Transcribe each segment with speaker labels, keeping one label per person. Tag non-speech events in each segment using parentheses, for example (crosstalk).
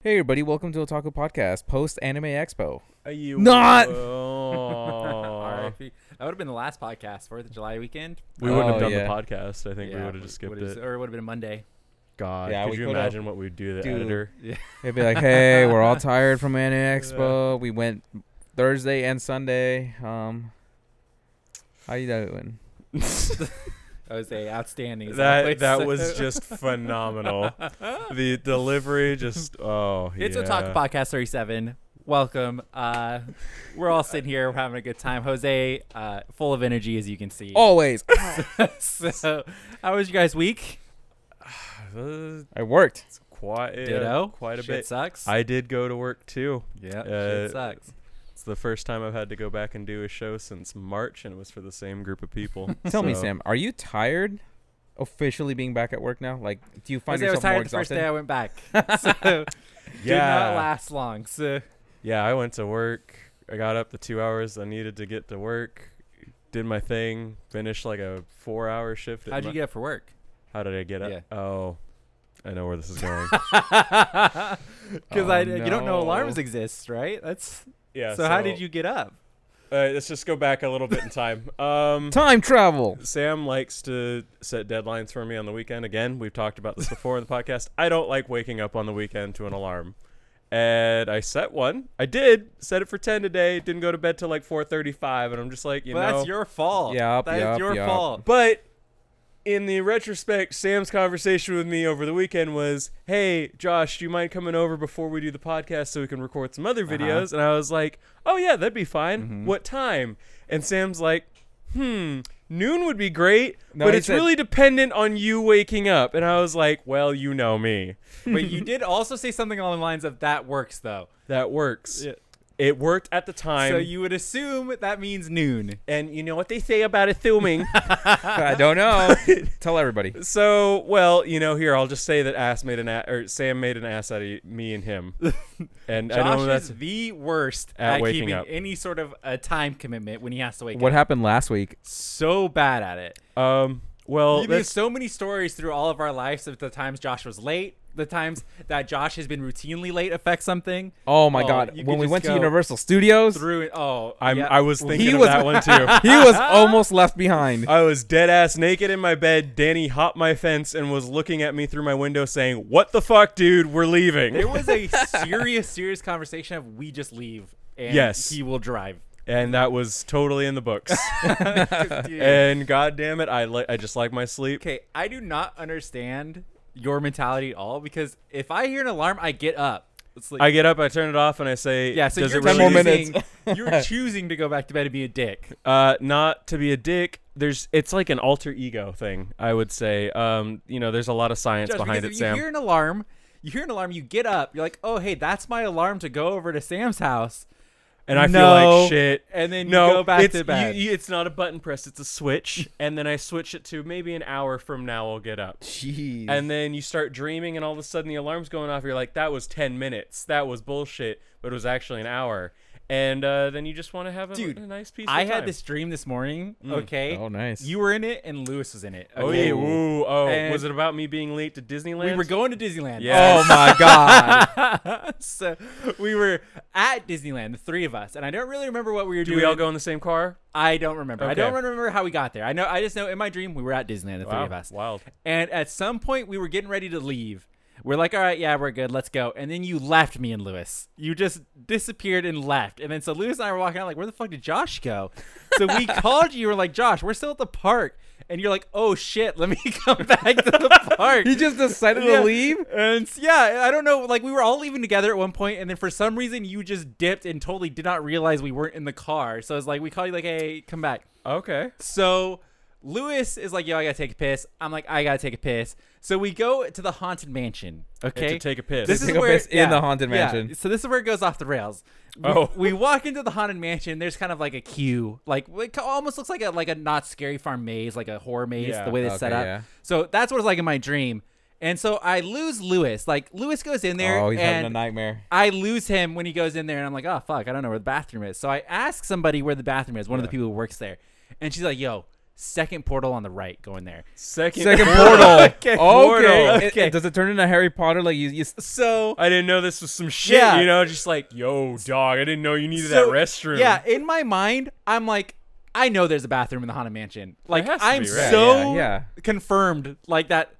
Speaker 1: Hey everybody, welcome to Otaku Podcast post Anime Expo.
Speaker 2: Uh, You (laughs)
Speaker 1: Not-
Speaker 2: will.
Speaker 3: RIP. That would have been the last podcast, Fourth of July weekend.
Speaker 2: we wouldn't
Speaker 1: Oh,
Speaker 2: have done
Speaker 1: yeah.
Speaker 2: the podcast. I think we would have
Speaker 3: we
Speaker 2: just skipped it.
Speaker 3: would've- Or it would have been Monday.
Speaker 2: God,
Speaker 1: Yeah,
Speaker 2: could
Speaker 1: we
Speaker 2: you
Speaker 1: could've-
Speaker 2: imagine what we'd do to the
Speaker 1: Dude.
Speaker 2: editor?
Speaker 1: They'd be like, "Hey, we're
Speaker 3: (laughs)
Speaker 1: all tired from Anime Expo. We went Thursday and Sunday. Um, how you doing?"
Speaker 3: I would say outstanding. is
Speaker 2: That
Speaker 3: always- (laughs)
Speaker 2: that was just phenomenal. The delivery just oh.
Speaker 3: It's
Speaker 2: yeah.
Speaker 3: Otaku Podcast 37. Welcome. Uh, we're all sitting here. We're having a good time. Jose, uh, full of energy, as you can see.
Speaker 2: Oh.
Speaker 1: Always,
Speaker 3: (laughs) so, how was your guys' week?
Speaker 2: Uh,
Speaker 1: I
Speaker 3: (laughs)
Speaker 1: worked.
Speaker 2: It's quite yeah,
Speaker 3: Ditto.
Speaker 2: quite a
Speaker 3: Shit
Speaker 2: bit.
Speaker 3: sucks.
Speaker 2: I did go to work too.
Speaker 3: yeah,
Speaker 2: uh,
Speaker 3: shit sucks.
Speaker 2: It's the first time I've had to go back and do a show since March, and it was for the same group of people.
Speaker 1: (laughs) Tell me,
Speaker 2: So-
Speaker 1: Sam, are you tired? Officially being back at work now, like, do you find
Speaker 3: Jose was
Speaker 1: yourself more
Speaker 3: tired the first day
Speaker 1: exhausted?
Speaker 3: I
Speaker 2: (laughs)
Speaker 3: went back. So, did not last long. So,
Speaker 2: yeah, I went to work. I got up the two hours I needed to get to work, did my thing, finished like a four hour shift. at
Speaker 3: how'd
Speaker 2: my-
Speaker 3: you get up for work? (laughs)
Speaker 2: How did I get up?
Speaker 3: Yeah.
Speaker 2: Oh, I know where this is
Speaker 3: (laughs)
Speaker 2: going. Oh,
Speaker 3: Because I,
Speaker 1: Oh,
Speaker 3: you don't know
Speaker 1: no.
Speaker 3: alarms exist, right? That's
Speaker 2: yeah.
Speaker 3: so, How did you get up?
Speaker 2: Uh, let's just go back a little bit in
Speaker 3: (laughs)
Speaker 2: time. Um,
Speaker 1: Time travel.
Speaker 2: Sam likes to set deadlines for me on the weekend. Again, we've talked about this before in the podcast. I don't like waking up on the weekend to an alarm. And I set one. I did set it for ten today. Didn't go to bed till like four thirty-five, and I'm just like, you
Speaker 3: But
Speaker 2: know,
Speaker 3: that's your fault.
Speaker 1: Yup,
Speaker 3: that's
Speaker 1: yup,
Speaker 3: your
Speaker 1: yup.
Speaker 2: (laughs)
Speaker 3: fault.
Speaker 2: But in the retrospect, Sam's conversation with me over the weekend was, "Hey, Josh, do you mind coming over before we do the podcast so we can record some
Speaker 1: Uh-huh.
Speaker 2: other videos?" And I was like, "Oh yeah, that'd be fine.
Speaker 1: Mm-hmm.
Speaker 2: What time?" And Sam's like, "Hmm, noon would be great,
Speaker 1: No,
Speaker 2: but
Speaker 1: he
Speaker 2: it's
Speaker 1: said-
Speaker 2: really dependent on you waking up." And I was like, "Well, you know me.
Speaker 3: but you did also say something along the lines of that works though.
Speaker 2: That works. It worked at the time."
Speaker 3: so you would assume that means noon.
Speaker 2: and you know what they say
Speaker 1: (laughs)
Speaker 2: about assuming.
Speaker 1: I don't
Speaker 3: (laughs)
Speaker 1: know. Tell everybody.
Speaker 2: So, well, you know, here I'll just say that ass made an ass, or Sam made an ass out of me and
Speaker 3: (laughs)
Speaker 2: him, and I
Speaker 3: Josh
Speaker 2: know that's
Speaker 3: is the worst
Speaker 2: At
Speaker 3: at,
Speaker 2: waking
Speaker 3: keeping
Speaker 2: up.
Speaker 3: any sort of a time commitment when he has to wake
Speaker 1: What
Speaker 3: up.
Speaker 1: happened last week?
Speaker 3: So bad at it.
Speaker 2: um. Well,
Speaker 3: You've
Speaker 2: that's,
Speaker 3: so many stories through all of our lives of the times Josh was late, the times that Josh has been routinely late affects something.
Speaker 1: Oh my
Speaker 3: Oh,
Speaker 1: God!
Speaker 3: you
Speaker 1: When
Speaker 3: could
Speaker 1: we
Speaker 3: just
Speaker 1: went to
Speaker 3: go
Speaker 1: Universal Studios,
Speaker 3: Through it. Oh,
Speaker 2: I'm.
Speaker 3: yep.
Speaker 2: I was
Speaker 3: (laughs)
Speaker 2: thinking of
Speaker 1: was-
Speaker 2: that one too.
Speaker 1: he was almost left behind.
Speaker 2: I was dead ass naked in my bed. Danny hopped my fence and was looking at me through my window, saying, "What the fuck, dude? We're leaving."
Speaker 3: There was a serious, serious conversation of we just leave and
Speaker 2: Yes.
Speaker 3: he
Speaker 2: (laughs)
Speaker 3: will drive.
Speaker 2: And that was totally in the
Speaker 3: (laughs)
Speaker 2: books.
Speaker 3: okay,
Speaker 2: and god damn it, I li- I just like my sleep.
Speaker 3: I do not understand your mentality at all because if I hear an alarm, I get up. It's like
Speaker 2: I get up, I turn it off, and I say,
Speaker 3: yeah, so
Speaker 2: does
Speaker 3: you're
Speaker 2: it really
Speaker 1: more minutes.
Speaker 3: choosing, (laughs)
Speaker 2: (laughs)
Speaker 3: you're choosing to go back to bed and be a dick.
Speaker 2: uh, not to be a dick. There's it's like an alter ego thing, I would say. Um, you know, there's a lot of science
Speaker 3: Josh,
Speaker 2: behind
Speaker 3: because
Speaker 2: it,
Speaker 3: if
Speaker 2: Sam.
Speaker 3: You hear an alarm, you hear an alarm, you get up, you're like, oh hey, that's my alarm to go over to Sam's house.
Speaker 2: and I feel
Speaker 3: No.
Speaker 2: like shit.
Speaker 3: And then you
Speaker 2: no,
Speaker 3: go back
Speaker 2: it's,
Speaker 3: to bed.
Speaker 2: you- you- it's not a button press; it's a
Speaker 3: (laughs)
Speaker 2: switch. and then I switch it to maybe an hour from now. I'll get up.
Speaker 1: Jeez.
Speaker 3: Hmm.
Speaker 2: And then you start dreaming, and all of a sudden the alarm's going off. You're like, "That was ten minutes. That was bullshit, but it was actually an hour." And uh, then you just want to have a,
Speaker 3: Dude,
Speaker 2: a nice piece.
Speaker 3: I
Speaker 2: of
Speaker 3: had
Speaker 2: time. Mm.
Speaker 3: this dream this morning. Okay.
Speaker 1: Oh, nice.
Speaker 3: You were in it and Lewis was in it.
Speaker 2: Oh
Speaker 3: okay?
Speaker 2: yeah. Ooh. Oh,
Speaker 3: And-
Speaker 2: was it about me being late to Disneyland?
Speaker 3: We were going to Disneyland.
Speaker 2: Yeah. Oh
Speaker 1: my (laughs) God.
Speaker 3: (laughs) so we were at Disneyland, the three of us, and I don't really remember what we were
Speaker 2: Do
Speaker 3: doing.
Speaker 2: we all go in the same car?
Speaker 3: I don't remember. I
Speaker 2: Okay.
Speaker 3: don't remember how we got there. I know. I just know in my dream we were at Disneyland, the three
Speaker 2: Wow,
Speaker 3: of us.
Speaker 2: wild.
Speaker 3: And at some point we were getting ready to leave. We're like, all right, yeah, we're good. Let's go. And then you left me and Lewis. You just disappeared and left. And then so Lewis and I were walking out like, where the fuck did Josh go? So
Speaker 2: (laughs)
Speaker 3: we called you. You were like, Josh, we're still at the park. And you're like, oh shit, let me (laughs) come back to the
Speaker 2: (laughs)
Speaker 3: park.
Speaker 1: he just decided to leave.
Speaker 3: And s- yeah, I don't know. Like we were all leaving together at one point, and then for some reason you just dipped and totally did not realize we weren't in the car. So it's like we call you like, hey, come back.
Speaker 2: Okay.
Speaker 3: So Lewis is like, yo, I gotta take a piss. I'm like, I gotta take a piss. So we go to the haunted mansion. Okay,
Speaker 2: To take a piss.
Speaker 3: this
Speaker 1: To
Speaker 3: is
Speaker 1: take a
Speaker 3: where
Speaker 1: piss in the haunted
Speaker 3: yeah.
Speaker 1: mansion.
Speaker 3: So this is where it goes off the rails. We-
Speaker 2: Oh.
Speaker 3: we walk into the haunted mansion. There's kind of like a queue, like it ca- almost looks like a like a not scary farm maze, like a horror maze,
Speaker 2: Yeah.
Speaker 3: the way it's set
Speaker 1: Okay,
Speaker 3: up.
Speaker 1: yeah.
Speaker 3: So that's what it's like in my dream. And so I lose Lewis. Like Lewis goes in there,
Speaker 1: Oh, he's having a
Speaker 3: and
Speaker 1: nightmare.
Speaker 3: I lose him when he goes in there, and I'm like, oh fuck, I don't know where the bathroom is. So I ask somebody where the bathroom is. One of the people who works there, and she's like, yo, second portal on the right going there.
Speaker 2: Second,
Speaker 1: Second
Speaker 3: (laughs)
Speaker 1: portal.
Speaker 2: Okay,
Speaker 1: (laughs) okay.
Speaker 2: portal.
Speaker 1: It-
Speaker 3: Okay.
Speaker 1: it- does it turn into Harry Potter? Like you, you s-
Speaker 3: So
Speaker 2: I didn't know this was some shit.
Speaker 3: Yeah.
Speaker 2: You know, just like, yo, dog, I didn't know you needed
Speaker 3: So,
Speaker 2: that restroom.
Speaker 3: Yeah, in my mind, I'm like, I know there's a bathroom in the Haunted Mansion. Like,
Speaker 2: has to
Speaker 3: I'm
Speaker 2: be, right?
Speaker 3: so
Speaker 1: Yeah, yeah.
Speaker 3: confirmed, like that.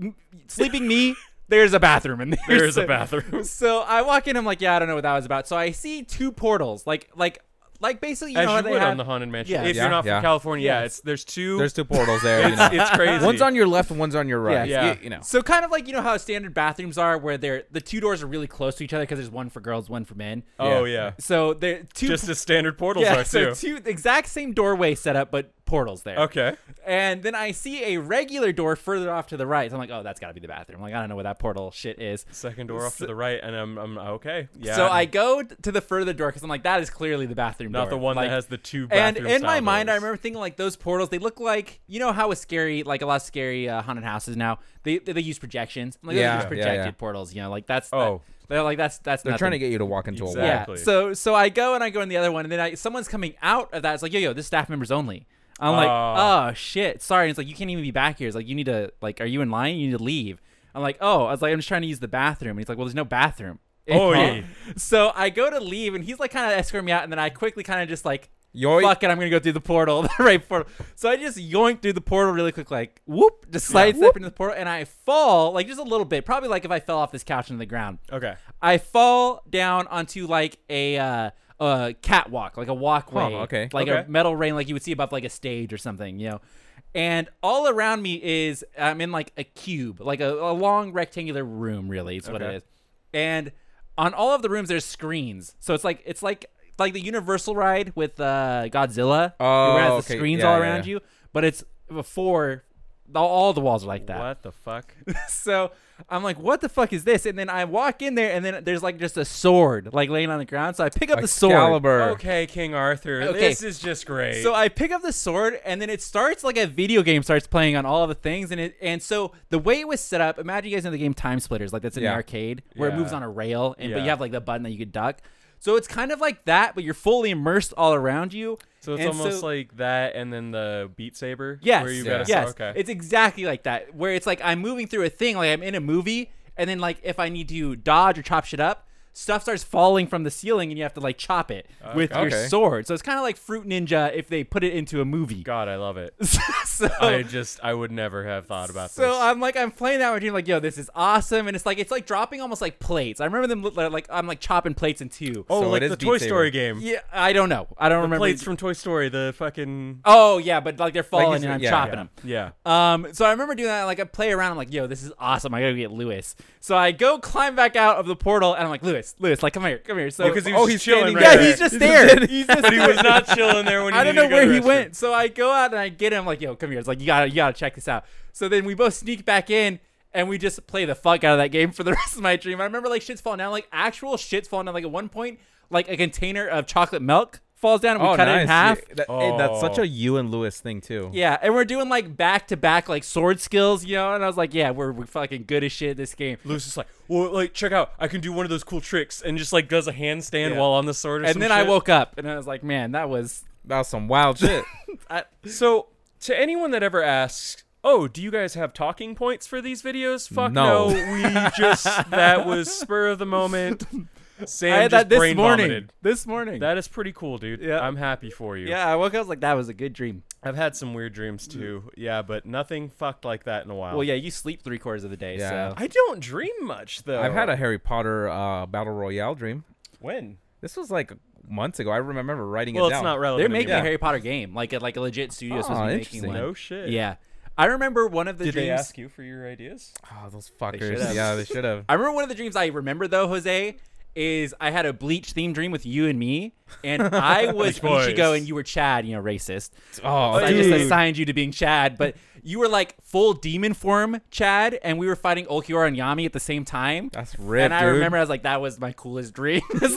Speaker 3: m- Sleeping me, there's a bathroom in there.
Speaker 2: there is
Speaker 3: So-
Speaker 2: a bathroom.
Speaker 3: So I walk in, I'm like, yeah, I don't know what that was about. So I see two portals, like, like, like basically, you
Speaker 2: As
Speaker 3: know how
Speaker 2: you
Speaker 3: they
Speaker 2: would
Speaker 3: have,
Speaker 2: on the haunted mansion.
Speaker 3: Yeah.
Speaker 2: If
Speaker 1: Yeah,
Speaker 2: you're not
Speaker 1: yeah.
Speaker 2: from California, yeah, (laughs)
Speaker 3: Yes.
Speaker 2: it's there's two.
Speaker 1: there's two portals there. you know.
Speaker 2: it's crazy.
Speaker 1: One's on your left and one's on your right.
Speaker 3: Yeah.
Speaker 1: Yeah,
Speaker 2: Yeah.
Speaker 1: You, know.
Speaker 3: So kind of like you know how standard bathrooms are, where they're the two doors are really close to each other because there's one for girls, one for men.
Speaker 2: oh
Speaker 1: Yeah.
Speaker 2: yeah,
Speaker 3: So they're two.
Speaker 2: just as standard portals
Speaker 3: (laughs) yeah,
Speaker 2: are
Speaker 3: so
Speaker 2: too.
Speaker 3: two the exact same doorway setup, but portals there.
Speaker 2: Okay.
Speaker 3: And then I see a regular door further off to the right. So I'm like, oh, that's got to be the bathroom. Like I don't know what that portal shit is.
Speaker 2: Second door off to the right, and I'm I'm okay. Yeah.
Speaker 3: So I go t- to the further door because I'm like, that is clearly the bathroom door.
Speaker 2: not the one
Speaker 3: Like-
Speaker 2: that has the two.
Speaker 3: And
Speaker 2: bathroom
Speaker 3: in my
Speaker 2: style
Speaker 3: mind, I
Speaker 2: doors.
Speaker 3: remember thinking like those portals. They look like you know how a scary, like a lot of scary uh, haunted houses now. They they, they use projections. I'm like, those are
Speaker 1: Yeah,
Speaker 3: just
Speaker 1: yeah, yeah.
Speaker 3: projected portals. You know, like that's
Speaker 2: Oh.
Speaker 3: that- they're like that's that's
Speaker 1: They're
Speaker 3: nothing.
Speaker 1: trying to get you to walk into a wall.
Speaker 2: Exactly.
Speaker 3: Yeah. So so I go and I go in the other one, and then I, someone's coming out of that. It's like, yo yo, this staff members only. I'm like,
Speaker 2: Oh.
Speaker 3: oh shit, sorry. And it's like you can't even be back here. It's like you need to like, are you in line? You need to leave. I'm like, oh, I was like, I'm just trying to use the bathroom. And he's like, well, there's no bathroom. (laughs)
Speaker 2: Oh, yeah.
Speaker 3: So I go to leave, and he's like, kind of escorting me out, and then I quickly kind of just like
Speaker 1: Yo,
Speaker 3: fuck it, I'm gonna go through the portal, (laughs) the right portal. So I just yoink through the portal really quick, like whoop, just sidestep
Speaker 1: whoop.
Speaker 3: into the portal, and I fall like just a little bit, probably like if I fell off this couch into the ground.
Speaker 2: Okay.
Speaker 3: I fall down onto like a uh, a catwalk, like a walkway,
Speaker 1: Huh, Oh, okay.
Speaker 3: like
Speaker 2: Okay.
Speaker 3: a metal rail, like you would see above like a stage or something, you know. And all around me is I'm in like a cube, like a, a long rectangular room. Really, it's what
Speaker 2: Okay.
Speaker 3: it is. And on all of the rooms, there's screens. So it's like it's like like the Universal ride with uh, Godzilla,
Speaker 1: Oh,
Speaker 3: where it has the
Speaker 1: okay.
Speaker 3: screens
Speaker 1: Yeah,
Speaker 3: all
Speaker 1: yeah,
Speaker 3: around
Speaker 1: yeah.
Speaker 3: you. But it's before all, all the walls are like that
Speaker 2: What the fuck?
Speaker 3: so I'm like, what the fuck is this? And then I walk in there, and then there's like just a sword like laying on the ground. So I pick up the sword. Oh,
Speaker 1: Excalibur.
Speaker 2: okay, King Arthur.
Speaker 3: Okay.
Speaker 2: This is just great.
Speaker 3: So I pick up the sword, and then it starts like a video game starts playing on all of the things, and it and so the way it was set up. Imagine you guys know the game Time Splitters, like that's in
Speaker 1: Yeah.
Speaker 3: the arcade where it moves
Speaker 2: Yeah.
Speaker 3: on a rail, and but
Speaker 2: Yeah.
Speaker 3: you have like the button that you could duck. So it's kind of like that, but you're fully immersed all around you.
Speaker 2: So it's
Speaker 3: And
Speaker 2: almost like that, and then the Beat Saber.
Speaker 3: Yes.
Speaker 2: Where you've
Speaker 1: Yeah.
Speaker 2: got
Speaker 3: yes.
Speaker 2: Okay.
Speaker 3: It's exactly like that, where it's like I'm moving through a thing, like I'm in a movie, and then like if I need to dodge or chop shit up, stuff starts falling from the ceiling, and you have to like chop it
Speaker 2: Uh,
Speaker 3: with your
Speaker 1: Okay.
Speaker 3: sword. So it's kind of like Fruit Ninja if they put it into a movie.
Speaker 2: God, I love it.
Speaker 3: (laughs) so
Speaker 2: I just I would never have thought about
Speaker 3: so
Speaker 2: this.
Speaker 3: I'm like I'm playing that routine like yo this is awesome and it's like it's like dropping almost like plates. I remember them li- like I'm like chopping plates in two.
Speaker 2: oh,
Speaker 1: So
Speaker 2: like
Speaker 1: it is
Speaker 2: the
Speaker 1: Beat
Speaker 2: Toy
Speaker 1: Saber.
Speaker 2: Story game.
Speaker 3: Yeah, I don't know. I don't
Speaker 2: the
Speaker 3: remember.
Speaker 2: plates from Toy Story. The fucking
Speaker 3: oh yeah, but like they're falling
Speaker 1: said,
Speaker 3: and I'm
Speaker 1: yeah,
Speaker 3: chopping
Speaker 1: yeah.
Speaker 3: them.
Speaker 2: yeah.
Speaker 3: (laughs) Um, so I remember doing that. Like I play around. I'm like, yo, this is awesome. I gotta get Lewis. So I go climb back out of the portal, and I'm like, Lewis, Lewis, like come here, come here. So
Speaker 2: Because he was
Speaker 1: oh, he's standing
Speaker 2: chilling right
Speaker 3: yeah,
Speaker 2: there. (laughs)
Speaker 3: he's just there. He's just
Speaker 2: but he
Speaker 3: there.
Speaker 2: was not chilling there when he
Speaker 3: (laughs) I don't
Speaker 2: needed
Speaker 3: know
Speaker 2: to go to
Speaker 3: where he
Speaker 2: restroom.
Speaker 3: went. So I go out and I get him. Like, yo, come here. It's like you gotta, you gotta check this out. So then we both sneak back in. And we just play the fuck out of that game for the (laughs) rest of my dream. I remember like shit's falling down, like actual shit's falling down. Like at one point, like a container of chocolate milk falls down and we
Speaker 1: Oh,
Speaker 3: cut
Speaker 1: nice.
Speaker 3: it in half.
Speaker 1: Yeah, that- hey, that's such
Speaker 2: Oh.
Speaker 1: a you and Lewis thing too.
Speaker 3: Yeah, and we're doing like back to back like sword skills, you know. And I was like, yeah, we're, we're fucking good as shit at this game.
Speaker 2: Lou's just like, well, like check out, I can do one of those cool tricks, and just like does a handstand
Speaker 3: Yeah.
Speaker 2: while on the sword. Or
Speaker 3: And
Speaker 2: some
Speaker 3: then I
Speaker 2: shit.
Speaker 3: woke up and I was like, man, that was
Speaker 1: That was some wild shit.
Speaker 3: I,
Speaker 2: So to anyone that ever asks. Oh, do you guys have talking points for these videos? Fuck no,
Speaker 1: No.
Speaker 2: we just that was spur of the moment.
Speaker 3: I
Speaker 2: Sam
Speaker 3: had
Speaker 2: just
Speaker 3: that this
Speaker 2: brain
Speaker 3: morning.
Speaker 2: vomited.
Speaker 3: This morning.
Speaker 2: That is pretty cool, dude.
Speaker 3: Yeah.
Speaker 2: I'm happy for you.
Speaker 3: yeah, I woke up I was like, that was a good dream.
Speaker 2: I've had some weird dreams too. Yeah, but nothing fucked like that in a while.
Speaker 3: Mm. Well, yeah, you sleep three quarters of the day,
Speaker 1: Yeah.
Speaker 3: so
Speaker 2: Oh. I don't dream much though.
Speaker 1: I've had a Harry Potter uh, battle royale dream.
Speaker 2: when?
Speaker 1: This was like months ago. I remember writing
Speaker 2: Well,
Speaker 1: it down.
Speaker 2: it's not relevant.
Speaker 3: they're
Speaker 2: to me.
Speaker 3: making
Speaker 1: Yeah.
Speaker 3: a Harry Potter game, like a, like a legit studio is
Speaker 1: Oh,
Speaker 3: supposed to be making
Speaker 1: interesting.
Speaker 3: one.
Speaker 2: No shit.
Speaker 3: Yeah, I remember one of the
Speaker 2: Did
Speaker 3: dreams.
Speaker 2: they ask you for your ideas?
Speaker 1: Oh, those
Speaker 3: should've.
Speaker 1: fuckers. Yeah, they should have.
Speaker 3: (laughs) I remember one of the dreams I remember though, Jose, is I had a bleach themed dream with you and me,
Speaker 2: (laughs)
Speaker 3: and I was
Speaker 2: Bleach boys.
Speaker 3: Ichigo and you were Chad, you know, racist.
Speaker 1: Oh,
Speaker 3: I just
Speaker 1: dude.
Speaker 3: assigned you to being Chad, but you were like full demon form Chad, and we were fighting Olkiora and Yami at the same time.
Speaker 1: that's ripped,
Speaker 3: and I
Speaker 1: dude.
Speaker 3: remember I was like, that was my coolest dream. (laughs) It's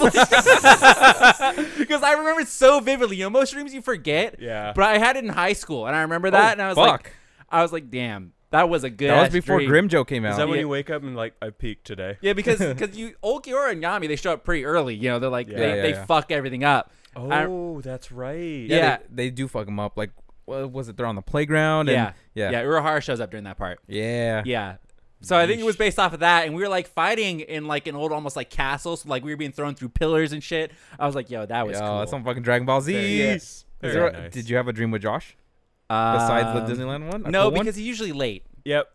Speaker 1: (laughs)
Speaker 3: like- Because I remember it so vividly. You know, most dreams you forget.
Speaker 2: Yeah.
Speaker 3: But I had it in high school, and I remember that, and I was like,
Speaker 1: Oh, fuck.
Speaker 3: I was like, damn, that was a good.
Speaker 1: that was
Speaker 3: ass
Speaker 1: before
Speaker 3: dream.
Speaker 1: Grim Joe came out.
Speaker 2: Is that when
Speaker 3: Uh, Yeah.
Speaker 2: you wake up and like I peaked today?
Speaker 3: (laughs)
Speaker 1: (laughs)
Speaker 3: Yeah, because because you Olkiora and Yami they show up pretty early. You know, they're like
Speaker 2: Yeah.
Speaker 3: they,
Speaker 1: Yeah, yeah,
Speaker 3: they
Speaker 1: yeah.
Speaker 3: fuck everything up. I-
Speaker 2: Oh, that's right.
Speaker 1: Yeah,
Speaker 3: Yeah.
Speaker 1: They, they do fuck him up. Like what was it? They're on the playground. And,
Speaker 3: yeah.
Speaker 1: yeah,
Speaker 3: Yeah. Urahara shows up during that part.
Speaker 1: yeah,
Speaker 3: Yeah. So I think it was based off of that, and we were like fighting in like an old, almost like castle. So like we were being thrown through pillars and shit. I was like, "Yo, that
Speaker 1: Yo,
Speaker 3: was cool."
Speaker 1: that's on fucking Dragon Ball Z. Is
Speaker 2: Yes. Very
Speaker 1: there a-
Speaker 2: nice.
Speaker 1: Did you have a dream with Josh
Speaker 3: Um,
Speaker 1: besides the Disneyland one? A
Speaker 3: No,
Speaker 1: cool one?
Speaker 3: because he's usually late.
Speaker 2: Yep.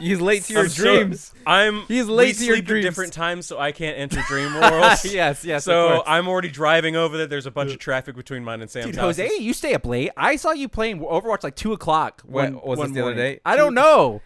Speaker 1: he's late to your
Speaker 2: I'm so-
Speaker 1: dreams.
Speaker 2: I'm.
Speaker 1: He's
Speaker 2: we
Speaker 1: late to your
Speaker 2: sleep
Speaker 1: dreams.
Speaker 2: At different times, so I can't
Speaker 1: (laughs)
Speaker 2: enter dream worlds.
Speaker 3: yes, yes. of
Speaker 2: So
Speaker 3: course.
Speaker 2: I'm already driving over there. There's a bunch of traffic between mine and Sam's
Speaker 3: dude,
Speaker 2: house.
Speaker 3: uh, Jose, you stay up late. I saw you playing Overwatch like two o'clock.
Speaker 1: When-
Speaker 3: one-
Speaker 1: was
Speaker 3: one
Speaker 1: this the other
Speaker 3: morning.
Speaker 1: day?
Speaker 3: I don't know.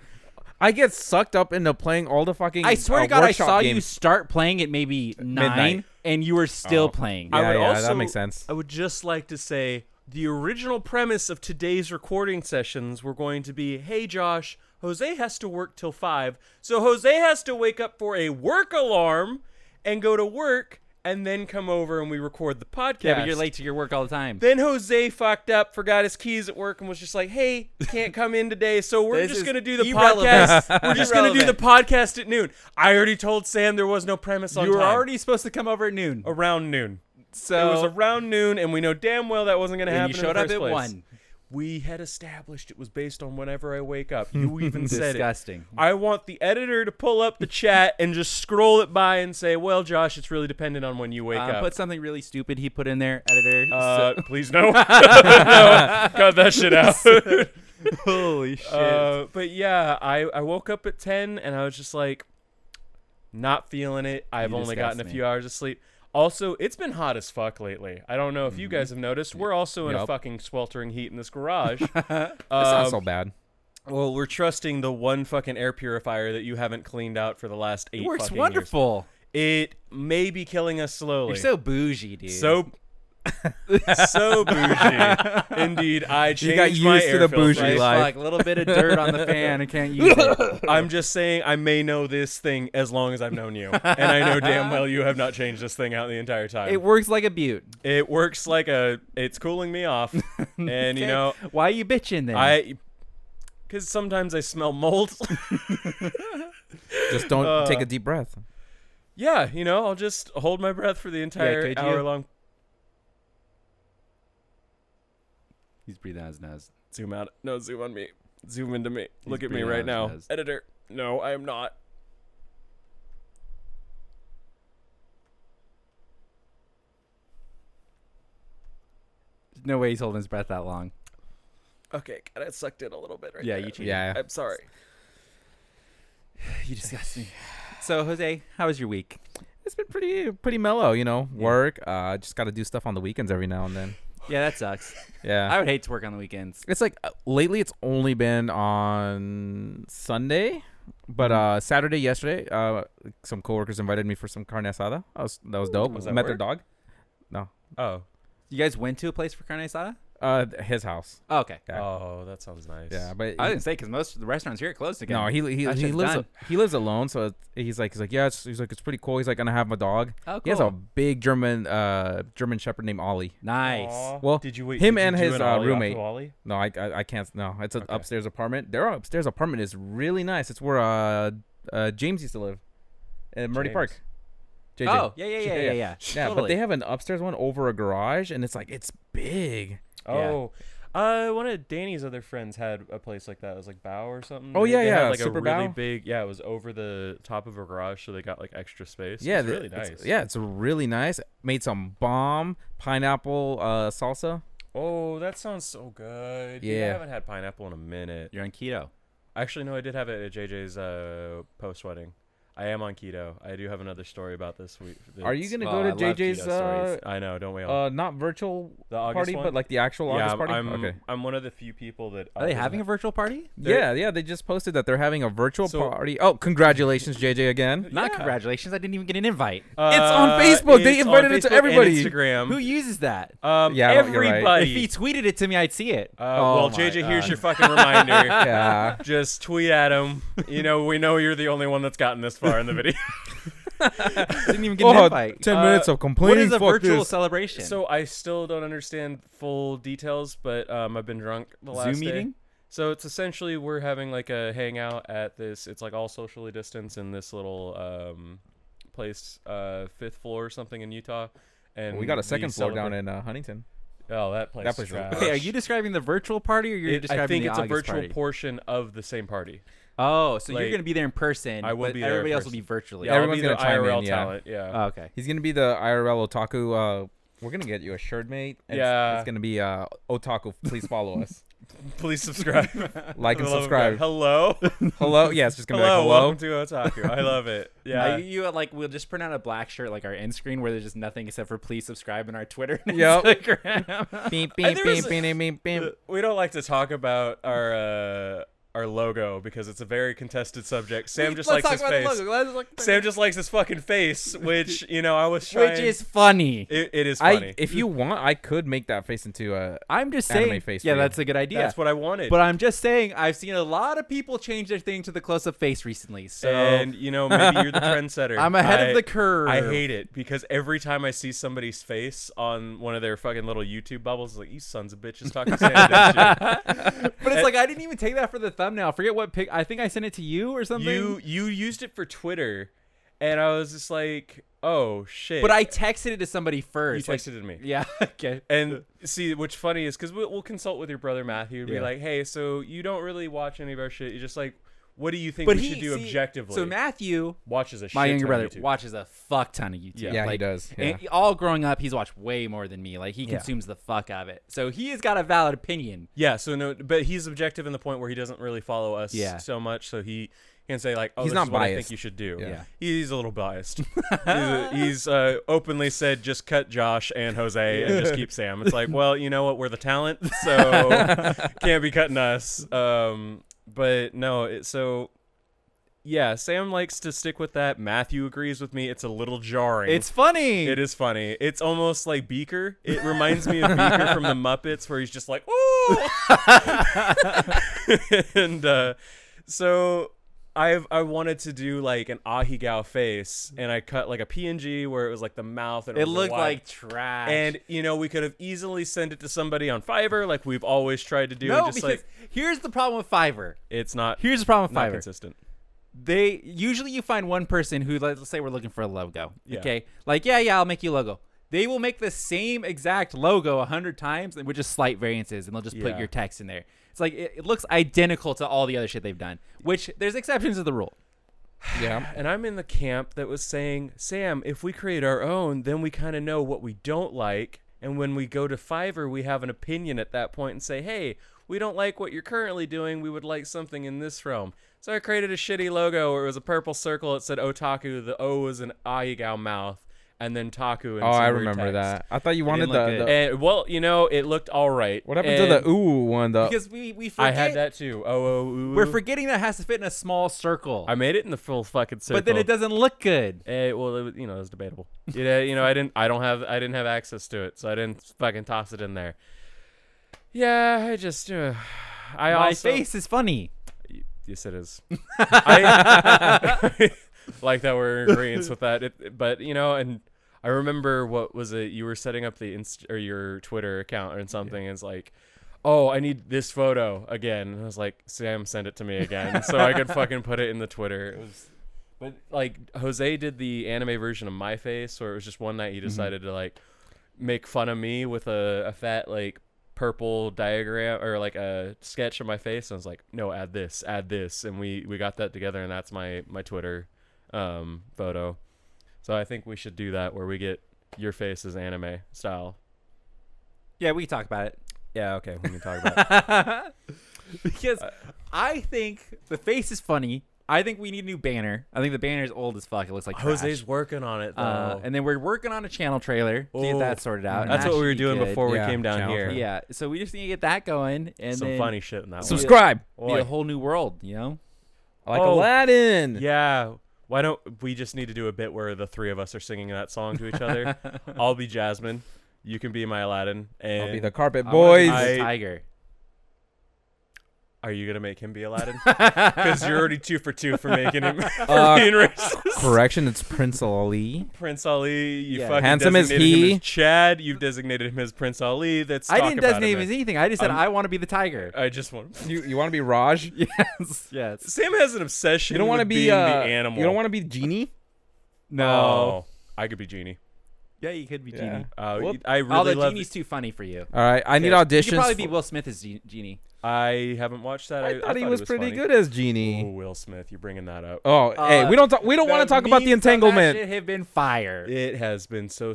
Speaker 1: I get sucked up into playing all the fucking.
Speaker 3: I swear
Speaker 1: uh,
Speaker 3: to God, I
Speaker 1: workshop
Speaker 3: saw you
Speaker 1: games.
Speaker 3: start playing at maybe
Speaker 1: midnight.
Speaker 3: nine, and you were still
Speaker 1: Oh.
Speaker 3: playing.
Speaker 1: Yeah,
Speaker 2: I would
Speaker 1: yeah,
Speaker 2: also,
Speaker 1: that makes sense.
Speaker 2: I would just like to say the original premise of today's recording sessions were going to be, "Hey Josh, Jose has to work till 5. So Jose has to wake up for a work alarm and go to work and then come over and we record the podcast."
Speaker 3: Yeah, but you're late to your work all the time.
Speaker 2: Then Jose fucked up, forgot his keys at work, and was just like, "Hey, can't come in today, so we're
Speaker 3: This
Speaker 2: just
Speaker 3: is
Speaker 2: gonna do the
Speaker 3: irrelevant.
Speaker 2: podcast. We're just gonna do the
Speaker 3: Irrelevant.
Speaker 2: podcast at noon." I already told Sam there was no premise on
Speaker 3: you were
Speaker 2: time.
Speaker 3: already supposed to come over at noon.
Speaker 2: around noon.
Speaker 3: So
Speaker 2: it was around noon, and we know damn well that wasn't gonna
Speaker 3: And
Speaker 2: happen.
Speaker 3: you
Speaker 2: in
Speaker 3: showed
Speaker 2: the
Speaker 3: up
Speaker 2: first
Speaker 3: at
Speaker 2: place.
Speaker 3: one.
Speaker 2: We had established it was based on whenever I wake up.
Speaker 3: (laughs)
Speaker 2: You even said
Speaker 3: Disgusting.
Speaker 2: it. I want the editor to pull up the chat and just scroll it by and say, "Well, Josh, it's really dependent on when you wake
Speaker 3: Uh,
Speaker 2: up."
Speaker 3: put something really stupid he put in there,
Speaker 1: (laughs)
Speaker 3: editor. (laughs)
Speaker 2: uh, please no. (laughs) no, cut that shit out.
Speaker 3: holy shit.
Speaker 2: Uh, but yeah, I, I woke up at 10 and I was just like, not feeling it. I've
Speaker 3: You
Speaker 2: only
Speaker 3: disgust
Speaker 2: gotten a
Speaker 3: me.
Speaker 2: few hours of sleep. Also, it's been hot as fuck lately. I don't know if you guys have noticed. We're also in a
Speaker 1: Mm-hmm. Yup.
Speaker 2: fucking sweltering heat in this
Speaker 1: (laughs)
Speaker 2: garage.
Speaker 1: It's not
Speaker 2: Um,
Speaker 1: so bad.
Speaker 2: well, we're trusting the one fucking air purifier that you haven't cleaned out for the last eight
Speaker 3: it works
Speaker 2: fucking
Speaker 3: wonderful.
Speaker 2: years. It may be killing us slowly.
Speaker 3: You're so bougie,
Speaker 1: (laughs)
Speaker 3: dude.
Speaker 2: so so bougie. Indeed, I changed
Speaker 1: got
Speaker 2: my
Speaker 1: used to
Speaker 2: air
Speaker 1: the
Speaker 2: filter.
Speaker 1: bougie
Speaker 3: like,
Speaker 1: life.
Speaker 3: fuck, little bit of dirt
Speaker 1: (laughs)
Speaker 3: on the fan and can't use it.
Speaker 2: I'm just saying I may know this thing as long as I've known you, and I know damn well you have not changed this thing out the entire time.
Speaker 1: (laughs)
Speaker 3: It works like a butte.
Speaker 2: it works like a. It's cooling me
Speaker 3: (laughs)
Speaker 2: off, and you
Speaker 3: Okay?
Speaker 2: know
Speaker 3: why are you bitching then?
Speaker 2: I. Because sometimes I smell mold. (laughs)
Speaker 1: Just don't
Speaker 2: uh,
Speaker 1: take a deep breath.
Speaker 2: yeah, you know, I'll just hold my breath for the entire
Speaker 3: could you?
Speaker 2: hour long.
Speaker 3: He's breathing out his nose.
Speaker 2: Zoom out. No, zoom on me. Zoom into me.
Speaker 3: He's
Speaker 2: Look at me
Speaker 3: breathing
Speaker 2: right
Speaker 3: out
Speaker 2: now.
Speaker 3: his nose.
Speaker 2: Editor. No, I am not.
Speaker 3: No way he's holding his breath
Speaker 1: (sighs)
Speaker 3: that long.
Speaker 2: Okay, God, I sucked in a little bit right
Speaker 3: Yeah,
Speaker 2: there.
Speaker 3: you cheated.
Speaker 1: Yeah.
Speaker 2: I'm sorry.
Speaker 3: You disgust me. (sighs) So Jose, how was your week?
Speaker 1: It's been pretty pretty mellow, you know. Work. Uh, just got to do stuff on the weekends every now and then.
Speaker 3: Yeah, that sucks.
Speaker 1: Yeah.
Speaker 3: I would hate to work on the weekends.
Speaker 1: it's like uh, lately it's only been on Sunday, but
Speaker 3: Mm-hmm.
Speaker 1: uh, Saturday yesterday, uh, some coworkers invited me for some carne asada. I was, that was dope.
Speaker 2: was that
Speaker 1: Met their
Speaker 2: work?
Speaker 1: dog.
Speaker 2: Oh.
Speaker 3: You guys went to a place for carne asada?
Speaker 1: Uh, th- his house.
Speaker 3: Oh, okay.
Speaker 1: Yeah.
Speaker 2: Oh, that sounds nice.
Speaker 1: Yeah, but
Speaker 3: I
Speaker 1: he-
Speaker 3: didn't say because most of the restaurants here are closed again.
Speaker 1: no, he he,
Speaker 3: That
Speaker 1: he
Speaker 3: shit's
Speaker 1: lives
Speaker 3: done.
Speaker 1: he lives alone. So it's- he's like he's like yeah, it's, he's like it's pretty cool. He's like gonna have my dog.
Speaker 3: oh,
Speaker 1: He has a big German uh German Shepherd named Ollie.
Speaker 3: nice.
Speaker 2: Aw.
Speaker 1: Well,
Speaker 2: did you wait?
Speaker 1: him
Speaker 2: did you
Speaker 1: and
Speaker 2: do
Speaker 1: his,
Speaker 2: an
Speaker 1: uh,
Speaker 2: ollie off the
Speaker 1: roommate.
Speaker 2: ollie?
Speaker 1: No, I I, I can't. No, it's an
Speaker 2: Okay.
Speaker 1: upstairs apartment. Their upstairs apartment is really nice. It's where uh, uh James used to live, at Murray
Speaker 2: James.
Speaker 1: Park. JJ.
Speaker 3: Oh, yeah, yeah, yeah, yeah, yeah.
Speaker 1: Yeah,
Speaker 3: Totally.
Speaker 1: but they have an upstairs one over a garage, and it's like it's big.
Speaker 3: Yeah.
Speaker 2: Oh, uh, one of Danny's other friends had a place like that. It was like Bow or something.
Speaker 1: Oh,
Speaker 2: They-
Speaker 1: yeah,
Speaker 2: they had,
Speaker 1: yeah,
Speaker 2: like
Speaker 1: Super
Speaker 2: a really
Speaker 1: Bao.
Speaker 2: big. Yeah, it was over the top of a garage, so they got like extra space.
Speaker 1: yeah,
Speaker 2: it's
Speaker 1: the-
Speaker 2: really nice.
Speaker 1: yeah, it's really nice. Made some bomb pineapple uh salsa.
Speaker 2: Oh, that sounds so good. Dude, I
Speaker 1: Yeah.
Speaker 2: haven't had pineapple in a minute.
Speaker 3: You're on keto.
Speaker 2: Actually, no, I did have it at JJ's uh, post wedding. I am on keto. I do have another story about this week.
Speaker 1: Are you
Speaker 2: It's- uh,
Speaker 1: gonna
Speaker 3: well, I
Speaker 1: go
Speaker 3: love
Speaker 1: to JJ's
Speaker 3: keto
Speaker 1: uh,
Speaker 3: stories.
Speaker 2: I know. Don't we all?
Speaker 1: uh not virtual
Speaker 2: the August
Speaker 1: party,
Speaker 2: one?
Speaker 1: but like the actual
Speaker 2: yeah,
Speaker 1: August
Speaker 2: I'm,
Speaker 1: party?
Speaker 2: I'm,
Speaker 1: okay.
Speaker 2: I'm one of the few people that
Speaker 3: Are they
Speaker 2: uh,
Speaker 3: having a virtual party?
Speaker 2: They're-
Speaker 1: Yeah, yeah, they just posted that they're having a virtual
Speaker 2: So-
Speaker 1: party. Oh, congratulations, JJ again.
Speaker 2: (laughs)
Speaker 3: Not
Speaker 2: Yeah. Um,
Speaker 3: congratulations. I didn't even get an invite.
Speaker 1: It's on Facebook. They
Speaker 2: Uh, it's on
Speaker 1: invited it to
Speaker 2: Facebook and
Speaker 1: everybody.
Speaker 2: Instagram.
Speaker 3: Who uses that?
Speaker 2: Um,
Speaker 1: Yeah, I don't- you're right.
Speaker 2: everybody.
Speaker 3: If he tweeted it to me, I'd see it.
Speaker 2: uh,
Speaker 1: Oh
Speaker 2: well,
Speaker 1: my
Speaker 2: JJ, here's
Speaker 1: God.
Speaker 2: your fucking
Speaker 1: (laughs)
Speaker 2: reminder.
Speaker 1: Yeah.
Speaker 2: Just tweet at him. You know, we know you're the only one that's gotten this far in
Speaker 1: (laughs)
Speaker 2: the video.
Speaker 3: didn't even get an
Speaker 1: Oh,
Speaker 3: invite.
Speaker 1: 10
Speaker 2: Uh,
Speaker 1: minutes of
Speaker 3: what
Speaker 1: complaining.
Speaker 3: is a
Speaker 1: fuck
Speaker 3: virtual
Speaker 1: this.
Speaker 3: celebration?
Speaker 2: so I still don't understand full details, but um, I've been drunk the last
Speaker 3: Zoom
Speaker 2: day.
Speaker 3: meeting?
Speaker 2: So it's essentially we're having like a hangout at this. It's like all socially distanced in this little um, place, uh, fifth floor or something in Utah. And
Speaker 1: We got a second floor down
Speaker 2: in.
Speaker 1: in uh, Huntington.
Speaker 2: Oh, that place.
Speaker 1: That place is
Speaker 2: trash.
Speaker 1: bad.
Speaker 3: Wait, are you describing the virtual party or you're
Speaker 2: It-
Speaker 3: describing
Speaker 2: I think
Speaker 3: the
Speaker 2: it's
Speaker 3: August
Speaker 2: a virtual
Speaker 3: party?
Speaker 2: portion of the same party.
Speaker 3: Oh, so
Speaker 2: Like,
Speaker 3: you're gonna be there in person.
Speaker 2: I will
Speaker 3: but
Speaker 2: be there in
Speaker 3: Everybody else will
Speaker 2: person.
Speaker 3: be virtually.
Speaker 2: Yeah, I'll
Speaker 1: Everyone's
Speaker 2: be the
Speaker 1: gonna chime
Speaker 2: IRL
Speaker 1: in, yeah. Uh,
Speaker 2: talent. Yeah.
Speaker 3: Oh, okay.
Speaker 1: He's gonna be the IRL otaku. Uh, we're gonna get you a shirt, mate. and it's-
Speaker 2: Yeah.
Speaker 1: It's gonna be uh, otaku. Please follow
Speaker 2: (laughs)
Speaker 1: us.
Speaker 2: Please subscribe.
Speaker 1: Like
Speaker 2: For
Speaker 1: and
Speaker 2: the love of
Speaker 1: subscribe.
Speaker 2: God.
Speaker 3: (laughs)
Speaker 2: Hello.
Speaker 1: Hello. Yeah, it's just gonna
Speaker 2: Hello.
Speaker 1: be like, hello.
Speaker 2: Welcome to Otaku. I love
Speaker 3: (laughs)
Speaker 2: it.
Speaker 3: Yeah.
Speaker 2: Yeah.
Speaker 3: you like we'll just print out a black shirt like our end screen where there's just nothing except for please subscribe in our Twitter and
Speaker 1: Yup.
Speaker 2: (laughs)
Speaker 3: Instagram.
Speaker 1: Beep,
Speaker 2: I-
Speaker 1: beep,
Speaker 2: there
Speaker 1: beep,
Speaker 2: was- uh,
Speaker 1: beep, beep, beep, beep.
Speaker 2: We don't like to talk about our uh, our logo because it's a very contested subject. Sam just likes
Speaker 3: Let's talk
Speaker 2: his
Speaker 3: about
Speaker 2: face.
Speaker 3: the logo. Let's look-
Speaker 2: Sam just likes his fucking face,
Speaker 3: (laughs)
Speaker 2: which you know I was trying.
Speaker 3: which is funny.
Speaker 2: it, it is funny.
Speaker 1: I, if you want, I could make that face into a.
Speaker 3: I'm just
Speaker 1: Anime
Speaker 3: saying.
Speaker 1: face
Speaker 3: yeah,
Speaker 1: for you.
Speaker 3: that's a good idea.
Speaker 2: That's what I wanted.
Speaker 3: but I'm just saying, I've seen a lot of people change their thing to the close-up face recently. So
Speaker 2: and you know maybe
Speaker 3: (laughs)
Speaker 2: you're the trendsetter.
Speaker 3: I'm ahead
Speaker 2: I-
Speaker 3: of the curve.
Speaker 2: I hate it because every time I see somebody's face on one of their fucking little YouTube bubbles, it's like you sons of bitches talking Sam.
Speaker 3: (laughs)
Speaker 2: don't
Speaker 3: But it's like I didn't even take that for the thumbnail. I forget what pic. I think I sent it to you or something.
Speaker 2: you? you you used it for Twitter, and I was just like, oh shit.
Speaker 3: but I texted it to somebody
Speaker 2: you
Speaker 3: first. like-
Speaker 2: texted it to me.
Speaker 3: yeah. (laughs) Okay.
Speaker 2: And see, what's funny is because we'll, we'll consult with your brother Matthew and be
Speaker 3: Yeah.
Speaker 2: like, "Hey, so you don't really watch any of our shit. You just like, what do you think
Speaker 3: But
Speaker 2: we
Speaker 3: he
Speaker 2: should do
Speaker 3: see,
Speaker 2: objectively?"
Speaker 3: So Matthew,
Speaker 2: watches a shit
Speaker 3: my younger
Speaker 2: ton
Speaker 3: brother,
Speaker 2: of YouTube.
Speaker 3: watches a fuck ton of YouTube.
Speaker 2: Yeah.
Speaker 1: Yeah, he
Speaker 3: Like,
Speaker 1: does,
Speaker 3: and all growing up, he's watched way more than me. Like he consumes the fuck out of it. So he has got a valid opinion.
Speaker 2: yeah. So no, but he's objective in the point where he doesn't really follow us
Speaker 3: Yeah.
Speaker 2: so much, so he can say like, "Oh,
Speaker 1: He's
Speaker 2: this
Speaker 1: not
Speaker 2: is what I think
Speaker 1: biased.
Speaker 2: you should do."
Speaker 1: Yeah.
Speaker 2: he's a
Speaker 1: (laughs)
Speaker 2: little biased. he's a- he's uh, openly said, "Just cut Josh and Jose and just keep Sam." It's like, well, you know what? We're
Speaker 1: (laughs)
Speaker 2: the talent, so can't be cutting us. Um, but no, it, so. Yeah, Sam likes to stick with that. Matthew agrees with me. It's a little jarring.
Speaker 3: It's funny.
Speaker 2: It is funny. It's almost like Beaker. It reminds me of Beaker from the Muppets, where he's just like, "Ooh," (laughs) and uh, so I've I wanted to do like an Ahigao face, and I cut like a PNG where it was like the mouth and it,
Speaker 3: It
Speaker 2: was the
Speaker 3: looked
Speaker 2: wide-
Speaker 3: like trash.
Speaker 2: And you know, we could have easily sent it to somebody on Fiverr, like we've always tried to do.
Speaker 3: no,
Speaker 2: and just
Speaker 3: because
Speaker 2: like
Speaker 3: here's the problem with Fiverr.
Speaker 2: it's not
Speaker 3: Here's the problem with
Speaker 2: not
Speaker 3: Fiverr.
Speaker 2: consistent.
Speaker 3: they usually you find one person who like, let's say we're looking for a logo
Speaker 2: Yeah.
Speaker 3: okay like yeah yeah i'll make you a logo they will make the same exact logo a hundred times and with just slight variances and they'll just
Speaker 2: Yeah.
Speaker 3: put your text in there it's like it, it looks identical to all the other shit they've done which there's exceptions to the rule
Speaker 1: Yeah.
Speaker 2: (sighs) And I'm in the camp that was saying, Sam, if we create our own, then we kind of know what we don't like. And when we go to Fiverr, we have an opinion at that point and say, hey, we don't like what you're currently doing. We would like something in this realm. So I created a shitty logo where it was a purple circle. It said otaku. The O was an aigao mouth, and then taku. And
Speaker 1: Oh,
Speaker 2: some
Speaker 1: I
Speaker 2: weird
Speaker 1: remember
Speaker 2: text.
Speaker 1: that. I thought you wanted
Speaker 3: didn't
Speaker 1: the.
Speaker 3: look good.
Speaker 1: the-
Speaker 2: And, well, you know, it looked all right.
Speaker 1: what happened to the ooh one? though?
Speaker 3: because we we
Speaker 2: I
Speaker 3: forget,
Speaker 2: had that too. Oh, oh, ooh.
Speaker 3: we're forgetting that has to fit in a small circle
Speaker 2: I made it in the full fucking circle.
Speaker 3: but then it doesn't look good
Speaker 2: Eh, well, it was, you know, it was debatable. You know, you know, I didn't, I don't have, I didn't have access to it, so I didn't fucking toss it in there. Yeah, I just, uh, I
Speaker 3: my
Speaker 2: also,
Speaker 3: face is funny
Speaker 2: Yes, it is. I (laughs) like that we're in agreement with that. It, but you know, and I remember what was it? You were setting up the inst or your Twitter account or something. And it's like, oh, I need this photo again. And I was like, Sam, send it to me (laughs) again, so I could fucking put it in the Twitter. It was, but like Jose did the anime version of my face, where it was just one night he decided to like make fun of me with a, a fat like purple diagram or like a sketch of my face and I was like no add this add this and we we got that together and that's my my Twitter um photo so I think we should do that where we get your face as anime style
Speaker 3: yeah we can talk about it
Speaker 2: yeah okay we can talk about it.
Speaker 3: (laughs) because I think the face is funny. I think we need a new banner. I think the banner is old as fuck. It looks like trash.
Speaker 2: Jose's working on it though
Speaker 3: Uh, and then we're working on a channel trailer to get
Speaker 2: Oh,
Speaker 3: that sorted out. and
Speaker 2: that's
Speaker 3: that
Speaker 2: what we
Speaker 3: should
Speaker 2: were
Speaker 3: be
Speaker 2: doing
Speaker 3: good.
Speaker 2: before
Speaker 1: Yeah,
Speaker 2: we came down
Speaker 1: channel
Speaker 2: here
Speaker 1: trailer.
Speaker 3: Yeah, so we just need to get that going and
Speaker 2: some
Speaker 3: then
Speaker 2: funny shit in that one.
Speaker 1: Subscribe.
Speaker 3: be a whole new world.
Speaker 2: (laughs)
Speaker 3: You know,
Speaker 1: Like
Speaker 2: Oh.
Speaker 1: Aladdin.
Speaker 2: Yeah. Why don't we just need to do a bit where the three of us are singing that song to each
Speaker 3: (laughs)
Speaker 2: other? I'll be Jasmine. You can be my Aladdin. And
Speaker 1: I'll be the carpet
Speaker 3: (laughs) I wanna be
Speaker 1: boys.
Speaker 2: I-
Speaker 3: the tiger.
Speaker 2: are you gonna make him
Speaker 1: (laughs)
Speaker 2: be Aladdin? Because you're already two for two for making him (laughs) for
Speaker 1: Uh,
Speaker 2: being racist.
Speaker 1: (laughs) Correction, it's Prince Ali.
Speaker 2: Prince Ali, you
Speaker 3: Yeah.
Speaker 2: fucking
Speaker 1: Handsome as
Speaker 2: designated
Speaker 1: he.
Speaker 2: him as Chad. You've designated him as Prince Ali. That's
Speaker 3: (laughs) I didn't designate him as anything. I just said
Speaker 2: Um,
Speaker 3: I want to be
Speaker 2: (laughs)
Speaker 3: the tiger. (laughs)
Speaker 2: I just want.
Speaker 1: You you want to be Raj? You
Speaker 3: yes, yes.
Speaker 2: Sam has an obsession.
Speaker 1: don't
Speaker 2: want to
Speaker 1: be
Speaker 2: being
Speaker 1: uh,
Speaker 2: the animal.
Speaker 1: You don't want to be uh, genie.
Speaker 3: No,
Speaker 2: Oh, I could be genie.
Speaker 3: Yeah, you could be
Speaker 2: Yeah.
Speaker 3: Genie.
Speaker 2: Uh,
Speaker 3: Whoop.
Speaker 2: I really
Speaker 3: Although
Speaker 2: love
Speaker 3: Genie's too funny for you.
Speaker 1: All right, I need
Speaker 2: Okay.
Speaker 3: You
Speaker 1: auditions.
Speaker 3: could probably be
Speaker 1: for-
Speaker 3: Will Smith as Ge- Genie.
Speaker 2: I haven't watched that.
Speaker 1: I, thought, he was, pretty
Speaker 2: funny.
Speaker 1: good as
Speaker 2: Oh,
Speaker 1: Genie.
Speaker 2: Will Smith, you're bringing that up.
Speaker 1: Oh, hey,
Speaker 3: Uh,
Speaker 1: we don't talk, we don't want to talk about the
Speaker 3: memes on that
Speaker 1: entanglement.
Speaker 3: Should have been fire.
Speaker 2: It has been so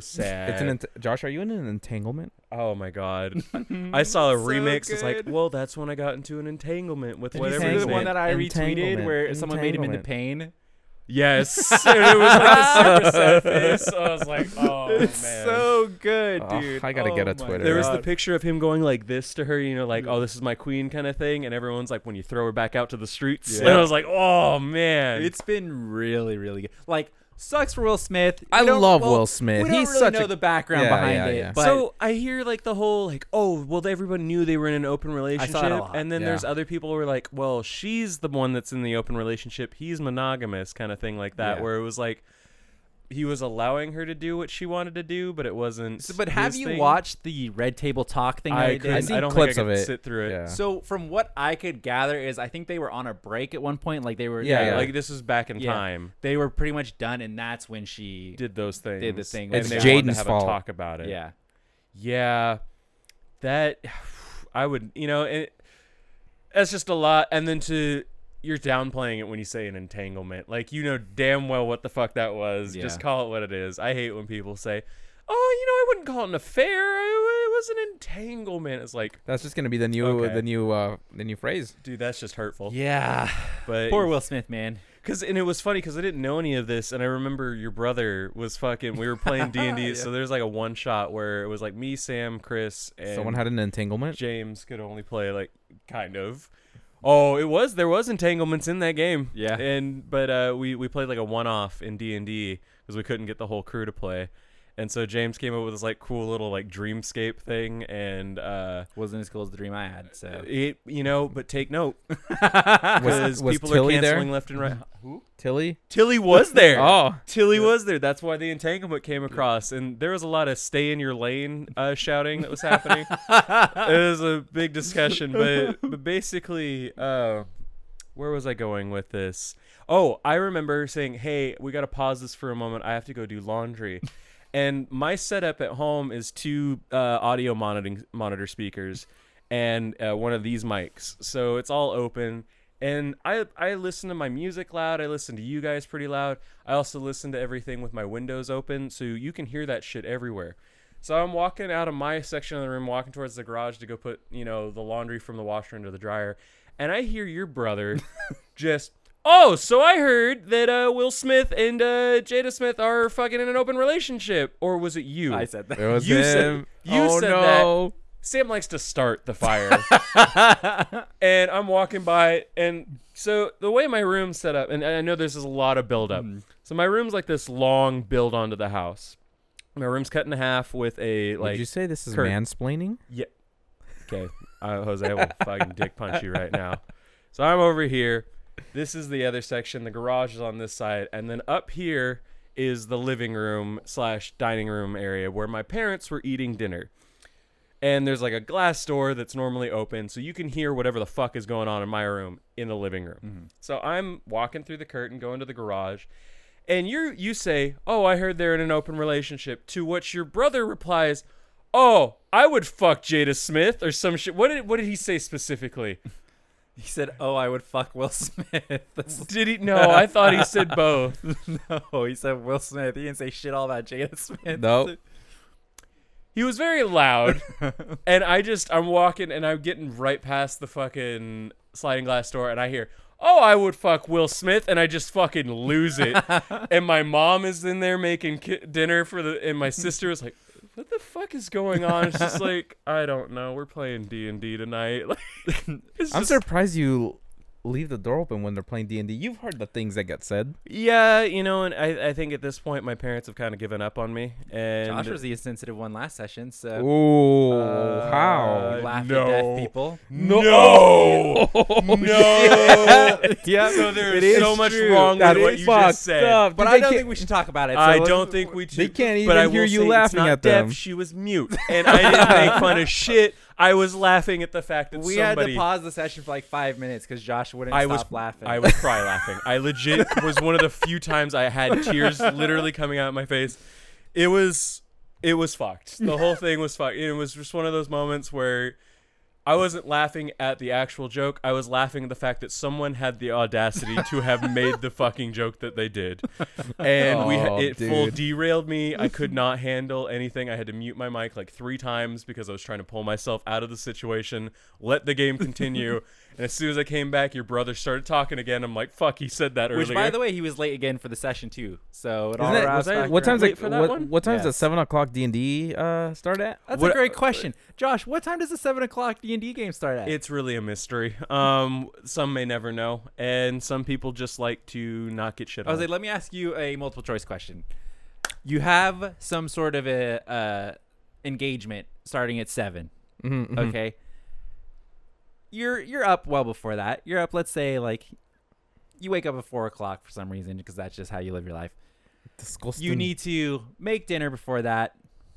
Speaker 1: (laughs)
Speaker 2: sad.
Speaker 1: It's an ent- Josh. Are you in an entanglement?
Speaker 2: oh
Speaker 1: (laughs)
Speaker 2: my god. I saw a
Speaker 3: So
Speaker 2: remix. It's like,
Speaker 3: good.
Speaker 2: well, that's when I got into an entanglement with
Speaker 3: Did you
Speaker 2: whatever.
Speaker 3: see
Speaker 2: his
Speaker 3: the one
Speaker 2: name-
Speaker 3: that I retweeted
Speaker 1: Entanglement.
Speaker 3: where someone made him into
Speaker 1: Entanglement.
Speaker 3: pain?
Speaker 2: yes, (laughs) and it was like a super sad face. I was like, oh man.
Speaker 3: (laughs) It's so good,
Speaker 1: Oh,
Speaker 3: dude.
Speaker 1: I gotta get a
Speaker 3: my
Speaker 1: Twitter.
Speaker 2: There was the
Speaker 3: God.
Speaker 2: picture of him going like this to her, you know, like, oh, this is my queen kind of thing. And everyone's like, when you throw her back out to the streets.
Speaker 3: Yeah.
Speaker 2: And I was like, oh, man.
Speaker 3: It's been really, really good. Like, sucks for Will Smith.
Speaker 1: I
Speaker 3: We don't-
Speaker 1: love
Speaker 3: well,
Speaker 1: Will Smith.
Speaker 3: We don't
Speaker 1: He's
Speaker 3: really
Speaker 1: such
Speaker 3: know
Speaker 1: a-
Speaker 3: the background
Speaker 1: Yeah,
Speaker 3: behind
Speaker 1: yeah,
Speaker 3: it,
Speaker 1: yeah.
Speaker 3: but
Speaker 2: so I hear like the whole like, oh, well, everyone knew they were in an open relationship.
Speaker 3: lot.
Speaker 2: And then
Speaker 1: Yeah.
Speaker 2: there's other people who are like, well, she's the one that's in the open relationship. He's monogamous kind of thing like that,
Speaker 1: Yeah.
Speaker 2: where it was like, he was allowing her to do what she wanted to do, but it wasn't.
Speaker 3: So, but have
Speaker 2: his
Speaker 3: you
Speaker 2: thing.
Speaker 3: watched the Red Table Talk thing? that
Speaker 2: I
Speaker 3: they did?
Speaker 2: couldn't.
Speaker 1: I've seen
Speaker 2: I don't
Speaker 1: clips
Speaker 2: think I
Speaker 1: of
Speaker 2: could
Speaker 1: it.
Speaker 2: sit through it.
Speaker 1: Yeah.
Speaker 3: So from what I could gather is, I think they were on a break at one point. Like they were,
Speaker 1: Yeah,
Speaker 3: they-
Speaker 1: yeah.
Speaker 2: Like this was back in
Speaker 3: yeah,
Speaker 2: time.
Speaker 3: They were pretty much done, and that's when she
Speaker 2: Did those things?
Speaker 3: Did the thing
Speaker 2: and
Speaker 1: with
Speaker 2: they
Speaker 1: it.
Speaker 2: wanted to
Speaker 1: Jaden's
Speaker 2: have
Speaker 1: fault.
Speaker 2: a talk about it.
Speaker 3: Yeah,
Speaker 2: Yeah, that (sighs) I would, you know, it, that's just a lot. And then to you're downplaying it when you say an entanglement, like you know damn well what the fuck that was. Just
Speaker 3: Yeah.
Speaker 2: call it what it is. I hate when people say, "Oh, you know, I wouldn't call it an affair. It, wa- it was an entanglement." It's like,
Speaker 1: That's just gonna be the new
Speaker 2: Okay.
Speaker 1: the new uh the new phrase.
Speaker 2: dude, that's just hurtful.
Speaker 3: yeah.
Speaker 2: But
Speaker 3: Poor Will Smith, man.
Speaker 2: Cause and it was funny because I didn't know any of this, and I remember your brother was fucking. We
Speaker 1: (laughs)
Speaker 2: were playing D and D, so there's like a one shot where it was like me, Sam, Chris, and
Speaker 1: Someone had an entanglement.
Speaker 2: James could only play like kind of. Oh, it was there was entanglements in that game.
Speaker 3: Yeah.
Speaker 2: and but uh, we we played like a one off in D and D because we couldn't get the whole crew to play, and so James came up with this like cool little like dreamscape thing, and uh,
Speaker 3: Wasn't as cool as the dream I had. So
Speaker 2: it you know but take note
Speaker 1: (laughs)
Speaker 2: (laughs)
Speaker 1: Was,
Speaker 2: because
Speaker 1: was
Speaker 2: people
Speaker 1: Tilly
Speaker 2: are canceling
Speaker 1: there?
Speaker 2: left and right.
Speaker 1: Tilly?
Speaker 2: Tilly was there.
Speaker 1: (laughs) Oh,
Speaker 2: Tilly was there. That's why the entanglement came across, and there was a lot of "stay in your lane" uh, shouting that was happening. it was a big discussion, but but basically, uh, where was I going with this? Oh, I remember saying, "Hey, we got to pause this for a moment. I have to go do laundry." And my setup at home is two uh, audio monitoring monitor speakers and uh, one of these mics, so it's all open. And I I listen to my music loud. I listen to you guys pretty loud. I also listen to everything with my windows open, so you can hear that shit everywhere. So I'm walking out of my section of the room, walking towards the garage to go put, you know, the laundry from the washer into the dryer, and I hear your brother just Oh, so I heard that uh, Will Smith and uh, Jada Smith are fucking in an open relationship, or was it you?
Speaker 3: I said that.
Speaker 1: it was
Speaker 2: You
Speaker 1: him.
Speaker 2: said- you
Speaker 1: oh
Speaker 2: said that.
Speaker 1: no.
Speaker 2: Sam likes to start the fire. and I'm walking by, and so the way my room's set up, and I know this is a lot of buildup. So my room's like this long build onto the house. My room's cut in half with a
Speaker 1: Would
Speaker 2: like.
Speaker 1: you say this is
Speaker 2: Kurt-
Speaker 1: mansplaining?
Speaker 2: Yeah. Okay, uh, Jose will fucking dick punch you right now. So I'm over here. This is the other section. The garage is on this side, and then up here is the living room slash dining room area where my parents were eating dinner. And there's like a glass door that's normally open, so you can hear whatever the fuck is going on in my room in the living room. So I'm walking through the curtain, going to the garage, and you you say, "Oh, I heard they're in an open relationship." To which your brother replies, "Oh, I would fuck Jada Smith or some shit." What did what did he say specifically?
Speaker 3: He said, "Oh, I would fuck Will Smith." (laughs) That's-
Speaker 2: Did he? No, I thought he said both.
Speaker 3: no, he said Will Smith. He didn't say shit all about Jada Smith.
Speaker 1: No.
Speaker 2: He was very loud, and I just I'm walking and I'm getting right past the fucking sliding glass door, and I hear. Oh, I would fuck Will Smith, and I just fucking lose (laughs) it. and my mom is in there making ki- dinner for the, and my sister is like, "What the fuck is going on?" It's (laughs) just like I don't know. We're playing D and D tonight. (laughs) Like, it's
Speaker 1: I'm
Speaker 2: just-
Speaker 1: surprised you leave the door open when they're playing D and D. You've heard the things that get said.
Speaker 2: Yeah, you know, and I, I think at this point my parents have kind of given up on me. And
Speaker 3: (laughs) Josh was the insensitive one last session, so
Speaker 1: Ooh,
Speaker 2: Uh,
Speaker 3: we
Speaker 1: how?
Speaker 2: Uh,
Speaker 3: laughed
Speaker 2: no.
Speaker 3: at deaf
Speaker 2: (laughs)
Speaker 3: people.
Speaker 2: no, (laughs)
Speaker 1: (laughs)
Speaker 2: no. (laughs)
Speaker 3: (laughs)
Speaker 1: yeah.
Speaker 2: So there
Speaker 1: It
Speaker 2: is
Speaker 1: is
Speaker 2: so much
Speaker 1: true.
Speaker 2: wrong
Speaker 1: That
Speaker 2: with what
Speaker 1: is
Speaker 2: you
Speaker 1: fucked
Speaker 2: just said.
Speaker 1: up.
Speaker 3: But
Speaker 1: Dude,
Speaker 3: I
Speaker 1: they
Speaker 3: don't
Speaker 1: can't-
Speaker 3: think we should talk about it.
Speaker 2: I
Speaker 3: so-
Speaker 2: don't think we.
Speaker 1: They
Speaker 2: should-
Speaker 1: can't
Speaker 2: but I
Speaker 1: even hear
Speaker 2: will
Speaker 1: you
Speaker 2: say it's
Speaker 1: laughing
Speaker 2: not
Speaker 1: at
Speaker 2: deaf.
Speaker 1: them.
Speaker 2: She was mute, and I didn't make fun
Speaker 3: (laughs)
Speaker 2: of shit. I was laughing at the fact that
Speaker 3: We had
Speaker 2: somebody.
Speaker 3: to pause the session for like five minutes because Josh wouldn't
Speaker 2: I
Speaker 3: stop
Speaker 2: was
Speaker 3: laughing.
Speaker 2: I was cry laughing. I
Speaker 3: (laughs)
Speaker 2: legit was one of the few times I had tears literally coming out of my face. It was it was fucked. The whole thing was fucked. It was just one of those moments where I wasn't laughing at the actual joke. I was laughing at the fact that someone had the audacity to have made the fucking joke that they did, and we
Speaker 1: Oh,
Speaker 2: it full
Speaker 1: dude.
Speaker 2: derailed me. I
Speaker 3: (laughs)
Speaker 2: could not handle anything. I had to mute my mic like three times because I was trying to pull myself out of the situation. Let the game continue.
Speaker 3: (laughs)
Speaker 2: and as soon as I came back, your brother started talking again. I'm like, "Fuck, he said that earlier."
Speaker 3: Which, by the way, he was late again for the session too. So it
Speaker 1: Isn't
Speaker 3: all
Speaker 1: that-
Speaker 3: arrives
Speaker 2: was I-
Speaker 3: back
Speaker 1: what
Speaker 3: around.
Speaker 1: time's like
Speaker 2: for that
Speaker 1: what,
Speaker 2: one?
Speaker 1: what time's
Speaker 3: Yeah.
Speaker 1: the seven o'clock D and D uh start at?
Speaker 3: That's
Speaker 2: What-
Speaker 3: a great question, Josh. What time does the seven o'clock D and D game start at?
Speaker 2: It's really a mystery. Um, some may never know, and some people just like to not get shit
Speaker 3: I
Speaker 2: on.
Speaker 3: was like, let me ask you a multiple choice question. You have some sort of a uh, engagement starting at 7
Speaker 1: Mm-hmm.
Speaker 3: Okay, you're you're up well before that. You're up. Let's say like you wake up at four o'clock for some reason because that's just how you live your life.
Speaker 1: Disgusting.
Speaker 3: You need to make dinner before that.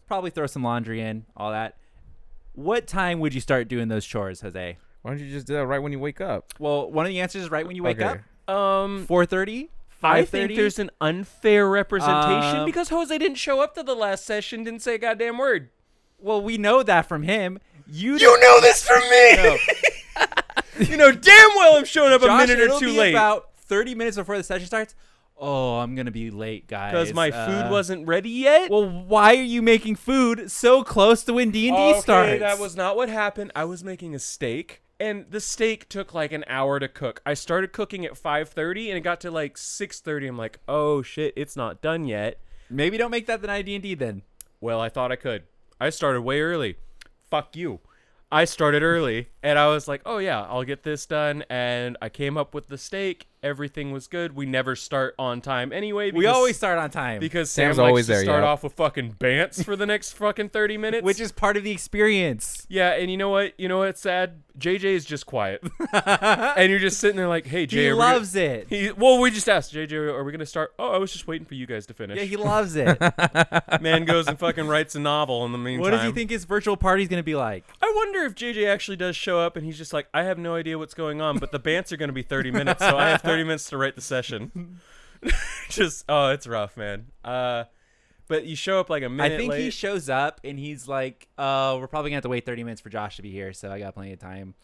Speaker 3: Probably throw some laundry in, all that. What time would you start doing those chores, Jose?
Speaker 1: Why don't you just do that right when you wake up?
Speaker 3: Well, one of the answers is right when you wake
Speaker 1: Okay.
Speaker 3: up.
Speaker 2: um,
Speaker 3: 4:30,
Speaker 2: I think
Speaker 3: 5:30.
Speaker 2: there's an unfair representation
Speaker 3: Um,
Speaker 2: because Jose didn't show up to the last session, didn't say a goddamn word.
Speaker 3: Well, we know that from him. You
Speaker 2: You know this from me. you know damn well I'm showing up (laughs)
Speaker 3: Josh,
Speaker 2: a minute
Speaker 3: it'll
Speaker 2: or two
Speaker 3: be
Speaker 2: late
Speaker 3: About 30 minutes before the session starts. Oh, I'm gonna be late, guys.
Speaker 2: because my food
Speaker 3: Uh,
Speaker 2: wasn't ready yet.
Speaker 3: Well, why are you making food so close to when D and D
Speaker 2: okay,
Speaker 3: starts?
Speaker 2: that was not what happened. I was making a steak, and the steak took like an hour to cook. I started cooking at 5:30, and it got to like 6:30. I'm like, oh shit, it's not done yet.
Speaker 3: Maybe don't make that the night of D and D then.
Speaker 2: Well, I thought I could. I started way early. Fuck you. I started early and I was like, oh yeah, I'll get this done. And I came up with the steak. Everything was good. We never start on time anyway.
Speaker 3: We
Speaker 2: because-
Speaker 3: always start on time,
Speaker 2: because
Speaker 1: Sam's
Speaker 2: Sam likes
Speaker 1: always
Speaker 2: to
Speaker 1: there,
Speaker 2: start
Speaker 1: yeah.
Speaker 2: off with fucking bants for the next fucking thirty minutes,
Speaker 3: which is part of the experience.
Speaker 2: yeah. And you know what? You know what's sad? JJ is just quiet, (laughs) and you're just sitting there like, hey, JJ,
Speaker 3: He
Speaker 2: are we (laughs)
Speaker 3: loves it.
Speaker 2: Gonna- he, well, we just asked JJ, are we gonna start? Oh, I was just waiting for you guys to finish.
Speaker 3: Yeah, he loves it.
Speaker 2: (laughs) Man goes and fucking writes a novel in the meantime.
Speaker 3: what does he think his virtual party's gonna be like?
Speaker 2: I wonder if JJ actually does show up and he's just like, I have no idea what's going on, but the bants are going to be 30 minutes, so I have 30 minutes to write the session. (laughs) just, oh, it's rough, man. Uh, but you show up like a
Speaker 3: I
Speaker 2: minute
Speaker 3: think
Speaker 2: late.
Speaker 3: he shows up and he's like, "Uh, we're probably gonna have to wait 30 minutes for Josh to be here, so I got plenty of time."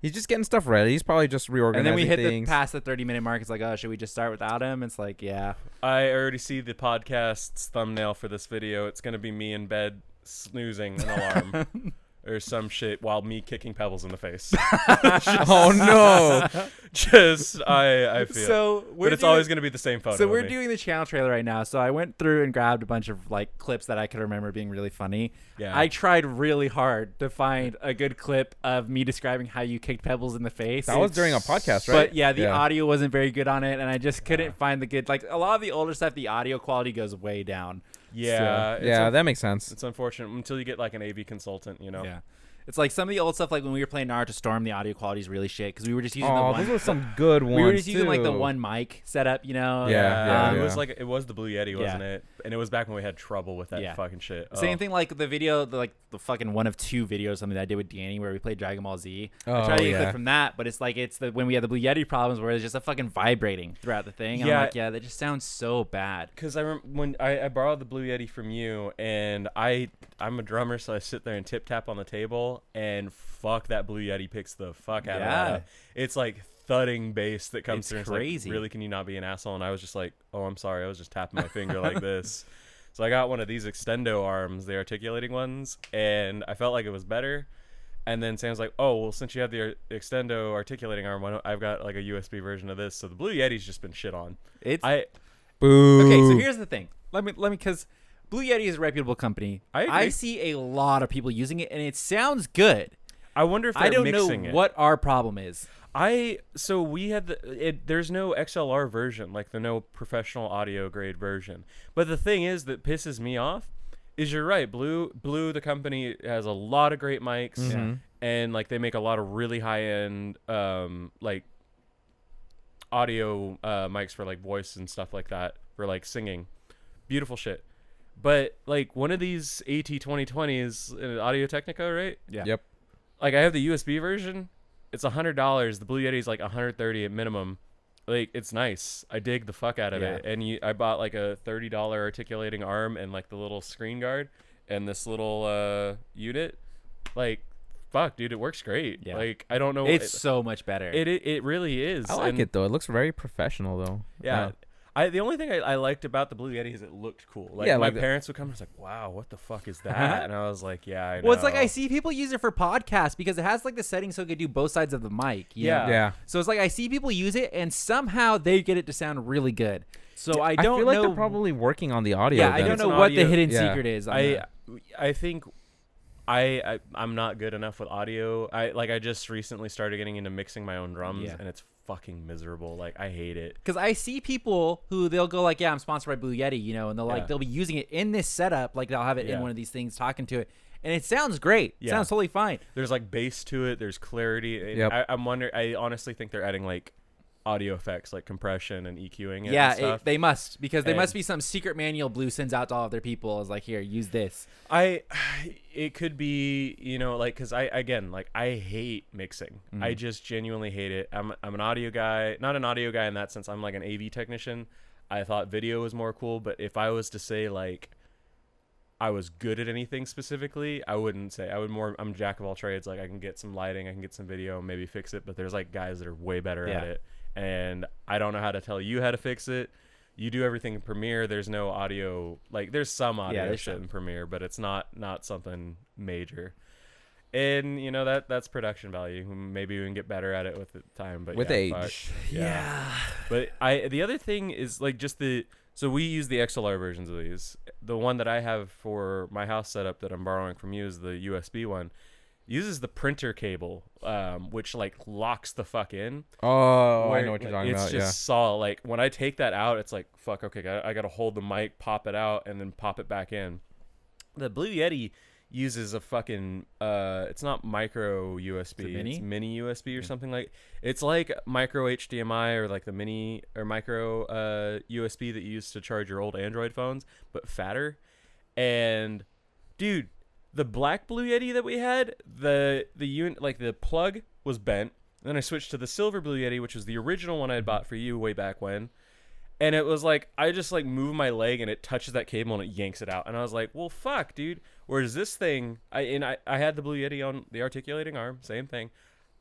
Speaker 1: He's just getting stuff ready. He's probably just reorganizing
Speaker 3: And then we hit the
Speaker 1: things.
Speaker 3: past the 30 minute mark. It's like, "Oh, should we just start without him?" It's like, "Yeah."
Speaker 2: I already see the podcast's thumbnail for this video. It's going to be me in bed snoozing an
Speaker 3: (laughs)
Speaker 2: alarm. Or some shit while me kicking pebbles in the face. (laughs)
Speaker 1: (laughs) oh
Speaker 3: (laughs)
Speaker 1: no!
Speaker 2: Just I I feel.
Speaker 3: So we're
Speaker 2: but it's
Speaker 3: doing-
Speaker 2: always gonna be the same photo.
Speaker 3: So
Speaker 2: of
Speaker 3: we're
Speaker 2: me.
Speaker 3: doing the channel trailer right now. So I went through and grabbed a bunch of like clips that I could remember being really funny.
Speaker 2: Yeah.
Speaker 3: I tried really hard to find a good clip of me describing how you kicked pebbles in the face.
Speaker 1: that was during a podcast, right?
Speaker 3: But yeah, the audio wasn't very good on it, and I just couldn't find the good. Like a lot of the older stuff, the audio quality goes way down.
Speaker 2: Yeah, it's
Speaker 1: yeah,
Speaker 2: un-
Speaker 1: that makes sense.
Speaker 2: it's unfortunate until you get like an AV consultant, you know.
Speaker 3: Yeah. It's like some of the old stuff, like when we were playing Naruto Storm, the audio quality is really shit because we were just using the
Speaker 1: Oh,
Speaker 3: one.
Speaker 1: those were some good ones.
Speaker 3: (laughs) we were just using like the
Speaker 1: too.
Speaker 3: one mic setup, you know.
Speaker 1: Yeah,
Speaker 2: Yeah,
Speaker 3: Um,
Speaker 2: Uh, it
Speaker 1: yeah.
Speaker 2: was like it was the Blue Yeti, wasn't
Speaker 3: Yeah.
Speaker 2: it? And it was back when we had trouble with that
Speaker 3: Yeah.
Speaker 2: fucking shit.
Speaker 3: Same
Speaker 2: Oh.
Speaker 3: thing like the video, the, like the fucking one of two videos, something that I did with Danny where we played Dragon Ball Z. I
Speaker 1: Oh,
Speaker 3: tried to get a
Speaker 1: yeah.
Speaker 3: clip from that, but it's like it's the when we had the Blue Yeti problems where it's just a fucking vibrating throughout the thing. Yeah.
Speaker 2: Yeah.
Speaker 3: I'm like, yeah, that just sounds so bad.
Speaker 2: Cause I remember when I, I borrowed the Blue Yeti from you, and I I'm a drummer, so I sit there and tip tap on the table, and fuck that Blue Yeti picks the fuck out
Speaker 3: Yeah.
Speaker 2: of that. It's like thudding bass that comes
Speaker 3: It's
Speaker 2: through. and
Speaker 3: crazy.
Speaker 2: Like, really, can you not be an asshole? And I was just like, oh, I'm sorry, I was just tapping my finger like
Speaker 3: (laughs)
Speaker 2: this. So I got one of these extendo arms, the articulating ones, and I felt like it was better. And then Sam's like, "Oh, well, since you have the ar- extendo articulating arm, why don't, I've got like a USB version of this." So the Blue Yeti's just been shit on.
Speaker 3: It's
Speaker 2: I
Speaker 1: Boo.
Speaker 3: okay. So here's the thing. Let me let me because Blue Yeti is a reputable company.
Speaker 2: I agree.
Speaker 3: I see a lot of people using it, and it sounds good.
Speaker 2: I wonder if they're
Speaker 3: I don't know
Speaker 2: mixing it.
Speaker 3: what our problem is.
Speaker 2: I so we had the it, there's no XLR version, like the no professional audio grade version. But the thing is that pisses me off is you're right. Blue Blue the company has a lot of great mics and like they make a lot of really high end um like audio uh mics for like voice and stuff like that for like singing. Beautiful shit. But like one of these AT2020s uh, Audio Technica, right?
Speaker 3: Yeah.
Speaker 1: Yep.
Speaker 2: like I have the USB version. It's a hundred dollars. The Blue Yeti's like a hundred thirty at minimum. Like it's nice. I dig the fuck out of
Speaker 3: Yeah.
Speaker 2: it. And you, I bought like a thirty dollar articulating arm and like the little screen guard. and this little uh, unit, like, fuck, dude, it works great.
Speaker 3: Yeah.
Speaker 2: Like, I don't know.
Speaker 3: It's so much better.
Speaker 2: it, it it really is.
Speaker 1: I like
Speaker 2: and-
Speaker 1: it though. It looks very professional though.
Speaker 2: Yeah.
Speaker 1: Uh,
Speaker 2: I the only thing I, I liked about the Blue Yeti is it looked cool. Like
Speaker 1: Yeah,
Speaker 2: my
Speaker 1: like the-
Speaker 2: parents would come and was like, "Wow, what the fuck is that?" and I was like, "Yeah, I know."
Speaker 3: well, it's like I see people use it for podcasts because it has like the setting so it could do both sides of the mic. you know?
Speaker 2: Yeah.
Speaker 1: yeah.
Speaker 3: So it's like I see people use it and somehow they get it to sound really good. So I don't
Speaker 1: feel like
Speaker 3: know.
Speaker 1: they're probably working on the audio.
Speaker 3: yeah, I
Speaker 1: then.
Speaker 3: don't
Speaker 2: It's
Speaker 3: know
Speaker 2: an
Speaker 3: what the
Speaker 2: audio-
Speaker 3: hidden
Speaker 1: Yeah.
Speaker 3: secret is. on
Speaker 2: I
Speaker 3: that.
Speaker 2: I think I, I I'm not good enough with audio. I like I just recently started getting into mixing my own drums,
Speaker 3: Yeah.
Speaker 2: and it's fucking miserable. Like I hate it.
Speaker 3: because I see people who they'll go like, "Yeah, I'm sponsored by Blue Yeti," you know, and they'll like
Speaker 2: Yeah.
Speaker 3: they'll be using it in this setup, like they'll have it
Speaker 2: Yeah.
Speaker 3: in one of these things talking to it, and it sounds great,
Speaker 2: Yeah.
Speaker 3: sounds totally fine.
Speaker 2: There's like bass to it. There's clarity. and
Speaker 1: Yep.
Speaker 2: I, I'm wonder. I honestly think they're adding like audio effects, like compression and EQing. It
Speaker 3: yeah,
Speaker 2: and stuff.
Speaker 3: it, they must because they must
Speaker 2: And-
Speaker 3: be some secret manual Blue sends out to all of their people is like, "Here, use this."
Speaker 2: I, (sighs) it could be, you know, like, cause I, again, like, I hate mixing. I just genuinely hate it. I'm, I'm an audio guy, not an audio guy in that sense. I'm like an AV technician. I thought video was more cool, but if I was to say like, I was good at anything specifically, I wouldn't say. I would more. I'm jack of all trades. Like, I can get some lighting, I can get some video, maybe fix it. But there's like guys that are way better at
Speaker 3: Yeah.
Speaker 2: it, and I don't know how to tell you how to fix it. You do everything in Premiere. There's no audio. Like, there's some audio
Speaker 3: there's
Speaker 2: shit
Speaker 3: some.
Speaker 2: in Premiere, but it's not not something major. And you know that that's production value. Maybe we can get better at it with the time, but
Speaker 1: With
Speaker 2: yeah,
Speaker 1: age.
Speaker 2: fuck. yeah. But I the other thing is like just the so we use the XLR versions of these. The one that I have for my house setup that I'm borrowing from you is the USB one. Uses the printer cable, um, which like locks the fuck in.
Speaker 1: Oh, I
Speaker 2: where,
Speaker 1: know what you're
Speaker 2: like,
Speaker 1: talking
Speaker 2: it's
Speaker 1: about.
Speaker 2: just saw like when I take that out, it's like fuck. Okay, got- I got to hold the mic, pop it out, and then pop it back in. The Blue Yeti uses a fucking uh, it's not micro USB,
Speaker 3: Is it mini?
Speaker 2: it's mini USB or something like. It's like micro HDMI or like the mini or micro uh, USB that you used to charge your old Android phones, but fatter. And dude, the black Blue Yeti that we had, the the unit like the plug was bent. Then I switched to the silver Blue Yeti, which was the original one I had bought for you way back when. And it was like I just like move my leg and it touches that cable and it yanks it out. And I was like, well, fuck, dude. Whereas this thing, I and I, I had the Blue Yeti on the articulating arm, same thing.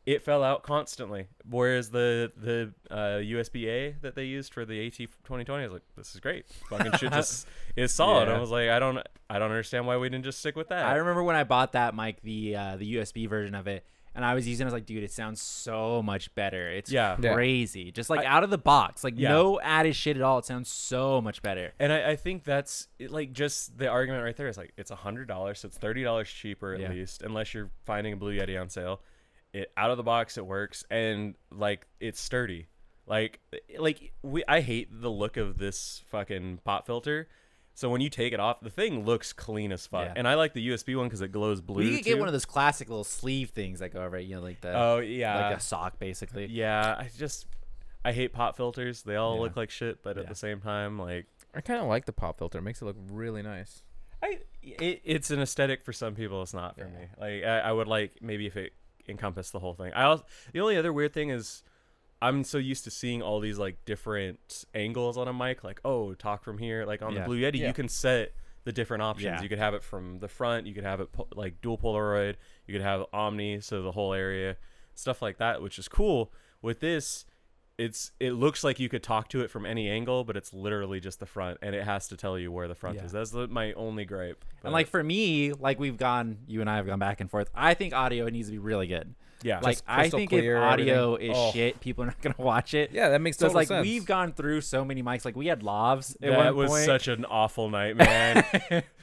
Speaker 2: It fell out constantly. Whereas the the uh, USB A that they used for the AT 2020, I was like, this is great. Fucking shit just is solid. I
Speaker 3: Yeah.
Speaker 2: was like, I don't I don't understand why we didn't just stick with that.
Speaker 3: I remember when I bought that mic, the uh, the USB version of it, and I was using. it, I was like, "Dude, it sounds so much better. It's
Speaker 2: Yeah.
Speaker 1: Yeah.
Speaker 3: crazy. Just like out of the box, like
Speaker 2: Yeah.
Speaker 3: no added shit at all. It sounds so much better."
Speaker 2: And I, I think that's it, like just the argument right there is like it's a hundred dollars, so it's thirty dollars cheaper at
Speaker 3: Yeah.
Speaker 2: least, unless you're finding a Blue Yeti on sale. It out of the box, it works, and like it's sturdy. Like like we, I hate the look of this fucking pot filter. So when you take it off, the thing looks clean as fuck.
Speaker 3: Yeah.
Speaker 2: And I like the USB one because it glows blue.
Speaker 3: we could get
Speaker 2: too.
Speaker 3: one of those classic little sleeve things that go over it, you know, like the
Speaker 2: Oh yeah,
Speaker 3: like a sock basically.
Speaker 2: yeah. I just I hate pot filters. They all
Speaker 3: Yeah.
Speaker 2: look like shit, but at
Speaker 3: Yeah.
Speaker 2: the same time, like
Speaker 1: I kind of like the pop filter. It makes it look really nice.
Speaker 2: I it, it's an aesthetic for some people. It's not for me. Like I, I would like maybe if it encompassed the whole thing. I also, the only other weird thing is I'm so used to seeing all these like different angles on a mic. Like oh, talk from here. Like on
Speaker 3: Yeah.
Speaker 2: the Blue Yeti,
Speaker 1: Yeah.
Speaker 2: you can set the different options.
Speaker 3: Yeah.
Speaker 2: You could have it from the front. You could have it po- like dual Polaroid. You could have Omni, so the whole area, stuff like that, which is cool. With this. It's it looks like you could talk to it from any angle, but it's literally just the front, and it has to tell you where the front
Speaker 3: Yeah.
Speaker 2: is. That's the, my only gripe. but-
Speaker 3: And like for me, like we've gone, you and I have gone back and forth. I think audio needs to be really good.
Speaker 2: yeah,
Speaker 3: Like
Speaker 1: Just
Speaker 3: I
Speaker 1: crystal
Speaker 3: think
Speaker 1: clear,
Speaker 3: if audio
Speaker 1: everything.
Speaker 3: is
Speaker 2: Oh.
Speaker 3: shit, people are not gonna watch it.
Speaker 1: Yeah, that makes
Speaker 3: So it's
Speaker 1: total
Speaker 3: like
Speaker 1: sense.
Speaker 3: we've gone through so many mics. Like we had lavs at
Speaker 2: that
Speaker 3: one
Speaker 2: was
Speaker 3: point.
Speaker 2: such an awful night,
Speaker 3: (laughs)
Speaker 2: man.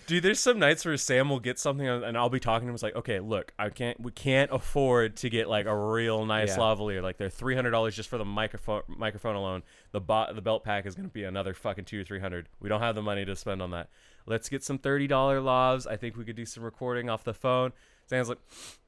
Speaker 2: Dude, there's some nights where Sam will get something and I'll be talking to him. It's like, okay, look, I can't, we can't afford to get like a real nice
Speaker 3: Yeah.
Speaker 2: lavalier. Like they're three hundred dollars just for the microphone, microphone alone. The bot, the belt pack is gonna be another fucking two or three hundred. We don't have the money to spend on that. Let's get some thirty dollar lavs. I think we could do some recording off the phone. Sam's like,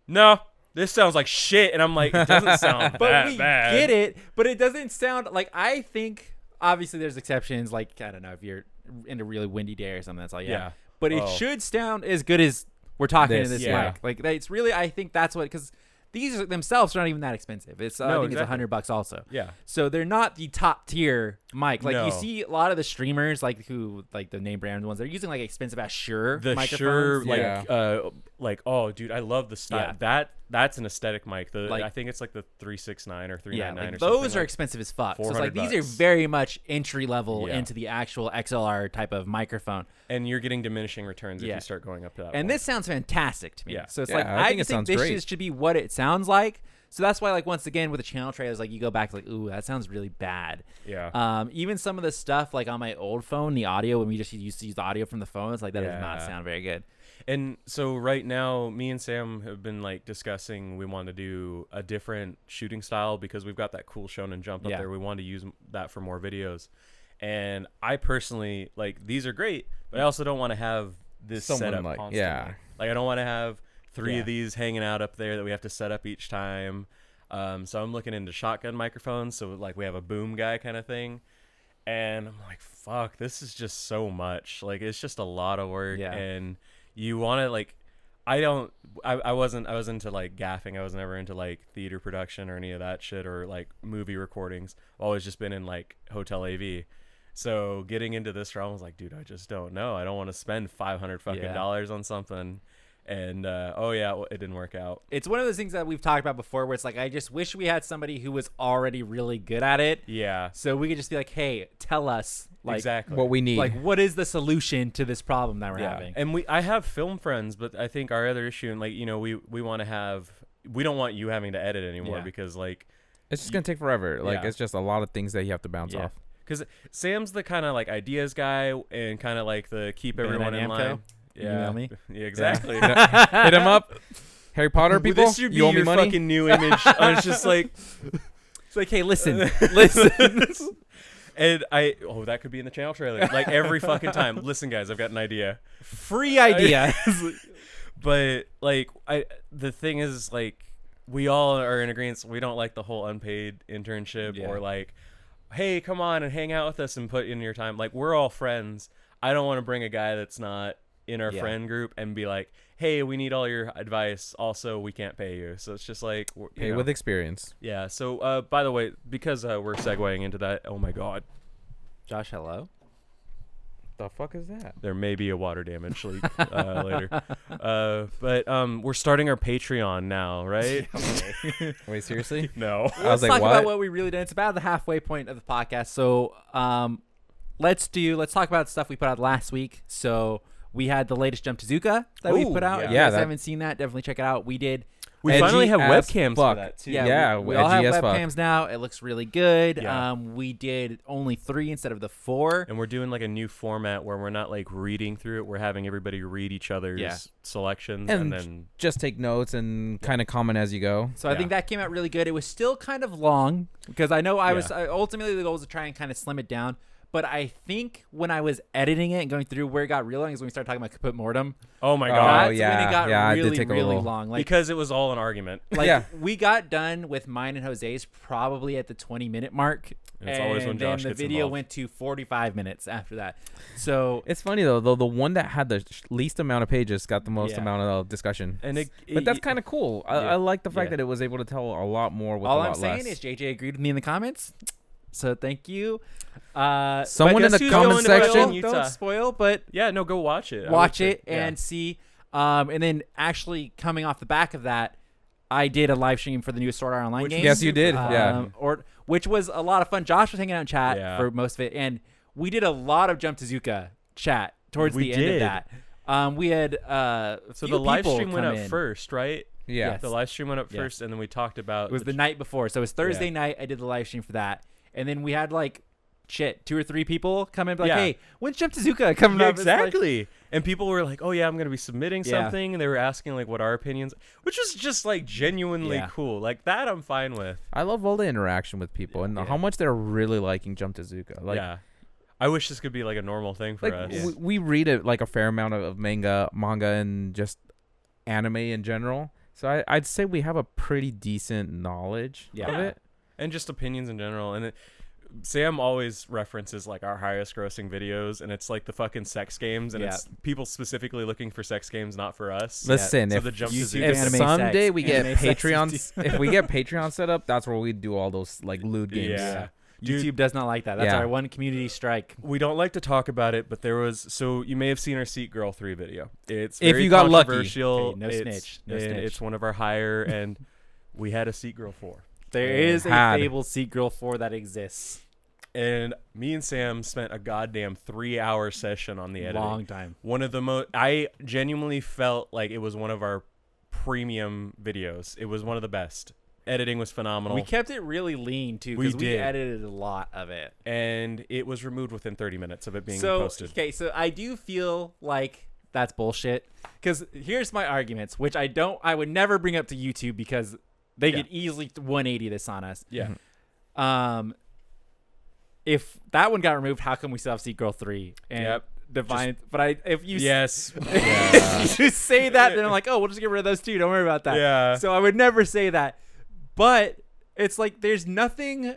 Speaker 2: no. This sounds like shit, and I'm like, it
Speaker 3: (laughs)
Speaker 2: doesn't sound
Speaker 3: but
Speaker 2: that
Speaker 3: we
Speaker 2: bad.
Speaker 3: get it. But it doesn't sound like I think. Obviously, there's exceptions. Like I don't know if you're in a really windy day or something. That's all. Yeah.
Speaker 2: Yeah.
Speaker 3: But it
Speaker 2: Oh.
Speaker 3: should sound as good as we're talking
Speaker 1: This,
Speaker 3: to this
Speaker 1: yeah.
Speaker 3: mic. Like that- it's really. I think that's what because These are- themselves are not even that expensive. It's uh, I
Speaker 2: No,
Speaker 3: think it's
Speaker 2: exactly.
Speaker 3: a hundred bucks also.
Speaker 2: Yeah.
Speaker 3: So they're not the top tier mic. Like
Speaker 2: No.
Speaker 3: you see a lot of the streamers, like who like the name brand ones, they're using like expensive ass Shure
Speaker 2: The
Speaker 3: microphones.
Speaker 2: sure like
Speaker 1: Yeah.
Speaker 2: uh like oh dude, I love the style.
Speaker 3: Yeah.
Speaker 2: That that's an aesthetic mic. The
Speaker 3: Like-
Speaker 2: I think it's like the 369 or 399
Speaker 3: yeah,
Speaker 2: or
Speaker 3: like
Speaker 2: something.
Speaker 3: those are
Speaker 2: like-
Speaker 3: expensive as fuck. So it's like
Speaker 2: 400
Speaker 3: these are
Speaker 2: bucks.
Speaker 3: very much entry level
Speaker 2: Yeah.
Speaker 3: into the actual XLR type of microphone.
Speaker 2: and you're getting diminishing returns if
Speaker 3: Yeah.
Speaker 2: you start going up to that. one.
Speaker 3: And this sounds fantastic to me.
Speaker 2: Yeah.
Speaker 3: So it's
Speaker 1: Yeah,
Speaker 3: like
Speaker 1: I
Speaker 3: I,
Speaker 1: think
Speaker 3: think,
Speaker 1: it sounds
Speaker 3: this
Speaker 1: great.
Speaker 3: is- should be what it sounds like. So that's why, like once again, with the channel trailers, like you go back, like ooh, that sounds really bad.
Speaker 2: Yeah.
Speaker 3: Um, even some of the stuff like on my old phone, the audio when we just used to use the audio from the phone, it's like that does not
Speaker 2: Yeah.
Speaker 3: sound very good.
Speaker 2: And so right now, me and Sam have been like discussing we want to do a different shooting style because we've got that cool Shonen Jump up
Speaker 3: Yeah.
Speaker 2: there. We want to use m- that for more videos. And I personally like these are great, but I also don't want to have this
Speaker 1: Someone
Speaker 2: setup
Speaker 1: like-
Speaker 2: constantly.
Speaker 1: yeah.
Speaker 2: Like I don't want to have three
Speaker 3: Yeah.
Speaker 2: of these hanging out up there that we have to set up each time. Um, so I'm looking into shotgun microphones. So like we have a boom guy kind of thing. And I'm like, fuck, this is just so much. Like it's just a lot of work.
Speaker 3: Yeah.
Speaker 2: And you want to like, I don't, I, I wasn't, I was into like gaffing. I was never into like theater production or any of that shit or like movie recordings. I've always just been in like hotel AV. So getting into this realm, I was like, dude, I just don't know. I don't want to spend 500 fucking
Speaker 3: Yeah.
Speaker 2: dollars on something. And uh, oh yeah, well, it didn't work out.
Speaker 3: It's one of those things that we've talked about before, where it's like I just wish we had somebody who was already really good at it,
Speaker 2: Yeah,
Speaker 3: so we could just be like, hey, tell us like
Speaker 2: exactly.
Speaker 1: what we need.
Speaker 3: like what is the solution to this problem that we're having?
Speaker 2: And we I have film friends, but I think our other issue and like, you know, we we want to have we don't want you having to edit anymore
Speaker 3: Yeah.
Speaker 2: because like
Speaker 1: it's just gonna take forever. Like
Speaker 2: Yeah.
Speaker 1: it's just a lot of things that you have to bounce
Speaker 3: Yeah.
Speaker 1: off.
Speaker 2: cuz Sam's the kind of like ideas guy and kind of like the keep
Speaker 3: Better
Speaker 2: everyone
Speaker 3: than
Speaker 2: in
Speaker 3: Amco?
Speaker 2: line.
Speaker 3: You
Speaker 2: Yeah. (laughs)
Speaker 3: know me?
Speaker 2: Yeah, exactly.
Speaker 1: Hit him up, Harry Potter people.
Speaker 2: this should be
Speaker 1: you owe me
Speaker 2: your
Speaker 1: money.
Speaker 2: fucking new image.
Speaker 3: (laughs)
Speaker 2: I was just like
Speaker 3: It's like, hey, (laughs) listen, listen.
Speaker 2: and I oh that could be in the channel trailer like every fucking time. Listen guys, I've got an idea.
Speaker 3: free idea.
Speaker 2: but like I the thing is like we all are in agreement we don't like the whole unpaid internship
Speaker 3: Yeah.
Speaker 2: or like hey come on and hang out with us and put in your time like we're all friends I don't want to bring a guy that's not in our
Speaker 3: Yeah.
Speaker 2: friend group and be like hey we need all your advice also we can't pay you so it's just like we're- you
Speaker 1: Pay
Speaker 2: know.
Speaker 1: with experience.
Speaker 2: yeah so uh by the way because uh, we're segueing into that oh my god
Speaker 3: Josh, hello.
Speaker 1: The fuck is that?
Speaker 2: there may be a water damage leak uh, later uh but um we're starting our Patreon now right
Speaker 1: Wait, seriously?
Speaker 2: (laughs) no
Speaker 1: I was
Speaker 3: let's
Speaker 1: like,
Speaker 3: talk about
Speaker 1: what?
Speaker 3: what we really did. It's about the halfway point of the podcast. So, um, let's do. Let's talk about stuff we put out last week. So we had the latest Jump to Zuka that we
Speaker 2: Ooh,
Speaker 3: put out.
Speaker 2: yeah.
Speaker 3: If you
Speaker 1: Yeah,
Speaker 3: guys
Speaker 1: that-
Speaker 3: haven't seen that, definitely check it out. We did.
Speaker 2: We
Speaker 1: Edgy
Speaker 2: finally have
Speaker 1: as
Speaker 2: webcams for
Speaker 1: fuck.
Speaker 2: that too.
Speaker 3: Yeah,
Speaker 1: Yeah,
Speaker 3: we, we all have
Speaker 1: edgy as fuck.
Speaker 3: webcams now. It looks really good.
Speaker 2: Yeah.
Speaker 3: Um, we did only three instead of the four.
Speaker 2: And we're doing like a new format where we're not like reading through it. We're having everybody read each other's
Speaker 3: Yeah.
Speaker 2: selections
Speaker 1: And
Speaker 2: and, then
Speaker 1: Just take notes and kind of comment as you go.
Speaker 3: So I
Speaker 2: Yeah.
Speaker 3: think that came out really good. It was still kind of long because I know I was
Speaker 2: Yeah.
Speaker 3: I, ultimately the goal was to try and kind of slim it down. But I think when I was editing it and going through where it got real long is when we started talking about kaput mortem.
Speaker 2: oh my
Speaker 1: Oh,
Speaker 2: god,
Speaker 3: That's when
Speaker 1: yeah.
Speaker 3: it got
Speaker 1: Yeah, I did
Speaker 3: really,
Speaker 1: take a
Speaker 3: really
Speaker 1: little- (laughs)
Speaker 3: long. Like,
Speaker 2: because it was all an argument.
Speaker 3: like
Speaker 1: Yeah.
Speaker 3: we got done with mine and Jose's probably at the 20 minute mark.
Speaker 2: And it's always when
Speaker 3: and then
Speaker 2: Josh
Speaker 3: the
Speaker 2: gets
Speaker 3: video
Speaker 2: involved.
Speaker 3: went to 45 minutes after that. So
Speaker 1: It's funny though, though the one that had the sh- least amount of pages got the most
Speaker 3: Yeah.
Speaker 1: amount of uh, discussion.
Speaker 2: And it,
Speaker 1: but that's kind of cool. I,
Speaker 2: Yeah.
Speaker 1: I like the fact
Speaker 2: Yeah.
Speaker 1: that it was able to tell a lot more with a
Speaker 3: all
Speaker 1: lot
Speaker 3: I'm saying
Speaker 1: less.
Speaker 3: is JJ agreed with me in the comments. So thank you. Uh,
Speaker 1: Someone in
Speaker 2: guess
Speaker 1: the
Speaker 2: who's
Speaker 1: comment
Speaker 2: going to
Speaker 1: section.
Speaker 2: Berlin?
Speaker 3: Don't,
Speaker 2: Utah.
Speaker 3: don't spoil, but
Speaker 2: yeah. No, go watch it. I
Speaker 3: watch
Speaker 2: would
Speaker 3: it
Speaker 2: say- yeah.
Speaker 3: and see. Um, and then actually coming off the back of that, I did a live stream for the new Sword Art Online
Speaker 2: Which
Speaker 3: game.
Speaker 1: Yes, you did.
Speaker 3: Um,
Speaker 1: yeah.
Speaker 3: Or which was a lot of fun. Josh was hanging out in chat
Speaker 2: Yeah.
Speaker 3: for most of it, and we did a lot of Jump to Zuka chat towards
Speaker 2: We
Speaker 3: the end of
Speaker 2: did.
Speaker 3: that. Um, we had uh,
Speaker 2: so
Speaker 3: few
Speaker 2: the live
Speaker 3: people
Speaker 2: stream went
Speaker 3: come
Speaker 2: up
Speaker 3: in.
Speaker 2: first, right?
Speaker 1: Yeah.
Speaker 3: Yes.
Speaker 2: The live stream went up
Speaker 3: Yeah.
Speaker 2: first, and then we talked about
Speaker 3: It was the night before, so it was Thursday night. I did the live stream for that, and then we had like shit, two or three people come in, and be like,
Speaker 2: Yeah.
Speaker 3: "Hey, when's Jump to Zuka coming
Speaker 2: Yeah,
Speaker 3: up?" It's like-
Speaker 2: exactly. and people were like, "Oh yeah, I'm gonna be submitting
Speaker 3: Yeah.
Speaker 2: something," and they were asking like what our opinions, which is just like genuinely
Speaker 3: Yeah.
Speaker 2: cool. Like that, I'm fine with.
Speaker 1: I love all the interaction with people and how much they're really liking Jump to Zuka. Like,
Speaker 2: yeah. I wish this could be like a normal thing for
Speaker 1: like
Speaker 2: us.
Speaker 1: w- we read it like a fair amount of, of manga, manga, and just anime in general. So I, I'd say we have a pretty decent knowledge
Speaker 3: Yeah.
Speaker 1: of it.
Speaker 2: and just opinions in general. And it, Sam always references like our highest grossing videos, and it's like the fucking sex games, and
Speaker 3: Yeah.
Speaker 2: it's people specifically looking for sex games, not for us.
Speaker 1: Listen,
Speaker 2: So
Speaker 1: if
Speaker 2: the jump to
Speaker 3: YouTube
Speaker 2: zero.
Speaker 1: if
Speaker 3: anime sex,
Speaker 1: someday we get
Speaker 3: anime sex
Speaker 1: Patreon,
Speaker 3: is-
Speaker 1: if we get Patreon set up, that's where we do all those like lewd games.
Speaker 2: Yeah. Dude,
Speaker 3: YouTube does not like that. That's
Speaker 1: Yeah.
Speaker 3: our one community strike.
Speaker 2: we don't like to talk about it, but there was so you may have seen our Seat Girl three video. It's
Speaker 1: If
Speaker 2: very
Speaker 1: you got lucky.
Speaker 2: controversial.
Speaker 3: Hey, no
Speaker 2: it's,
Speaker 3: snitch, no
Speaker 2: and
Speaker 3: snitch.
Speaker 2: It's one of our higher, and we had a Seat Girl four,
Speaker 3: There
Speaker 1: Yeah.
Speaker 3: is
Speaker 1: Had.
Speaker 3: a fabled Sea Girl 4 that exists.
Speaker 2: and me and Sam spent a goddamn three hour session on the editing.
Speaker 3: Long time.
Speaker 2: One of the most I genuinely felt like it was one of our premium videos. It was one of the best. Editing was phenomenal,
Speaker 3: We kept it really lean too
Speaker 2: We
Speaker 3: because we,
Speaker 2: did.
Speaker 3: edited a lot of it.
Speaker 2: and it was removed within 30 minutes of it being
Speaker 3: so
Speaker 2: posted.
Speaker 3: okay, so I do feel like that's bullshit because here's my arguments, which I don't, I would never bring up to YouTube because they
Speaker 2: Yeah.
Speaker 3: could easily 180 this on us.
Speaker 2: Yeah,
Speaker 3: Um, if that one got removed, how come we still have Sea Girl three and
Speaker 2: Yep.
Speaker 3: Divine? but I, if you s-
Speaker 2: yes,
Speaker 3: you say that, then I'm like, oh, we'll just get rid of those two. Don't worry about (laughs) that.
Speaker 2: Yeah.
Speaker 3: So I would never say that. But it's like there's nothing.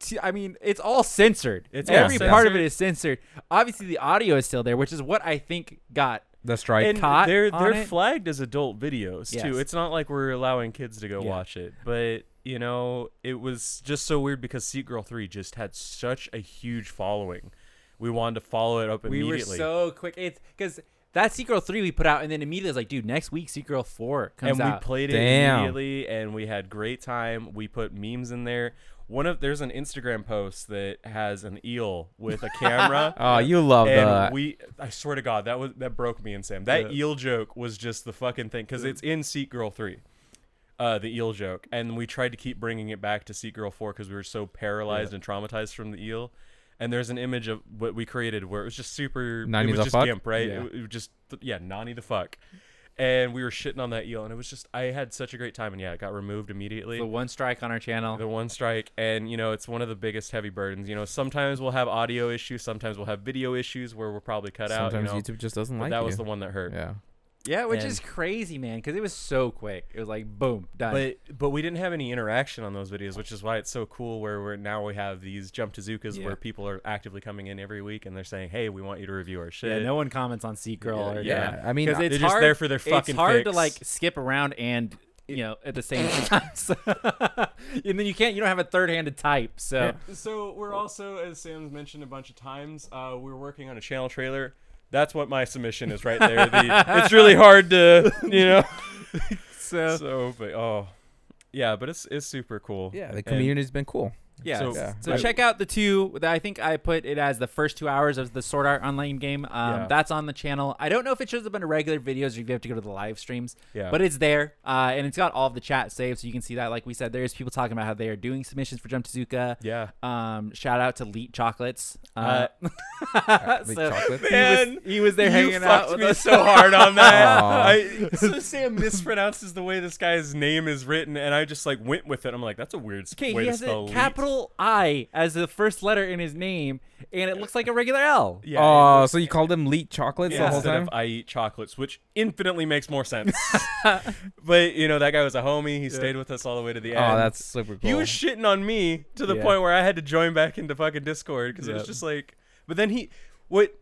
Speaker 3: To, I mean, it's all censored.
Speaker 2: It's all
Speaker 3: every part of
Speaker 2: censored.
Speaker 3: it is censored. Obviously, the audio is still there, which is what I think got.
Speaker 1: The strike.
Speaker 2: and
Speaker 3: caught
Speaker 2: they're
Speaker 3: on
Speaker 2: they're
Speaker 3: it?
Speaker 2: flagged as adult videos
Speaker 3: Yes.
Speaker 2: too. It's not like we're allowing kids to go
Speaker 3: Yeah.
Speaker 2: watch it, but you know, it was just so weird because Seat Girl Three just had such a huge following. We wanted to follow it up
Speaker 3: We were
Speaker 2: immediately.
Speaker 3: so quick. It's because that Sea Girl three we put out, and then immediately it's like, dude, next week Sea Girl four comes
Speaker 2: and
Speaker 3: out.
Speaker 2: we played it
Speaker 1: Damn.
Speaker 2: immediately and we had great time we put memes in there one of there's an instagram post that has an eel with a camera
Speaker 1: (laughs) oh, you love
Speaker 2: and
Speaker 1: that.
Speaker 2: we i swear to god that was that broke me and sam that
Speaker 3: Yeah.
Speaker 2: eel joke was just the fucking thing because it's in seat girl 3 uh, the eel joke and we tried to keep bringing it back to seat girl 4 because we were so paralyzed and traumatized from the eel and there's an image of what we created where it was just super
Speaker 1: Nani
Speaker 2: it was
Speaker 1: the
Speaker 2: just
Speaker 1: fuck?
Speaker 2: gimp right
Speaker 3: Yeah.
Speaker 2: it, it was just yeah nani the fuck and we were shitting on that eel and it was just i had such a great time and yeah it got removed immediately
Speaker 3: the one strike on our channel.
Speaker 2: the one strike and you know it's one of the biggest heavy burdens you know sometimes we'll have audio issues sometimes we'll have video issues where we're probably cut
Speaker 1: Sometimes
Speaker 2: out you know,
Speaker 1: YouTube just doesn't
Speaker 2: but
Speaker 1: like
Speaker 2: that
Speaker 1: you.
Speaker 2: was the one that hurt
Speaker 1: yeah.
Speaker 3: yeah, which
Speaker 2: and-
Speaker 3: is crazy, man, because it was so quick. It was like boom, done.
Speaker 2: but but we didn't have any interaction on those videos which is why it's so cool where we're now we have these jump to zookas
Speaker 3: Yeah.
Speaker 2: where people are actively coming in every week and they're saying hey we want you to review our
Speaker 3: Yeah,
Speaker 2: shit
Speaker 3: no one comments on Seat Girl.
Speaker 2: Yeah,
Speaker 3: or
Speaker 2: yeah.
Speaker 3: that.
Speaker 1: I mean,
Speaker 3: 'Cause
Speaker 1: I-
Speaker 3: it's
Speaker 2: They're just
Speaker 3: hard,
Speaker 2: there for their fucking
Speaker 3: It's hard to
Speaker 2: fix.
Speaker 3: like skip around and you know at
Speaker 2: (laughs)
Speaker 3: the same time, so- (laughs) and then you can't. You don't have a third hand to type. So
Speaker 2: so we're also as sam's mentioned a bunch of times uh, we're working on a channel trailer that's what my submission is right there (laughs) the, it's really hard to you know
Speaker 3: so
Speaker 2: so but oh yeah but it's it's super cool
Speaker 1: yeah, the
Speaker 2: And-
Speaker 1: community's been cool.
Speaker 3: yeah.
Speaker 2: so-
Speaker 3: So,
Speaker 1: Yeah.
Speaker 3: so
Speaker 1: I-
Speaker 3: check out the two that I think I put it as the first two hours of the Sword Art Online game. Um,
Speaker 2: Yeah.
Speaker 3: That's on the channel. I don't know if it shows up in regular videos or if you have to go to the live streams.
Speaker 2: Yeah.
Speaker 3: But it's there, uh, and it's got all of the chat saved, so you can see that. Like we said, there's people talking about how they are doing submissions for Jump to Zuka.
Speaker 2: yeah
Speaker 3: Um, shout out to Leet Chocolates.
Speaker 2: Uh,
Speaker 1: Like
Speaker 3: so-
Speaker 1: chocolate.
Speaker 2: Man,
Speaker 3: he was, he
Speaker 1: (laughs)
Speaker 3: was there
Speaker 2: you
Speaker 3: hanging out
Speaker 2: fucked
Speaker 3: with
Speaker 2: me (laughs)
Speaker 3: us.
Speaker 2: so hard on that.
Speaker 1: Aw.
Speaker 2: I, so Sam mispronounces the way this guy's name is written, and I just like went with it. I'm like, that's a weird s-
Speaker 3: (laughs) Okay,
Speaker 2: way
Speaker 3: he
Speaker 2: to
Speaker 3: has
Speaker 2: spell
Speaker 3: a
Speaker 2: elite.
Speaker 3: capital I as the first letter in his name, and it looks like a regular L.
Speaker 2: Yeah, it
Speaker 1: oh,
Speaker 2: looks-
Speaker 1: so you called them leet chocolates
Speaker 2: yeah,
Speaker 1: the whole
Speaker 2: instead
Speaker 1: time?
Speaker 2: of I eat chocolates, which infinitely makes
Speaker 1: (laughs)
Speaker 2: more sense. but you know that guy was a homie. He stayed with us all the way to the end.
Speaker 1: oh, that's super cool.
Speaker 2: He was shitting on me to the
Speaker 3: Yeah.
Speaker 2: point where I had to join back into fucking Discord because it was
Speaker 3: Yeah.
Speaker 2: just like. But then he, what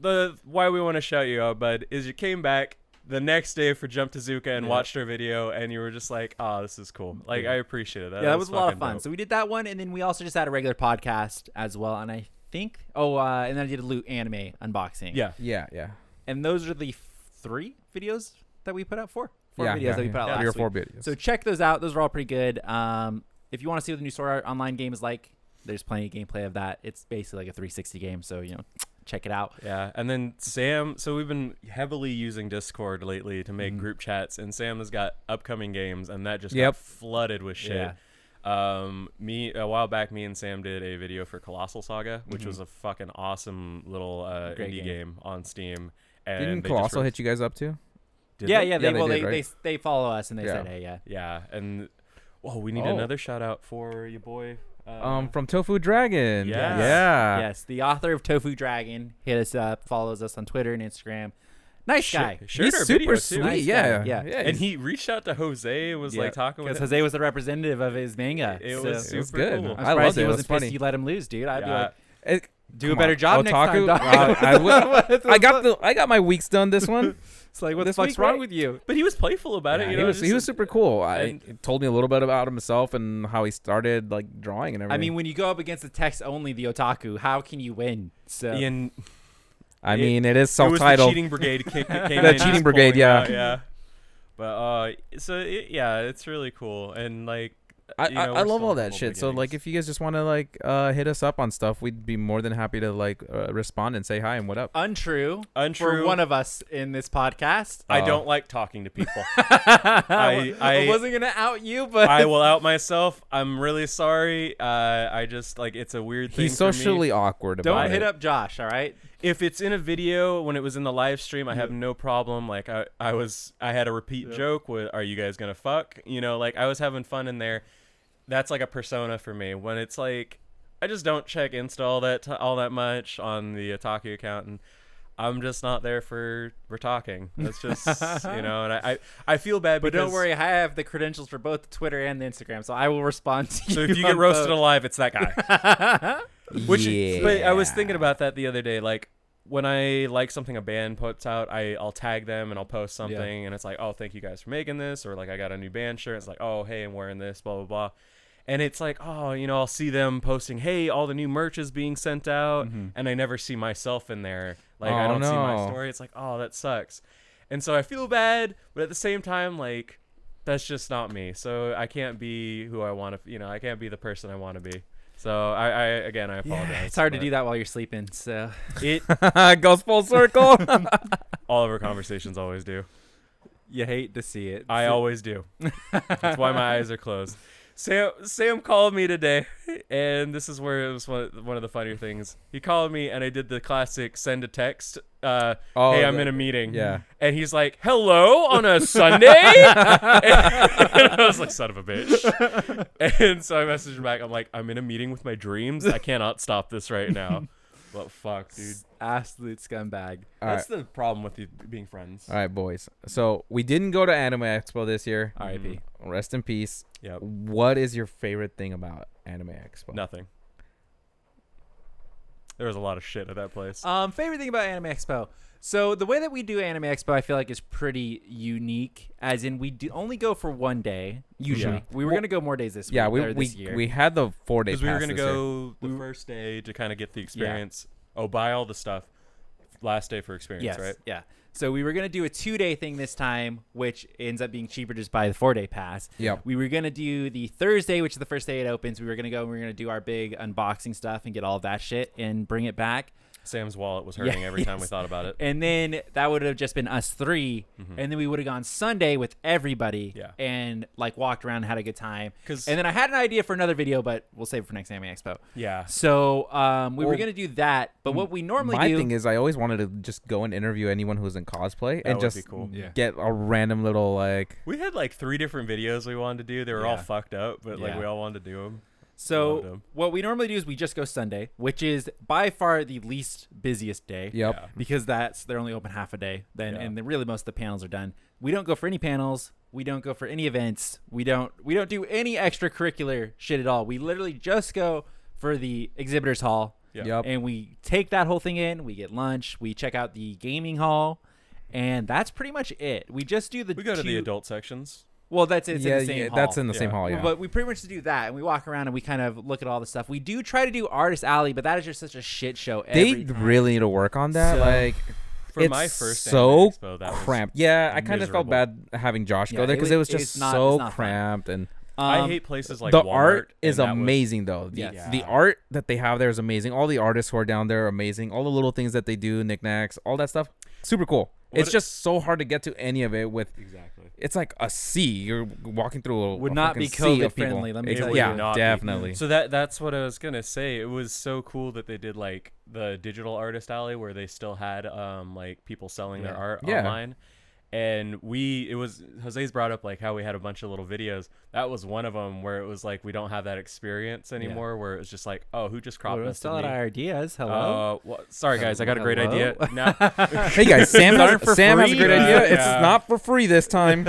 Speaker 2: the why we want to shout you out, bud, is you came back the next day for Jump to Zuka and watched our video, and you were just like, "Oh, this is cool. Like I appreciate it. That,
Speaker 3: Yeah, that was, a lot of
Speaker 2: fucking
Speaker 3: fun.
Speaker 2: dope.
Speaker 3: So we did that one, and then we also just had a regular podcast as well. And I think, oh, uh, and then I did a loot anime unboxing.
Speaker 2: yeah,
Speaker 1: yeah, yeah.
Speaker 3: and those are the f- three videos that we put out. Four, four
Speaker 1: yeah,
Speaker 3: videos
Speaker 1: yeah,
Speaker 3: that we
Speaker 1: yeah.
Speaker 3: put out last
Speaker 1: Three or four
Speaker 3: week.
Speaker 1: videos.
Speaker 3: So check those out. Those are all pretty good. Um, if you want to see what the new Sword Art Online game is like, there's plenty of gameplay of that. It's basically like a 360 game, so you know, check it out.
Speaker 2: yeah. And then Sam. So we've been heavily using Discord lately to make group chats, and Sam has got upcoming games, and that just
Speaker 1: Mm-hmm. Yep.
Speaker 2: got flooded with shit.
Speaker 3: Yeah.
Speaker 2: Um, me a while back, me and Sam did a video for Colossal Saga,
Speaker 1: Mm-hmm.
Speaker 2: which was a fucking awesome little uh,
Speaker 3: Great
Speaker 2: indie game.
Speaker 3: game.
Speaker 2: on Steam. And
Speaker 1: Didn't
Speaker 2: they just
Speaker 1: Colossal
Speaker 2: re-
Speaker 1: hit you guys up too?
Speaker 2: did
Speaker 3: yeah,
Speaker 2: they?
Speaker 3: yeah, they,
Speaker 1: they
Speaker 3: well,
Speaker 1: did,
Speaker 3: they,
Speaker 1: right?
Speaker 3: they they follow us and they
Speaker 1: Yeah.
Speaker 3: said, hey, yeah,
Speaker 2: yeah. And oh, we need
Speaker 1: Oh.
Speaker 2: another shout out for your boy. Uh,
Speaker 1: Um, from Tofu Dragon.
Speaker 2: Yes.
Speaker 1: Yeah.
Speaker 3: yes, the author of Tofu Dragon hit us up, follows us on Twitter and Instagram. Nice
Speaker 2: Sure-
Speaker 3: guy.
Speaker 2: sure
Speaker 1: He's
Speaker 2: in our
Speaker 1: super
Speaker 2: video, too.
Speaker 1: sweet.
Speaker 3: Nice guy,
Speaker 1: yeah.
Speaker 3: yeah.
Speaker 2: And
Speaker 1: he's-
Speaker 2: he reached out to Jose and was
Speaker 3: Yeah,
Speaker 2: like talking with
Speaker 3: Because
Speaker 2: him.
Speaker 3: Jose was the representative of his manga.
Speaker 2: It
Speaker 3: so-
Speaker 2: was
Speaker 1: it was
Speaker 2: super
Speaker 1: good.
Speaker 2: cool.
Speaker 3: I'm
Speaker 1: I
Speaker 3: surprised
Speaker 1: loved
Speaker 3: he
Speaker 1: it. It was
Speaker 3: wasn't pissed
Speaker 1: funny.
Speaker 3: you let him lose, dude. I'd be
Speaker 2: Yeah.
Speaker 3: like,
Speaker 1: It-
Speaker 3: do
Speaker 1: come
Speaker 3: a better
Speaker 1: on.
Speaker 3: job next time,
Speaker 1: Otaku,
Speaker 3: dog.
Speaker 1: uh, I
Speaker 3: (laughs)
Speaker 1: will.
Speaker 3: What the
Speaker 1: I got
Speaker 3: fuck?
Speaker 1: the I got my weeks done this one.
Speaker 3: It's like, what the
Speaker 1: This
Speaker 3: fuck's
Speaker 1: week,
Speaker 3: wrong
Speaker 1: right?
Speaker 3: with you?
Speaker 2: But he was playful about it.
Speaker 1: Yeah,
Speaker 2: You
Speaker 1: he
Speaker 2: know,
Speaker 1: was he
Speaker 2: just-
Speaker 1: was super cool. I
Speaker 2: and-
Speaker 1: he told me a little bit about himself and how he started like drawing and
Speaker 3: I
Speaker 1: everything.
Speaker 3: mean, when you go up against the text only, the otaku, how can you win? So
Speaker 2: Ian,
Speaker 1: I
Speaker 2: it-
Speaker 1: mean, it is
Speaker 2: it was the
Speaker 1: self-titled.
Speaker 2: cheating
Speaker 1: (laughs)
Speaker 2: brigade kick that came
Speaker 1: The
Speaker 2: in, just
Speaker 1: cheating brigade,
Speaker 2: pulling
Speaker 1: yeah.
Speaker 2: out, yeah. But uh, so it, yeah, it's really cool and like
Speaker 1: I,
Speaker 2: you
Speaker 1: I, I
Speaker 2: know, we're
Speaker 1: love
Speaker 2: still
Speaker 1: all
Speaker 2: in
Speaker 1: that
Speaker 2: humble
Speaker 1: shit. So like,
Speaker 2: beginnings.
Speaker 1: if you guys just want to like uh, hit us up on stuff, we'd be more than happy to like uh, respond and say hi and what up.
Speaker 3: untrue,
Speaker 2: Untrue.
Speaker 3: for one of us in this podcast.
Speaker 2: I
Speaker 1: Oh.
Speaker 2: don't like talking
Speaker 1: (laughs)
Speaker 2: to people.
Speaker 3: I,
Speaker 2: I-
Speaker 3: wasn't gonna out you,
Speaker 1: (laughs)
Speaker 3: but
Speaker 2: I will out myself. I'm really sorry. Uh, I just like it's a weird thing.
Speaker 1: He's
Speaker 2: for me.
Speaker 1: socially awkward about
Speaker 3: don't
Speaker 1: it.
Speaker 3: hit up Josh. All right,
Speaker 2: If it's in a video when it was in the live stream, I have no problem. Like I, I was, I had a repeat joke. With, are you guys gonna fuck? You know, like I was having fun in there. That's like a persona for me. When it's like, I just don't check Insta all that t- all that much on the Otaku account, and I'm just not there for we're talking. That's just
Speaker 3: (laughs)
Speaker 2: you know, and I, I, I feel bad.
Speaker 3: but
Speaker 2: because,
Speaker 3: don't worry, I have the credentials for both the Twitter and the Instagram, so I will respond to
Speaker 2: (laughs)
Speaker 3: you.
Speaker 2: So if you get
Speaker 3: on
Speaker 2: roasted
Speaker 3: both.
Speaker 2: alive, it's that guy. (laughs) Which,
Speaker 1: yeah.
Speaker 2: but I was thinking about that the other day. Like when I like something a band puts out, I I'll tag them and I'll post something, and it's like, oh, thank you guys for making this, or like I got a new band shirt. It's like, oh, hey, I'm wearing this, blah blah blah. And it's like, oh, you know, I'll see them posting, hey, all the new merch is being sent out, and I never see myself in there. Like I
Speaker 1: Oh,
Speaker 2: don't see my
Speaker 1: no.
Speaker 2: story. It's like, oh, that sucks. And so I feel bad, but at the same time, like. That's just not me. So I can't be who I want to, you know, I can't be the person I want to be. So I, I again, I apologize.
Speaker 3: It's hard to
Speaker 2: but-
Speaker 3: do that while you're sleeping. So
Speaker 2: it
Speaker 1: (laughs) goes full
Speaker 2: (laughs)
Speaker 1: circle.
Speaker 2: all of our conversations always do.
Speaker 3: you hate to see it.
Speaker 2: I always do. That's why my eyes are closed. Sam Sam called me today, and this is where it was one of, one of the funnier things. He called me, and I did the classic send a text. Uh,
Speaker 1: Oh,
Speaker 2: hey, I'm
Speaker 1: the-
Speaker 2: in a meeting.
Speaker 1: yeah.
Speaker 2: And he's like, "Hello" on a Sunday. and I was like, "Son of a bitch." And so I messaged him back. I'm like, "I'm in a meeting with my dreams. I cannot stop this right now." But fuck, dude.
Speaker 3: absolute scumbag.
Speaker 1: All right.
Speaker 2: That's the problem with you being friends.
Speaker 1: All right, boys. So we didn't go to Anime Expo this year. Mm-hmm.
Speaker 3: R.I.P.
Speaker 1: Rest in peace.
Speaker 2: Yep.
Speaker 1: What is your favorite thing about Anime Expo?
Speaker 2: Nothing. There was a lot of shit at that place.
Speaker 3: Um, favorite thing about Anime Expo. So the way that we do Anime Expo, I feel like is pretty unique. As in, we do only go for one day usually.
Speaker 1: Yeah.
Speaker 3: We were
Speaker 1: Well-
Speaker 3: gonna go more days this
Speaker 1: Yeah,
Speaker 3: week.
Speaker 1: we
Speaker 3: or
Speaker 1: we,
Speaker 3: this year.
Speaker 1: we had the four day.
Speaker 2: Because we were
Speaker 1: pass
Speaker 2: gonna
Speaker 1: this year.
Speaker 2: go the first day to kind of get the experience. Oh, buy all the stuff. Last day for experience,
Speaker 3: yes,
Speaker 2: right?
Speaker 3: yeah. So we were gonna do a two day thing this time, which ends up being cheaper just buy the four day pass.
Speaker 1: Yep.
Speaker 3: We were gonna do the Thursday, which is the first day it opens. We were gonna go and we were gonna do our big unboxing stuff and get all that shit and bring it back.
Speaker 2: Sam's wallet was hurting every time we
Speaker 3: yes.
Speaker 2: thought about it.
Speaker 3: And then that would have just been us 3 and then we would have gone Sunday with everybody,
Speaker 2: Yeah.
Speaker 3: and like walked around, and had a good time.
Speaker 2: 'Cause-
Speaker 3: and then I had an idea for another video, but we'll save it for next Anime Expo.
Speaker 2: Yeah.
Speaker 3: So um, we were
Speaker 1: Well,
Speaker 3: gonna do that, but what we normally
Speaker 1: My
Speaker 3: do,
Speaker 1: thing is, I always wanted to just go and interview anyone who's in cosplay and
Speaker 2: would
Speaker 1: just
Speaker 2: be cool.
Speaker 3: Yeah.
Speaker 1: get a random little like.
Speaker 2: We had like three different videos we wanted to do. They were all
Speaker 3: Yeah.
Speaker 2: fucked up, but like
Speaker 3: Yeah.
Speaker 2: we all wanted to do them. Loved
Speaker 3: so
Speaker 2: 'em.
Speaker 3: what we normally do is we just go Sunday, which is by far the least busiest day.
Speaker 1: Yep.
Speaker 2: Yeah.
Speaker 3: because that's they're only open half a day then
Speaker 2: Yeah.
Speaker 3: and then really most of the panels are done we don't go for any panels we don't go for any events we don't we don't do any extracurricular shit at all we literally just go for the exhibitors hall
Speaker 2: Yeah.
Speaker 1: Yep.
Speaker 3: and we take that whole thing in we get lunch we check out the gaming hall and that's pretty much it we just do the
Speaker 2: We go to the
Speaker 3: two-
Speaker 2: adult sections.
Speaker 3: well that's it's
Speaker 1: yeah,
Speaker 3: in the same
Speaker 1: yeah,
Speaker 3: hall.
Speaker 1: that's in the same
Speaker 2: Oh, Yeah.
Speaker 1: hall. Yeah.
Speaker 3: But we pretty much do that, and we walk around and we kind of look at all the stuff. We do try to do Artist Alley, but that is just such a shit show.
Speaker 1: they
Speaker 3: every time.
Speaker 1: really need to work on that.
Speaker 3: So-
Speaker 1: like,
Speaker 2: For
Speaker 1: it's
Speaker 2: my first Anime
Speaker 1: so
Speaker 2: Expo, that was-
Speaker 1: cramped. Yeah, I kind of felt
Speaker 2: miserable.
Speaker 1: bad having Josh
Speaker 3: Yeah,
Speaker 1: go there
Speaker 3: it
Speaker 1: because
Speaker 3: wa-
Speaker 1: it was
Speaker 3: it's
Speaker 1: just
Speaker 3: not-
Speaker 1: so
Speaker 3: it's not fun.
Speaker 1: cramped and
Speaker 2: I
Speaker 3: Um,
Speaker 2: hate places like
Speaker 1: the
Speaker 2: Walmart,
Speaker 1: art is
Speaker 2: and that was-
Speaker 1: amazing though. The,
Speaker 3: Yes.
Speaker 1: the
Speaker 2: Yeah.
Speaker 1: art that they have there is amazing. All the artists who are down there are amazing. All the little things that they do, knickknacks, all that stuff, super cool. it's
Speaker 2: a-
Speaker 1: just so hard to get to any of it with.
Speaker 2: exactly.
Speaker 1: It's like a sea. You're walking through a
Speaker 3: Would
Speaker 1: a
Speaker 3: not
Speaker 1: fucking
Speaker 3: be
Speaker 1: sea of
Speaker 3: COVID
Speaker 1: people.
Speaker 3: friendly, let me
Speaker 1: It
Speaker 3: tell
Speaker 1: would-
Speaker 3: you.
Speaker 1: Yeah,
Speaker 2: Not be.
Speaker 1: definitely.
Speaker 2: So that that's what I was gonna say. It was so cool that they did like the digital artist alley where they still had um like people selling their
Speaker 3: Yeah.
Speaker 2: art
Speaker 1: Yeah.
Speaker 2: online. and we it was Jose's brought up like how we had a bunch of little videos. That was one of them where it was like we don't have that experience anymore. Where it was just like, oh, who just cropped
Speaker 3: We're
Speaker 2: us? to
Speaker 3: selling
Speaker 2: me?
Speaker 3: our ideas. Hello.
Speaker 2: Uh, well, sorry guys, I got a great
Speaker 3: Hello? (laughs)
Speaker 2: idea. No,
Speaker 1: Hey
Speaker 2: (laughs)
Speaker 1: guys, Sam,
Speaker 3: These
Speaker 1: has,
Speaker 3: aren't for
Speaker 1: Sam has a
Speaker 3: free.
Speaker 1: great
Speaker 2: Uh,
Speaker 1: idea. It's
Speaker 2: yeah.
Speaker 1: not for free this
Speaker 3: (laughs)
Speaker 1: time.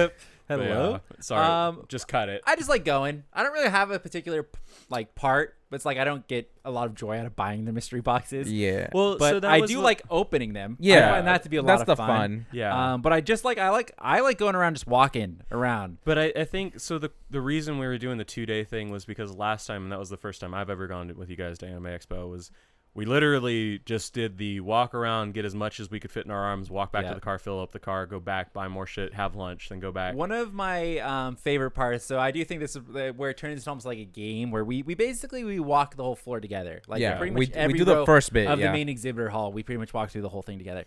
Speaker 3: Hello.
Speaker 2: Uh, Yeah, sorry,
Speaker 3: Um,
Speaker 2: just cut it.
Speaker 3: I just like going. I don't really have a particular p- like part, but it's like I don't get a lot of joy out of buying the mystery boxes.
Speaker 1: yeah.
Speaker 2: Well,
Speaker 3: But
Speaker 2: so that
Speaker 3: I
Speaker 2: was
Speaker 3: do
Speaker 2: what-
Speaker 3: like opening them.
Speaker 1: Yeah.
Speaker 3: I find that to be a
Speaker 1: That's
Speaker 3: lot
Speaker 1: the
Speaker 3: of fun.
Speaker 1: fun.
Speaker 2: Yeah.
Speaker 3: Um, but I just like I like I like going around just walking around.
Speaker 2: But I, I think so. The the reason we were doing the two day thing was because last time, and that was the first time I've ever gone to, with you guys to Anime Expo, was we literally just did the walk around, get as much as we could fit in our arms, walk back
Speaker 3: Yeah.
Speaker 2: to the car, fill up the car, go back, buy more shit, have lunch, then go back.
Speaker 3: One of my um, favorite parts, so I do think this is uh, where it turns into almost like a game where we, we basically we walk the whole floor together. Like
Speaker 1: Yeah,
Speaker 3: pretty
Speaker 1: we-
Speaker 3: much
Speaker 1: we
Speaker 3: every
Speaker 1: do the
Speaker 3: row
Speaker 1: first bit,
Speaker 3: of
Speaker 1: yeah.
Speaker 3: the main exhibitor hall. We pretty much walk through the whole thing together,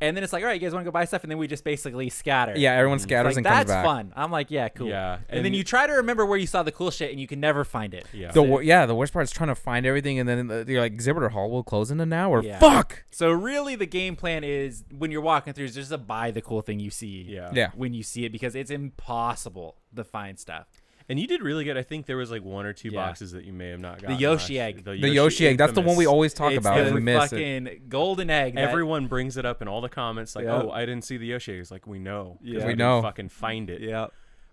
Speaker 3: and then it's like, all right, you guys want to go buy stuff, and then we just basically scatter.
Speaker 1: yeah, everyone
Speaker 3: Mm. It's
Speaker 1: scatters
Speaker 3: like,
Speaker 1: and comes
Speaker 3: that's
Speaker 1: back.
Speaker 3: fun. I'm like, yeah, cool.
Speaker 2: Yeah,
Speaker 3: And, then
Speaker 2: and-
Speaker 3: you try to remember where you saw the cool shit, and you can never find it.
Speaker 2: Yeah.
Speaker 1: The wor- yeah, the worst part is trying to find everything, and then the, you're like, exhibitor hall will close in an hour.
Speaker 3: Yeah.
Speaker 1: Fuck.
Speaker 3: So really, the game plan is when you're walking through, is just to buy the cool thing you see.
Speaker 2: yeah.
Speaker 1: Yeah.
Speaker 3: When you see it, because it's impossible to find stuff.
Speaker 2: And you did really good. I think there was like one or two
Speaker 3: Yeah.
Speaker 2: boxes that you may have not gotten.
Speaker 3: Yoshi
Speaker 2: last-
Speaker 3: egg.
Speaker 2: The
Speaker 1: The Yoshi egg. That's the one we
Speaker 2: infamous.
Speaker 1: always talk
Speaker 3: it's
Speaker 1: about.
Speaker 3: the
Speaker 1: and we miss it.
Speaker 3: fucking golden egg. that-
Speaker 2: (laughs) Everyone brings it up in all the comments, like,
Speaker 3: Yeah.
Speaker 2: "Oh, I didn't see the Yoshi." egg." It's like we know, 'cause
Speaker 3: Yeah. We
Speaker 2: didn't
Speaker 1: know.
Speaker 2: Fucking find it.
Speaker 3: yeah.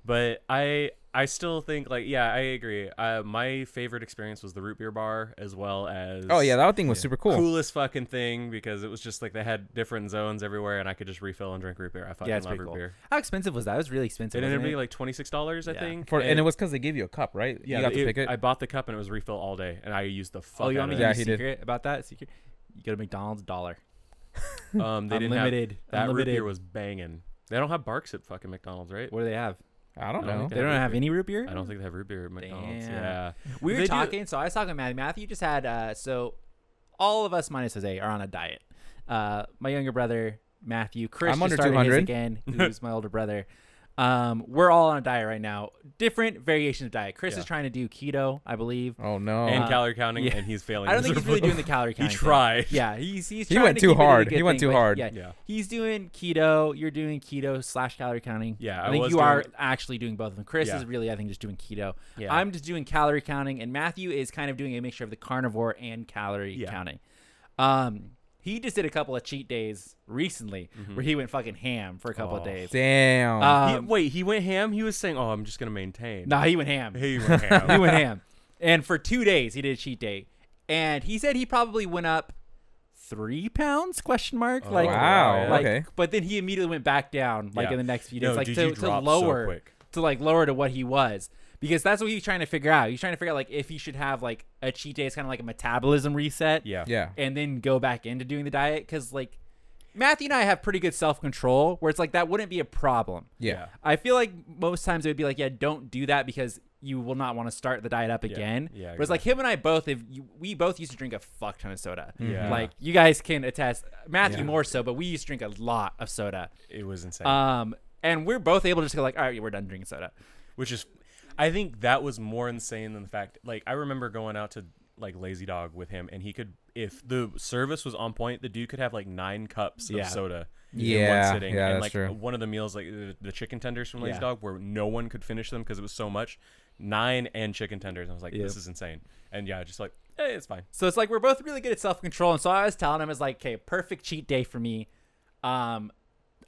Speaker 2: but I I still think like yeah I agree. Uh, my favorite experience was the root beer bar as well as
Speaker 1: Oh yeah, that thing was super cool.
Speaker 2: coolest fucking thing because it was just like they had different zones everywhere and I could just refill and drink root beer. I fucking
Speaker 3: Yeah, it's
Speaker 2: love
Speaker 3: pretty
Speaker 2: root
Speaker 3: cool.
Speaker 2: beer.
Speaker 3: How expensive was that? It was really expensive.
Speaker 2: It ended
Speaker 3: wasn't
Speaker 2: up
Speaker 3: it?
Speaker 2: being like twenty six dollars I
Speaker 3: Yeah.
Speaker 2: think.
Speaker 1: For, and it was because they gave you a cup, right?
Speaker 2: yeah.
Speaker 1: you got to
Speaker 2: it-
Speaker 1: pick it.
Speaker 2: I bought the cup and it was refill all day and I used the fuck.
Speaker 3: oh, you
Speaker 2: out
Speaker 3: want me
Speaker 2: of
Speaker 3: to
Speaker 1: Yeah,
Speaker 3: yeah,
Speaker 1: he
Speaker 3: give you
Speaker 1: did.
Speaker 3: a secret about that? Secret? You go to McDonald's, dollar.
Speaker 2: it. Um, they didn't have-
Speaker 3: Unlimited-
Speaker 2: that root
Speaker 3: unlimited.
Speaker 2: beer was banging. They don't have barks at fucking McDonald's, right?
Speaker 3: What do they have?
Speaker 1: I don't
Speaker 2: I don't
Speaker 1: know.
Speaker 2: think
Speaker 3: They don't
Speaker 2: root
Speaker 3: have
Speaker 2: beer.
Speaker 3: any root beer.
Speaker 2: I don't think they have root beer at McDonald's.
Speaker 3: Damn.
Speaker 2: Yeah.
Speaker 3: We were
Speaker 2: They do-
Speaker 3: talking, so I was talking to Matthew. Matthew just had uh, so all of us minus Jose are on a diet. Uh, my younger brother Matthew, Chris,
Speaker 1: I'm
Speaker 3: just
Speaker 1: under
Speaker 3: started
Speaker 1: 200.
Speaker 3: his again.
Speaker 2: (laughs)
Speaker 3: Who's my older brother? Um, we're all on a diet right now, different variations of diet. Chris
Speaker 2: Yeah.
Speaker 3: is trying to do keto, I believe.
Speaker 1: Oh no.
Speaker 2: And
Speaker 3: Uh,
Speaker 2: calorie counting
Speaker 3: yeah.
Speaker 2: and he's failing.
Speaker 3: I don't think he's really
Speaker 2: miserably.
Speaker 3: doing the
Speaker 2: (laughs)
Speaker 3: calorie
Speaker 2: He
Speaker 3: counting. thing.
Speaker 2: tried.
Speaker 3: Yeah, he's he's
Speaker 1: He
Speaker 3: trying
Speaker 1: went
Speaker 3: to
Speaker 1: too
Speaker 3: keep it at a
Speaker 1: hard.
Speaker 3: good
Speaker 1: He went
Speaker 3: thing,
Speaker 1: too
Speaker 3: but
Speaker 1: hard.
Speaker 3: Yeah.
Speaker 2: Yeah.
Speaker 3: he's doing keto. You're doing keto slash calorie counting.
Speaker 2: Yeah,
Speaker 3: I,
Speaker 2: I
Speaker 3: think
Speaker 2: was
Speaker 3: you are
Speaker 2: doing-
Speaker 3: actually doing both of them. Chris
Speaker 2: Yeah.
Speaker 3: is really, I think, just doing keto.
Speaker 2: Yeah.
Speaker 3: I'm just doing calorie counting, and Matthew is kind of doing a mixture of the carnivore and calorie
Speaker 2: Yeah.
Speaker 3: counting. Um, he just did a couple of cheat days recently
Speaker 2: Mm-hmm.
Speaker 3: where he went fucking ham for a couple of
Speaker 2: Oh.
Speaker 3: days.
Speaker 1: Damn.
Speaker 2: (laughs) He-
Speaker 3: Um,
Speaker 2: wait, he went ham. He was saying, "Oh, I'm just gonna maintain."
Speaker 3: nah, he went ham.
Speaker 2: he went ham.
Speaker 3: (laughs) he went ham. And for two days, he did a cheat day, and he said he probably went up three pounds? Question mark. like
Speaker 1: wow.
Speaker 3: Like,
Speaker 1: okay.
Speaker 3: But then he immediately went back down, like
Speaker 2: Oh, Yeah.
Speaker 3: in the next few
Speaker 2: No,
Speaker 3: days, like
Speaker 2: did
Speaker 3: to,
Speaker 2: you
Speaker 3: to
Speaker 2: drop so
Speaker 3: lower,
Speaker 2: quick?
Speaker 3: to like lower to what he was, because that's what he was trying to figure out. He was trying to figure out like if he should have like a cheat day, it's kind of like a metabolism reset,
Speaker 2: Yeah.
Speaker 1: Yeah.
Speaker 3: and then go back into doing the diet, because like Matthew and I have pretty good self control, where it's like that wouldn't be a problem.
Speaker 1: Yeah.
Speaker 3: I feel like most times it would be like, yeah, don't do that because you will not want to start the diet up again.
Speaker 2: Yeah,
Speaker 3: Whereas like him and I both, if you, we both used to drink a fuck ton of soda.
Speaker 2: Yeah.
Speaker 3: Like you guys can attest, Matthew more so, but we used to drink a lot of soda.
Speaker 2: It was insane.
Speaker 3: Um, and we're both able to just go like, all right, we're done drinking soda.
Speaker 2: Which is, I think that was more insane than the fact. Like, I remember going out to like Lazy Dog with him, and he could, if the service was on point, the dude could have like nine cups
Speaker 3: Yeah.
Speaker 2: of soda. in
Speaker 1: Yeah,
Speaker 2: one sitting.
Speaker 1: yeah,
Speaker 2: and
Speaker 1: that's
Speaker 2: like
Speaker 1: true.
Speaker 2: one of the meals, like the, the chicken tenders from Lazy
Speaker 3: Yeah.
Speaker 2: Dog, where no one could finish them because it was so much. Nine and chicken tenders. And I was like, this is insane. And yeah, just like, hey, it's fine.
Speaker 3: So it's like we're both really good at self control. And so I was telling him, it's like, okay, perfect cheat day for me. Um,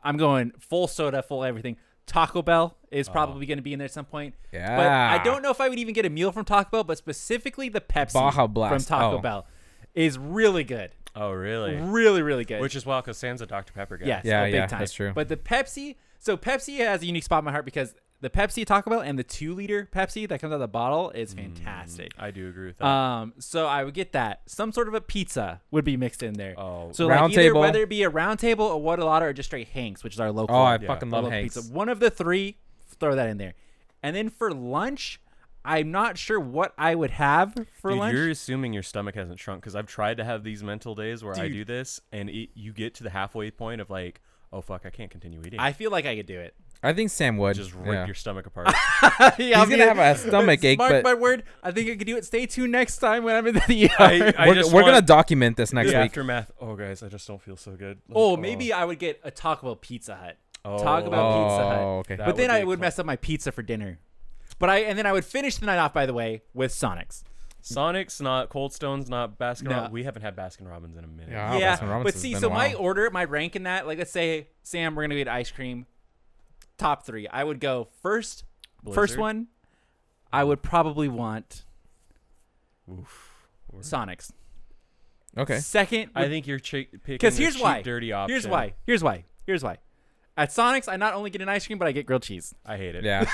Speaker 3: I'm going full soda, full everything. Taco Bell is probably going to be in there at some point. But
Speaker 1: Uh-huh. Yeah.
Speaker 3: I don't know if I would even get a meal from Taco Bell, but specifically the Pepsi
Speaker 1: Baja Blast.
Speaker 3: from Taco
Speaker 1: Oh.
Speaker 3: Bell is really good.
Speaker 2: Oh, really?
Speaker 3: Really, really good.
Speaker 2: Which is wild because Sam's a Dr. Pepper guy.
Speaker 3: Yes,
Speaker 1: Yeah,
Speaker 3: oh, big
Speaker 1: yeah,
Speaker 3: time.
Speaker 1: that's true.
Speaker 3: But the Pepsi, so Pepsi has a unique spot in my heart because the Pepsi at Taco Bell and the two liter Pepsi that comes out of the bottle is
Speaker 1: Mm.
Speaker 3: fantastic.
Speaker 2: I do agree with that.
Speaker 3: Um, so I would get that. Some sort of a pizza would be mixed in there.
Speaker 2: Oh.
Speaker 3: so
Speaker 1: Round
Speaker 3: like either
Speaker 1: Table.
Speaker 3: whether it be a round table, a Waddalada, or just straight Hanks, which is our local.
Speaker 1: Oh, I
Speaker 2: Yeah.
Speaker 1: fucking
Speaker 3: I
Speaker 1: love
Speaker 3: love
Speaker 1: Hanks.
Speaker 3: pizza. One of the three, throw that in there. And then for lunch, I'm not sure what I would have for
Speaker 2: Dude,
Speaker 3: lunch.
Speaker 2: you're assuming your stomach hasn't shrunk because I've tried to have these mental days where I
Speaker 3: Dude.
Speaker 2: do this, and it, you get to the halfway point of like, oh fuck, I can't continue eating.
Speaker 3: I feel like I could do it.
Speaker 1: I think Sam would.
Speaker 2: just rip
Speaker 1: yeah.
Speaker 2: your stomach apart.
Speaker 1: (laughs)
Speaker 3: yeah,
Speaker 1: He's gonna have
Speaker 3: (laughs)
Speaker 1: a stomach ache,
Speaker 3: Mark
Speaker 1: but
Speaker 3: my word, I think I could do it. Stay tuned next time when I'm in
Speaker 1: (laughs)
Speaker 3: the ER.
Speaker 2: I, I
Speaker 1: we're,
Speaker 2: just
Speaker 1: we're gonna
Speaker 2: want
Speaker 1: document this next
Speaker 2: the
Speaker 1: week.
Speaker 2: aftermath. Oh guys, I just don't feel so good. Like,
Speaker 3: oh, maybe I would get a Taco Bell Pizza Hut. talk about Pizza Hut.
Speaker 1: Oh, okay.
Speaker 2: That
Speaker 3: but then
Speaker 2: would be
Speaker 3: I would
Speaker 2: cool.
Speaker 3: mess up my pizza for dinner. But I and then I would finish the night off, by the way, with Sonics.
Speaker 2: Sonic's not Cold Stone's not Baskin.
Speaker 3: No.
Speaker 2: Rob- we haven't had Baskin Robbins in a minute.
Speaker 1: Yeah. Oh,
Speaker 3: yeah,
Speaker 1: Baskin Robbins
Speaker 3: but
Speaker 1: has
Speaker 3: see,
Speaker 1: been
Speaker 3: so
Speaker 1: a
Speaker 3: my
Speaker 1: while.
Speaker 3: order, my rank in that, like let's say, Sam, we're gonna get ice cream. Top three, I would go first. First
Speaker 2: Blizzard?
Speaker 3: one, I would probably want Sonics.
Speaker 1: Okay.
Speaker 3: Second,
Speaker 2: I think you're ch- picking
Speaker 3: because
Speaker 2: the
Speaker 3: here's
Speaker 2: cheap,
Speaker 3: why.
Speaker 2: dirty option.
Speaker 3: Here's why. Here's why. Here's why. At Sonics, I not only get an ice cream, but I get grilled cheese. (laughs)
Speaker 2: I hate it.
Speaker 1: Yeah.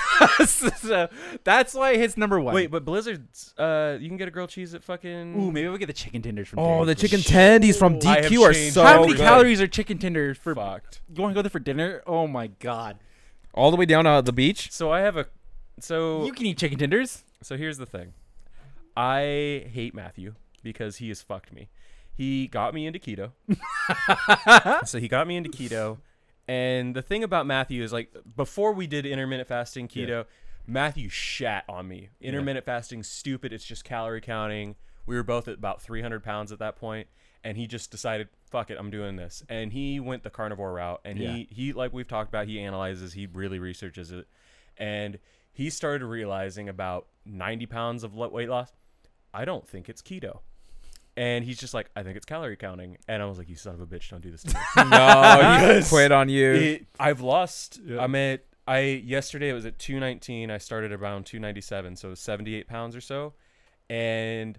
Speaker 3: so that's why it's number one.
Speaker 2: Wait, but Blizzard's uh, you can get a grilled cheese at fucking.
Speaker 3: ooh, maybe we get the chicken tenders from.
Speaker 1: Oh,
Speaker 3: Dairy
Speaker 1: the chicken
Speaker 3: Queen.
Speaker 1: tendies from
Speaker 2: I have
Speaker 1: DQ are
Speaker 2: changed
Speaker 1: so
Speaker 2: my
Speaker 3: How many
Speaker 1: good.
Speaker 3: calories are chicken tenders for?
Speaker 2: fucked.
Speaker 3: You want to go there for dinner? Oh my god!
Speaker 1: All the way down uh, the beach.
Speaker 2: So I have a. So
Speaker 3: You can eat chicken tenders.
Speaker 2: So here's the thing. I hate Matthew because he has fucked me. He got me into keto. (laughs) so he got me into keto. And the thing about Matthew is like before we did intermittent fasting keto, Matthew shat on me. Intermittent fasting, stupid. It's just calorie counting. We were both at about 300 pounds at that point, and he just decided, "Fuck it, I'm doing this." And he went the carnivore route. And he he like we've talked about, he analyzes, he really researches it, and he started realizing about 90 pounds of lo- weight loss. I don't think it's keto. And he's just like, I think it's calorie counting. And I was like, you son of a bitch, don't do this to me.
Speaker 1: (laughs) No,
Speaker 2: (laughs)
Speaker 1: you quit on you.
Speaker 2: It- I've lost. I'm at. I yesterday it was at 219. I started around 297, so 78 pounds or so, and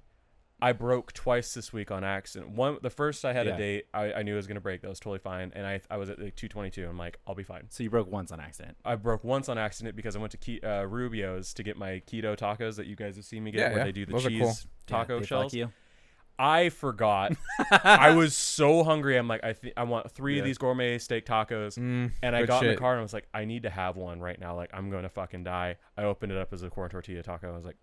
Speaker 2: I broke twice this week on accident. One, the first I had
Speaker 3: Yeah.
Speaker 2: a date. I, I knew I was gonna break. That was totally fine, and I I was at like 222. I'm like, I'll be fine.
Speaker 3: So you broke once on accident.
Speaker 2: I broke once on accident because I went to ke- uh, Rubio's to get my keto tacos that you guys have seen me get,
Speaker 1: Yeah,
Speaker 2: where
Speaker 1: yeah.
Speaker 2: they do the
Speaker 1: Those are
Speaker 2: cheese
Speaker 1: cool.
Speaker 2: taco
Speaker 3: Yeah, they
Speaker 2: shells.
Speaker 3: fuck you.
Speaker 1: (laughs)
Speaker 2: I forgot. I was so hungry. I'm like, I th- I want three
Speaker 3: Yeah.
Speaker 2: of these gourmet steak tacos,
Speaker 1: Mm,
Speaker 2: and I
Speaker 1: good
Speaker 2: got in
Speaker 1: shit.
Speaker 2: the car and I was like, I need to have one right now. Like, I'm gonna fucking die. I opened it up as a corn tortilla taco. I was like,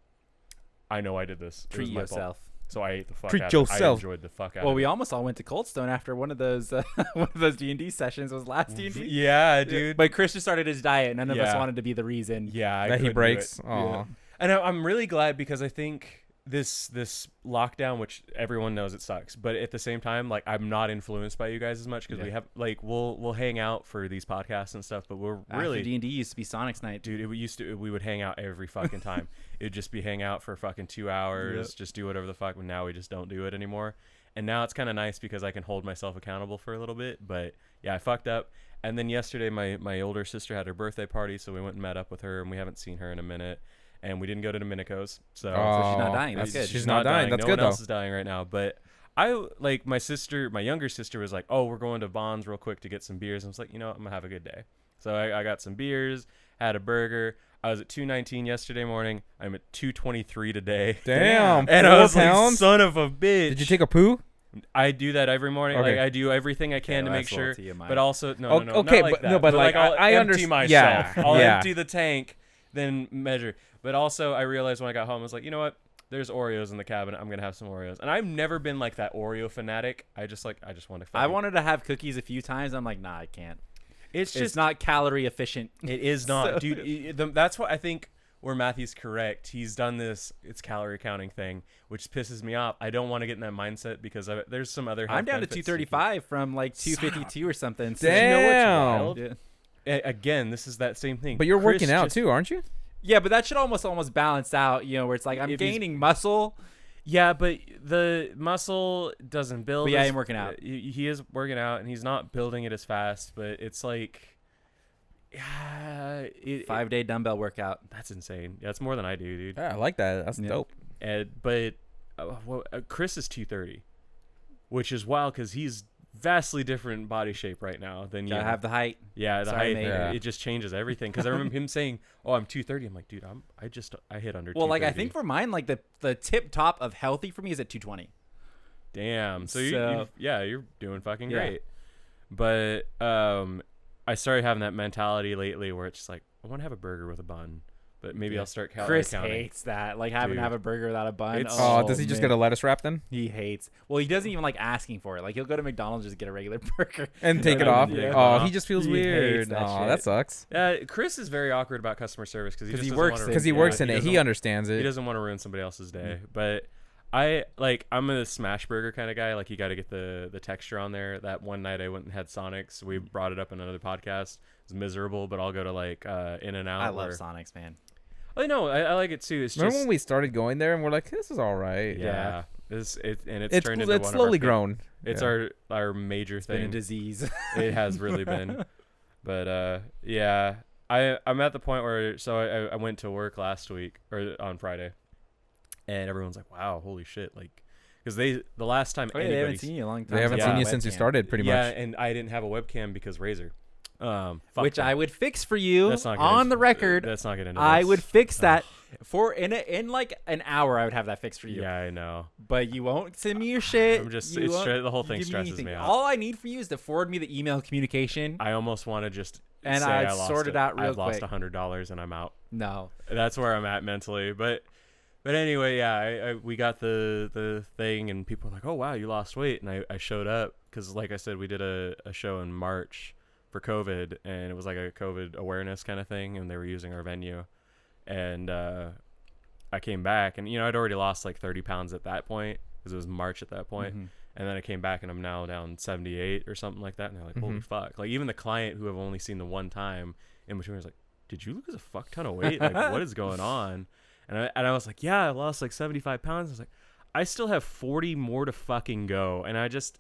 Speaker 2: I know I did this. It
Speaker 3: Treat
Speaker 2: was my fault.
Speaker 3: yourself.
Speaker 2: So I ate the fuck
Speaker 1: Treat
Speaker 2: out of it. I
Speaker 1: yourself.
Speaker 2: enjoyed the fuck out.
Speaker 3: Well,
Speaker 2: of
Speaker 3: we
Speaker 2: it.
Speaker 3: almost all went to Cold Stone after one of those uh, (laughs) one of those D and D sessions. Was last D and D.
Speaker 2: yeah, dude.
Speaker 3: But Christian started his diet. None of us
Speaker 2: Yeah.
Speaker 3: wanted to be the reason.
Speaker 2: yeah, I
Speaker 1: that he
Speaker 2: couldn't do
Speaker 1: breaks.
Speaker 2: it.
Speaker 1: Aw.
Speaker 2: And I, I'm really glad because I think this this lockdown, which everyone knows it sucks, but at the same time, like I'm not influenced by you guys as much because we
Speaker 3: Yeah.
Speaker 2: have like we'll we'll hang out for these podcasts and stuff, but we're really
Speaker 3: D and D used to be Sonic's night.
Speaker 2: dude it used to we would hang out every fucking time it'd just be hang out for fucking two hours just do whatever the fuck but now we just don't do it anymore and now it's kind of nice because i can hold myself accountable for a little bit but yeah i fucked up and then yesterday my my older sister had her birthday party so we went and met up with her and we haven't seen her in a minute and we didn't go to domenico's so
Speaker 1: Oh,
Speaker 3: not dying. That's good.
Speaker 1: She's, not dying. That's
Speaker 2: no
Speaker 1: good
Speaker 2: one else
Speaker 1: though.
Speaker 2: is dying right now. But I like my sister, my younger sister was like, "Oh, we're going to Bonds real quick to get some beers." And I was like, "You know, what? I'm gonna have a good day." So I, I got some beers, had a burger. I was at 219 yesterday morning. I'm at 223 today.
Speaker 1: Damn.
Speaker 2: (laughs) And
Speaker 1: four
Speaker 2: I was like,
Speaker 1: pounds.
Speaker 2: "Son of a bitch!"
Speaker 1: Did you take a poo?
Speaker 2: I do that every morning.
Speaker 1: Okay.
Speaker 2: Like I do everything I can to
Speaker 3: Yeah,
Speaker 2: make
Speaker 3: that's a little
Speaker 2: sure,
Speaker 3: to your mind.
Speaker 2: but also no,
Speaker 1: O-
Speaker 2: no, no,
Speaker 1: okay,
Speaker 2: not like
Speaker 1: but-
Speaker 2: that.
Speaker 1: no, but, like,
Speaker 2: I'll
Speaker 1: I- I
Speaker 2: empty
Speaker 1: underst-
Speaker 2: myself.
Speaker 1: yeah,
Speaker 2: I'll
Speaker 1: yeah.
Speaker 2: empty the tank, then measure. But also, I realized when I got home, I was like, you know what? There's Oreos in the cabinet. I'm gonna have some Oreos, and I've never been like that Oreo fanatic. I just like I just want to.
Speaker 3: I wanted to have cookies a few times. I'm like, nah, I can't.
Speaker 2: It's
Speaker 3: It's
Speaker 2: just
Speaker 3: not
Speaker 2: (laughs)
Speaker 3: calorie efficient.
Speaker 2: It
Speaker 3: (laughs)
Speaker 2: is not,
Speaker 3: So-
Speaker 2: dude. i- i- the, that's what I think. Where Matthew's correct, he's done this. It's calorie counting thing, which pisses me off. I don't want to get in that mindset because I, there's some other.
Speaker 3: I'm
Speaker 2: health
Speaker 3: down to
Speaker 2: benefits you can-
Speaker 3: 235 from like 252 or something. So
Speaker 1: Damn.
Speaker 3: Yeah.
Speaker 2: A- again, this is that same thing.
Speaker 1: But you're
Speaker 2: Chris
Speaker 1: working out
Speaker 2: just-
Speaker 1: too, aren't you?
Speaker 3: Yeah, but that should almost almost balance out, you know, where it's like I'm
Speaker 2: If he's-
Speaker 3: gaining muscle.
Speaker 2: Yeah, but the muscle doesn't build.
Speaker 3: But yeah, I
Speaker 2: as-
Speaker 3: am working out.
Speaker 2: He, he is working out, and he's not building it as fast. But it's like, yeah, it, it-
Speaker 3: Five day dumbbell workout.
Speaker 2: that's insane. That's more than I do, dude.
Speaker 1: Yeah, I like that. That's
Speaker 3: Yeah.
Speaker 1: dope.
Speaker 2: And but uh, well, uh, Chris is two thirty, which is wild because he's vastly different body shape right now than you.
Speaker 3: Gotta have the height.
Speaker 2: yeah, the height.
Speaker 3: Sorry, mate.
Speaker 1: Yeah.
Speaker 2: It just changes everything. Because I remember him saying, "Oh, I'm two thirty. I'm like, dude, I'm I just I hit under.
Speaker 3: Well, like I
Speaker 2: 230."
Speaker 3: think for mine, like the the tip top of healthy for me is at 220.
Speaker 2: Damn. So, you,
Speaker 3: So-
Speaker 2: you yeah, you're doing fucking
Speaker 3: Yeah.
Speaker 2: great. But um I started having that mentality lately where it's just like I want to have a burger with a bun, but maybe I'll start calorie
Speaker 3: Chris
Speaker 2: Oh, counting.
Speaker 3: hates that, like having to
Speaker 2: Dude.
Speaker 3: have a burger without a bun.
Speaker 2: It's-
Speaker 1: Oh, does he just
Speaker 3: man.
Speaker 1: get a lettuce wrap then
Speaker 3: He hates. Well, he doesn't even like asking for it. Like he'll go to McDonald's just get a regular (laughs) burger.
Speaker 1: and take
Speaker 2: Yeah.
Speaker 1: it off?
Speaker 2: Yeah.
Speaker 1: Oh, he just feels
Speaker 3: He hates
Speaker 1: weird.
Speaker 3: that
Speaker 1: Aw,
Speaker 3: shit.
Speaker 1: that sucks.
Speaker 2: Uh, Chris is very awkward about customer service because he,
Speaker 3: 'Cause
Speaker 2: just
Speaker 3: he
Speaker 2: doesn't
Speaker 3: works
Speaker 2: wanna
Speaker 3: in-
Speaker 2: ruin-
Speaker 1: Because he
Speaker 2: yeah,
Speaker 1: works in it,
Speaker 2: doesn't-
Speaker 1: he understands
Speaker 2: He
Speaker 1: it.
Speaker 2: doesn't want to ruin somebody else's
Speaker 3: Mm-hmm.
Speaker 2: day. But I like I'm a smash burger kind of guy. Like you got to get the the texture on there. That one night I went and had Sonics. We brought it up in another podcast. was miserable, but I'll go to like uh, In and Out.
Speaker 3: I love
Speaker 2: or-
Speaker 3: Sonics, man.
Speaker 2: I know. I, I like it too. It's
Speaker 1: Remember
Speaker 2: just
Speaker 1: when we started going there and we're like, this is all right.
Speaker 2: yeah.
Speaker 3: yeah.
Speaker 2: It's it and it's,
Speaker 1: It's
Speaker 2: turned
Speaker 1: it's,
Speaker 2: into one
Speaker 1: slowly
Speaker 2: of our,
Speaker 1: grown.
Speaker 2: It's
Speaker 1: Yeah.
Speaker 2: our our major
Speaker 3: Been a
Speaker 2: thing.
Speaker 3: (laughs) disease.
Speaker 2: it has really
Speaker 3: (laughs)
Speaker 2: been. But uh, yeah, I I'm at the point where so I I- I went to work last week or on Friday, and everyone's like, "Wow, holy shit!" Like, because they the last time
Speaker 3: Oh, yeah,
Speaker 2: anybody
Speaker 3: they haven't seen you in a long time.
Speaker 1: They haven't
Speaker 3: Yeah.
Speaker 1: seen
Speaker 2: Yeah.
Speaker 1: you since you
Speaker 3: Webcam.
Speaker 1: started, pretty
Speaker 2: yeah,
Speaker 1: much.
Speaker 2: and I didn't have a webcam because Razor, um, fuck
Speaker 3: Which
Speaker 2: that.
Speaker 3: I would fix for you
Speaker 2: That's not gonna-
Speaker 3: on the record.
Speaker 2: That's not gonna.
Speaker 3: I would fix that for in a, in like an hour. I would have that fixed for you.
Speaker 2: Yeah, I know.
Speaker 3: But you won't send me your shit.
Speaker 2: I'm just-
Speaker 3: you
Speaker 2: it's
Speaker 3: won't
Speaker 2: stra- the whole thing
Speaker 3: give me
Speaker 2: stresses
Speaker 3: anything.
Speaker 2: me out.
Speaker 3: All I need from you is to forward me the email communication.
Speaker 2: I almost want to just
Speaker 3: And
Speaker 2: say
Speaker 3: I'd
Speaker 2: I lost
Speaker 3: sort it out real
Speaker 2: I've lost
Speaker 3: quick.
Speaker 2: hundred dollars and I'm out.
Speaker 3: no.
Speaker 2: That's where I'm at mentally. But but anyway, yeah, I, I, we got the the thing and people were like, oh wow, you lost weight, and I, I showed up because like I said, we did a, a show in March for COVID and it was like a COVID awareness kind of thing, and they were using our venue, and uh, I came back and you know I'd already lost like thirty pounds at that point because it was March at that
Speaker 1: Mm-hmm.
Speaker 2: point. And then I came back and I'm now down 78 or something like that. And they're like,
Speaker 1: Mm-hmm.
Speaker 2: holy fuck. Like, even the client who I've only seen the one time in between was like, did you lose a fuck ton of weight? Like, what is going on? And I, and I was like, yeah, I lost like 75 pounds. I was like, I still have 40 more to fucking go. And I just,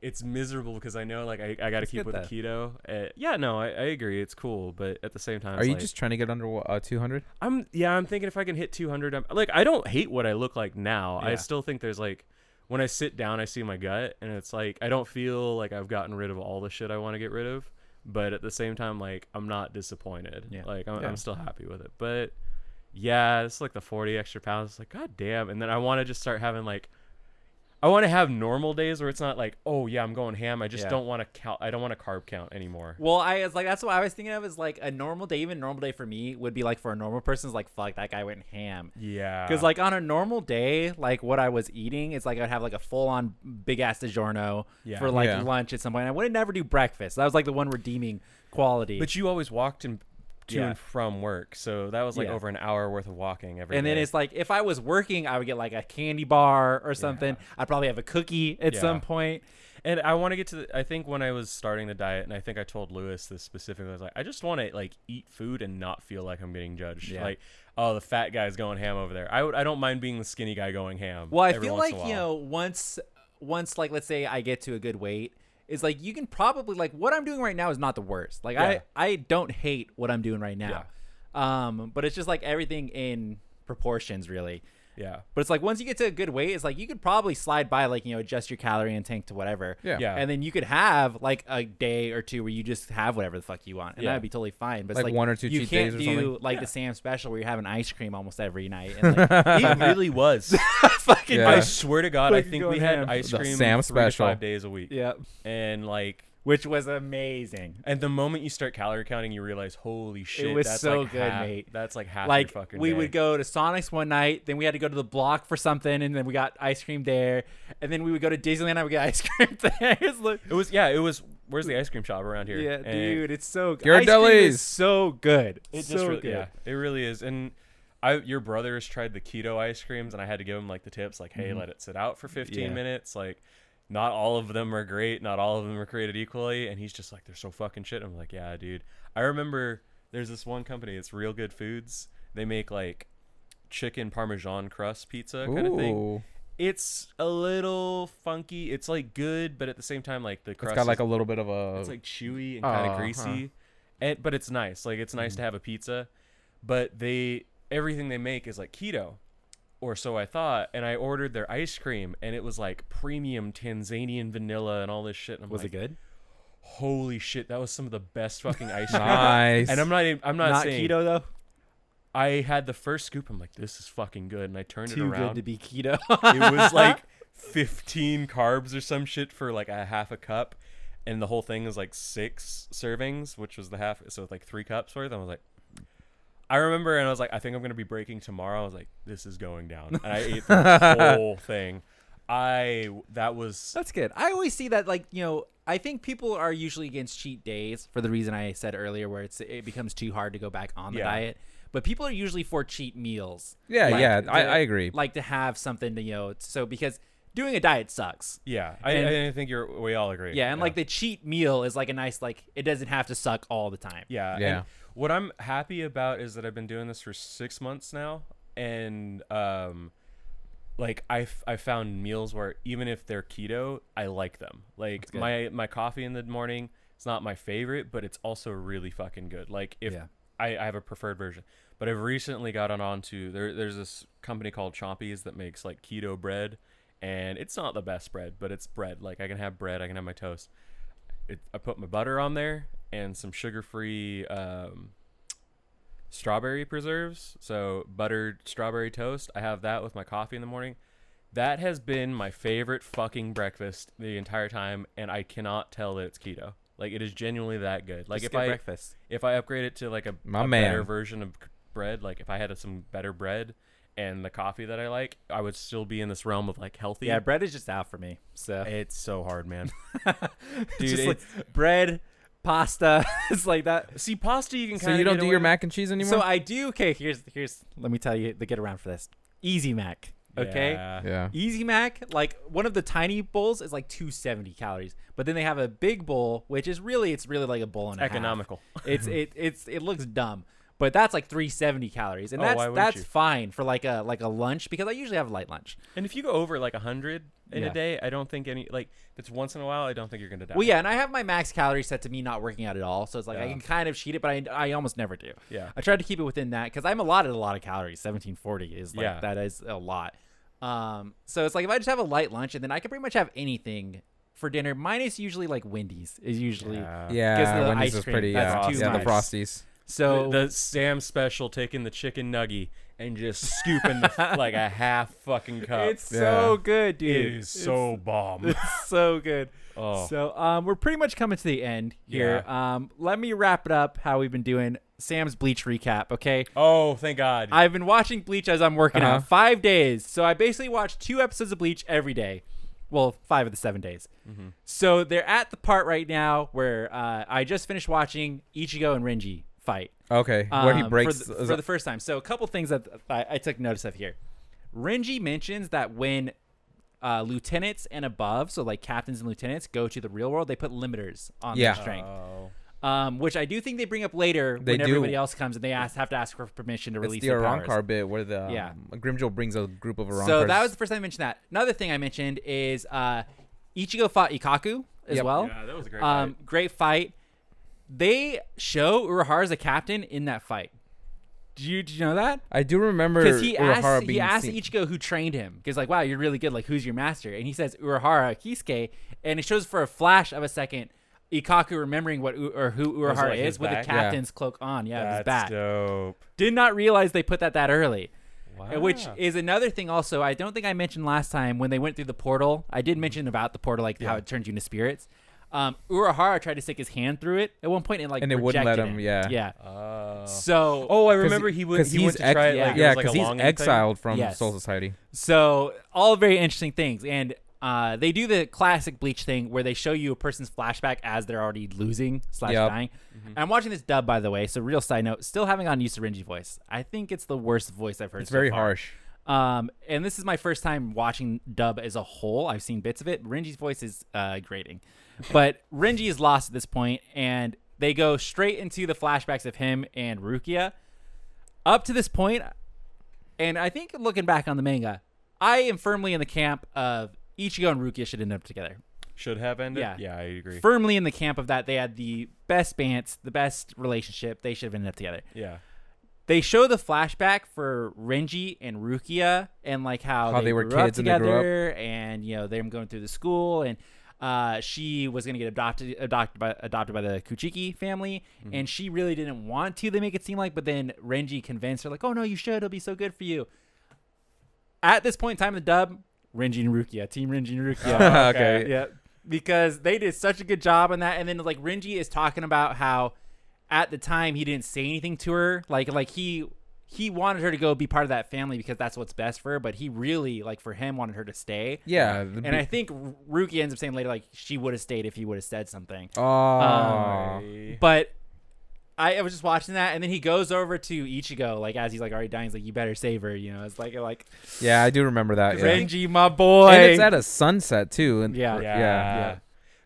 Speaker 2: it's miserable because I know like I, I got to
Speaker 3: It's
Speaker 2: keep
Speaker 3: good
Speaker 2: with keto. Uh, yeah, no, I, I agree. It's cool. But at the same time,
Speaker 1: Are
Speaker 2: it's
Speaker 1: you
Speaker 2: like-
Speaker 1: just trying to get under uh, 200?
Speaker 2: I'm yeah, I'm thinking if I can hit 200, I'm like I don't hate what I look like now. I
Speaker 3: Yeah.
Speaker 2: still think there's like when I sit down, I see my gut and it's like I don't feel like I've gotten rid of all the shit I want to get rid of, but at the same time like I'm not disappointed.
Speaker 3: Yeah.
Speaker 2: Like I'm,
Speaker 1: Yeah.
Speaker 2: I'm still happy with it. But yeah, it's like the 40 extra pounds. It's like god damn. And then I want to just start having like I want to have normal days where it's not like, "Oh yeah, I'm going ham." I just
Speaker 3: Yeah.
Speaker 2: don't want to count I don't want to carb count anymore.
Speaker 3: Well, I was like, that's what I was thinking of is like a normal day. Even a normal day for me would be like for a normal person is like, fuck, that guy went ham.
Speaker 2: Yeah.
Speaker 3: Because like on a normal day, like what I was eating is like I'd have like a full on big ass DiGiorno
Speaker 2: Yeah.
Speaker 3: for like
Speaker 1: Yeah.
Speaker 3: lunch at some point. I would never do breakfast. That was like the one redeeming quality.
Speaker 2: But you always walked in, to
Speaker 3: Yeah.
Speaker 2: and from work, so that was like
Speaker 3: Yeah.
Speaker 2: over an hour worth of walking every
Speaker 3: and then
Speaker 2: day.
Speaker 3: it's like if I was working, I would get like a candy bar or something. I'd probably have a cookie at
Speaker 2: Yeah.
Speaker 3: some point.
Speaker 2: and I want to get to. The, I think when I was starting the diet, and I think I told Lewis this specifically, I was like, I just want to like eat food and not feel like I'm getting judged.
Speaker 3: Yeah.
Speaker 2: Like, oh, the fat guy's going ham over there. I would. I don't mind being the skinny guy going ham.
Speaker 3: Well, I
Speaker 2: every
Speaker 3: feel
Speaker 2: once in
Speaker 3: like
Speaker 2: a
Speaker 3: you
Speaker 2: while.
Speaker 3: know once once like let's say I get to a good weight is like you can probably like what I'm doing right now is not the worst. Like
Speaker 2: Yeah.
Speaker 3: I I don't hate what I'm doing right now. Um but it's just like everything in proportions really.
Speaker 2: (laughs) Yeah.
Speaker 3: But it's like once you get to a good weight, it's like you could probably slide by like you know adjust your calorie intake to whatever.
Speaker 1: Yeah.
Speaker 2: Yeah.
Speaker 3: And then you could have like a day or two where you just have whatever the fuck you want, and
Speaker 2: Yeah.
Speaker 3: that'd be totally fine. But it's
Speaker 1: Like
Speaker 3: like
Speaker 1: one or two
Speaker 3: you
Speaker 1: cheat
Speaker 3: can't
Speaker 1: days or
Speaker 3: do
Speaker 1: something?
Speaker 3: like the Sam special where you're having ice cream almost every night. And, like,
Speaker 1: (laughs)
Speaker 3: (laughs)
Speaker 2: It really (laughs) was.
Speaker 3: fucking
Speaker 1: Yeah.
Speaker 2: I swear to God, I
Speaker 3: Fucking
Speaker 2: think
Speaker 3: going
Speaker 2: we had
Speaker 3: ham.
Speaker 2: ice
Speaker 1: The
Speaker 2: cream
Speaker 1: Sam
Speaker 2: three to
Speaker 1: special.
Speaker 2: five days a week.
Speaker 3: (laughs) yeah,
Speaker 2: And like,
Speaker 3: which was amazing.
Speaker 2: and the moment you start calorie counting, you realize, holy shit,
Speaker 3: was
Speaker 2: that's
Speaker 3: so
Speaker 2: like
Speaker 3: good,
Speaker 2: half-
Speaker 3: mate.
Speaker 2: That's like half.
Speaker 3: Like
Speaker 2: your fucking
Speaker 3: we
Speaker 2: day.
Speaker 3: would go to Sonic's one night, then we had to go to the block for something, and then we got ice cream there, and then we would go to Disneyland and we get (laughs) ice cream there. It's like-
Speaker 2: It was yeah. It was. Where's the ice cream shop around here?
Speaker 3: yeah,
Speaker 2: And
Speaker 3: dude, it's so good.
Speaker 1: Your
Speaker 3: Ice cream
Speaker 1: delis.
Speaker 3: is so good.
Speaker 2: It just
Speaker 3: so
Speaker 2: really,
Speaker 3: good.
Speaker 2: yeah, it really is. And I, your brothers tried the keto ice creams, and I had to give him like the tips, like, hey, let it sit out for 15
Speaker 3: Mm-hmm. Yeah.
Speaker 2: minutes. Like, not all of them are great. Not all of them are created equally. And he's just like, they're so fucking shit. I'm like, yeah, dude. I remember there's this one company. It's Real Good Foods. They make like chicken parmesan crust pizza kind of thing.
Speaker 1: Ooh.
Speaker 2: It's a little funky. It's like good, but at the same time, like the crust
Speaker 1: It's got
Speaker 2: is
Speaker 1: like a little bit of a.
Speaker 2: it's like chewy and kind of
Speaker 1: Uh-huh.
Speaker 2: greasy, and but it's nice. Like it's
Speaker 3: Mm.
Speaker 2: nice to have a pizza, but they everything they make is like keto, or so I thought. And I ordered their ice cream, and it was like premium Tanzanian vanilla and all this shit. And I'm
Speaker 3: Was
Speaker 2: like,
Speaker 3: it good?
Speaker 2: Holy shit, that was some of the best fucking ice cream.
Speaker 1: Nice.
Speaker 2: And I'm not even, I'm not,
Speaker 3: Not
Speaker 2: saying
Speaker 3: keto though.
Speaker 2: I had the first scoop. I'm like, this is fucking good, and I turned it
Speaker 3: Too
Speaker 2: around.
Speaker 3: good to be keto. (laughs)
Speaker 2: it was like 15 carbs or some shit for like a half a cup and the whole thing is like six servings which was the half so like three cups worth i was like i remember and i was like i think i'm gonna be breaking tomorrow i was like this is going down and i ate
Speaker 3: (laughs)
Speaker 2: the whole thing i that was
Speaker 3: That's good. I always see that, like, you know, I think people are usually against cheat days for the reason I said earlier, where it's it becomes too hard to go back on the
Speaker 2: Yeah.
Speaker 3: diet. But people are usually for cheat meals.
Speaker 1: Yeah, yeah, I-
Speaker 3: to-
Speaker 1: I agree.
Speaker 3: Like to have something to, you know, so because doing a diet sucks.
Speaker 2: Yeah, I,
Speaker 3: And-
Speaker 2: I think you're. We all agree.
Speaker 3: Yeah, and like the cheat meal is like a nice like it doesn't have to suck all the time.
Speaker 2: Yeah. and
Speaker 1: Yeah.
Speaker 2: what I'm happy about is that I've been doing this for six months now, and um, like I f- I found meals where even if they're keto, I like them. Like
Speaker 3: good.
Speaker 2: my my coffee in the morning, it's not my favorite, but it's also really fucking good. Like if
Speaker 3: Yeah.
Speaker 2: I, I have a preferred version, but I've recently gotten onto there. There's this company called Chompies that makes like keto bread, and it's not the best bread, but it's bread. Like I can have bread, I can have my toast it, I put my butter on there and some sugar-free um, strawberry preserves. So buttered strawberry toast. I have that with my coffee in the morning. That has been my favorite fucking breakfast the entire time, and I cannot tell that it's keto. Like it is genuinely that good. Like
Speaker 3: Just
Speaker 2: if
Speaker 3: get
Speaker 2: I
Speaker 3: breakfast.
Speaker 2: if I upgrade it to like a,
Speaker 1: My
Speaker 2: a
Speaker 1: man.
Speaker 2: better version of c- bread, like if I had some better bread and the coffee that I like, I would still be in this realm of like healthy.
Speaker 3: Yeah, bread is just out for me. So
Speaker 2: it's so hard, man. (laughs)
Speaker 3: Dude,
Speaker 2: Dude,
Speaker 3: like bread, pasta, (laughs) it's like that.
Speaker 2: (laughs) See, pasta you can kind
Speaker 1: So
Speaker 2: of
Speaker 1: you don't do your mac and cheese anymore?
Speaker 3: So I do. Okay, here's here's. Let me tell you the get around for this. Easy Mac. Okay.
Speaker 1: yeah.
Speaker 3: Easy Mac, like one of the tiny bowls is like 270 calories, but then they have a big bowl, which is really it's really like a bowl and a half.
Speaker 2: economical.
Speaker 3: It's it it's it looks dumb, but that's like 370 calories, and
Speaker 2: Oh, why
Speaker 3: that's
Speaker 2: wouldn't
Speaker 3: that's
Speaker 2: you?
Speaker 3: fine for like a like a lunch because I usually have a light lunch.
Speaker 2: And if you go over like 100 in
Speaker 3: Yeah.
Speaker 2: a day, I don't think any like if it's once in a while, I don't think you're going to die.
Speaker 3: Well, yeah, and I have my max calorie set to me not working out at all, so it's like I
Speaker 2: Yeah.
Speaker 3: can kind of cheat it, but I, I almost never do.
Speaker 2: Yeah.
Speaker 3: I tried to keep it within that because I'm allotted a lot of calories. 1740 is like
Speaker 2: Yeah.
Speaker 3: that is a lot. Um, so it's like if I just have a light lunch and then I can pretty much have anything for dinner, minus usually like Wendy's is usually. Because
Speaker 1: Yeah,
Speaker 3: the
Speaker 1: Wendy's
Speaker 3: ice
Speaker 1: was
Speaker 3: cream,
Speaker 1: pretty. Yeah,
Speaker 3: that's
Speaker 2: too
Speaker 1: yeah, the
Speaker 2: much.
Speaker 1: Frosties.
Speaker 3: So
Speaker 2: the, the Sam special taking the chicken nugget and just scooping the,
Speaker 3: (laughs)
Speaker 2: f- like a half fucking cup.
Speaker 3: it's so
Speaker 1: Yeah.
Speaker 3: good, dude.
Speaker 2: uh, It is (laughs) so bomb.
Speaker 3: It's (laughs) so good.
Speaker 2: Oh.
Speaker 3: So um, we're pretty much coming to the end here. Um, let me wrap it up how we've been doing Sam's Bleach recap, okay?
Speaker 2: Oh, thank God.
Speaker 3: I've been watching Bleach as I'm working
Speaker 1: Uh-huh.
Speaker 3: out. Five days. So I basically watch two episodes of Bleach every day. Well, five of the seven days.
Speaker 1: Mm-hmm.
Speaker 3: So they're at the part right now where uh, I just finished watching Ichigo and Renji fight.
Speaker 1: Okay, where he
Speaker 3: um,
Speaker 1: breaks.
Speaker 3: for the, for the first time. So a couple things that I, I took notice of here. Renji mentions that when uh, lieutenants and above, so like captains and lieutenants, go to the real world, they put limiters on
Speaker 1: Yeah. Uh.
Speaker 3: their strength,
Speaker 2: oh.
Speaker 3: um, which I do think they bring up later
Speaker 1: They
Speaker 3: when
Speaker 1: do.
Speaker 3: everybody else comes and they ask, have to ask for permission to
Speaker 1: it's
Speaker 3: release
Speaker 1: the
Speaker 3: their powers.
Speaker 1: Arankar bit where the
Speaker 3: Yeah.
Speaker 1: um, Grimjow brings a group of Arankars.
Speaker 3: So that was the first time I mentioned that. Another thing I mentioned is uh, Ichigo fought Ikaku as
Speaker 1: Yep.
Speaker 3: well.
Speaker 2: Yeah, that was a great
Speaker 3: Um, great fight. They show Urahara as a captain in that fight. Did you, did you know that?
Speaker 1: I do remember
Speaker 3: Because he
Speaker 1: Urahara
Speaker 3: asked, he
Speaker 1: being
Speaker 3: asked
Speaker 1: seen-
Speaker 3: Ichigo who trained him. Because like, wow, you're really good. Like, who's your master? And he says Urahara Kisuke. And it shows for a flash of a second Ikaku remembering what U- or who
Speaker 1: Oh,
Speaker 2: it,
Speaker 3: Urahara
Speaker 2: like,
Speaker 3: is
Speaker 2: his
Speaker 3: with
Speaker 2: back?
Speaker 3: the captain's cloak on. Yeah, it was
Speaker 2: That's
Speaker 3: back.
Speaker 2: dope.
Speaker 3: Did not realize they put that that early. Uh,
Speaker 2: Wow.
Speaker 3: Which is another thing. Also, I don't think I mentioned last time when they went through the portal. I
Speaker 1: Mm-hmm.
Speaker 3: did mention about the portal, like how it turns you into spirits. Um, Urahara tried to stick his hand through it at one point and like
Speaker 1: And it wouldn't let
Speaker 3: rejected
Speaker 1: him, yeah. Uh.
Speaker 3: Yeah.
Speaker 2: Oh.
Speaker 3: So
Speaker 2: oh, I remember he went.
Speaker 1: because
Speaker 2: He went
Speaker 1: he's
Speaker 2: to try
Speaker 1: ex-
Speaker 2: it. Like, it
Speaker 1: yeah,
Speaker 2: was, like, a
Speaker 1: because
Speaker 2: longing
Speaker 1: he's
Speaker 2: thing.
Speaker 1: exiled from
Speaker 3: Yes.
Speaker 1: Soul Society.
Speaker 3: So all very interesting things, and uh, they do the classic Bleach thing where they show you a person's flashback as they're already losing slash
Speaker 1: Yep. Mm-hmm.
Speaker 3: dying. And I'm watching this dub, by the way. So real side note, still haven't gotten used to Renji's voice. I think it's the worst voice I've heard.
Speaker 1: It's very
Speaker 3: so far.
Speaker 1: harsh.
Speaker 3: Um, and this is my first time watching dub as a whole. I've seen bits of it. Renji's voice is uh, grating, but Renji is lost at this point, and they go straight into the flashbacks of him and Rukia. Up to this point, and I think looking back on the manga, I am firmly in the camp of Ichigo and Rukia should end up together.
Speaker 2: Should have ended.
Speaker 3: Yeah.
Speaker 2: yeah, I agree.
Speaker 3: Firmly in the camp of that, they had the best bants, the best relationship. They should have ended up together
Speaker 2: yeah,
Speaker 3: they show the flashback for Renji and Rukia and like how,
Speaker 1: How
Speaker 3: they,
Speaker 1: they were
Speaker 3: grew up
Speaker 1: kids and they
Speaker 3: together
Speaker 1: grew up.
Speaker 3: and you know them going through the school and uh, she was gonna get adopted adopted by adopted by the Kuchiki family
Speaker 1: Mm-hmm.
Speaker 3: and she really didn't want to. They make it seem like, but then Renji convinced her like, "Oh no, you should. It'll be so good for you." At this point in time, in the dub Renji and Rukia, Team Renji and
Speaker 1: (laughs)
Speaker 3: Rukia
Speaker 1: okay.
Speaker 3: yeah because they did such a good job on that and then like renji is talking about how at the time he didn't say anything to her like like he he wanted her to go be part of that family because that's what's best for her but he really like for him wanted her to stay
Speaker 1: Yeah. the
Speaker 3: and i
Speaker 1: be-
Speaker 3: think R- ruki ends up saying later like she would have stayed if he would have said something
Speaker 1: Aw.
Speaker 3: but I, I was just watching that, and then he goes over to Ichigo, like as he's like already dying. He's like, "You better save her," you know. It's like, like
Speaker 1: Yeah, I do remember that. Yeah.
Speaker 3: Renji, my boy.
Speaker 1: And it's at a sunset too. And
Speaker 3: Yeah.
Speaker 1: yeah.
Speaker 2: yeah.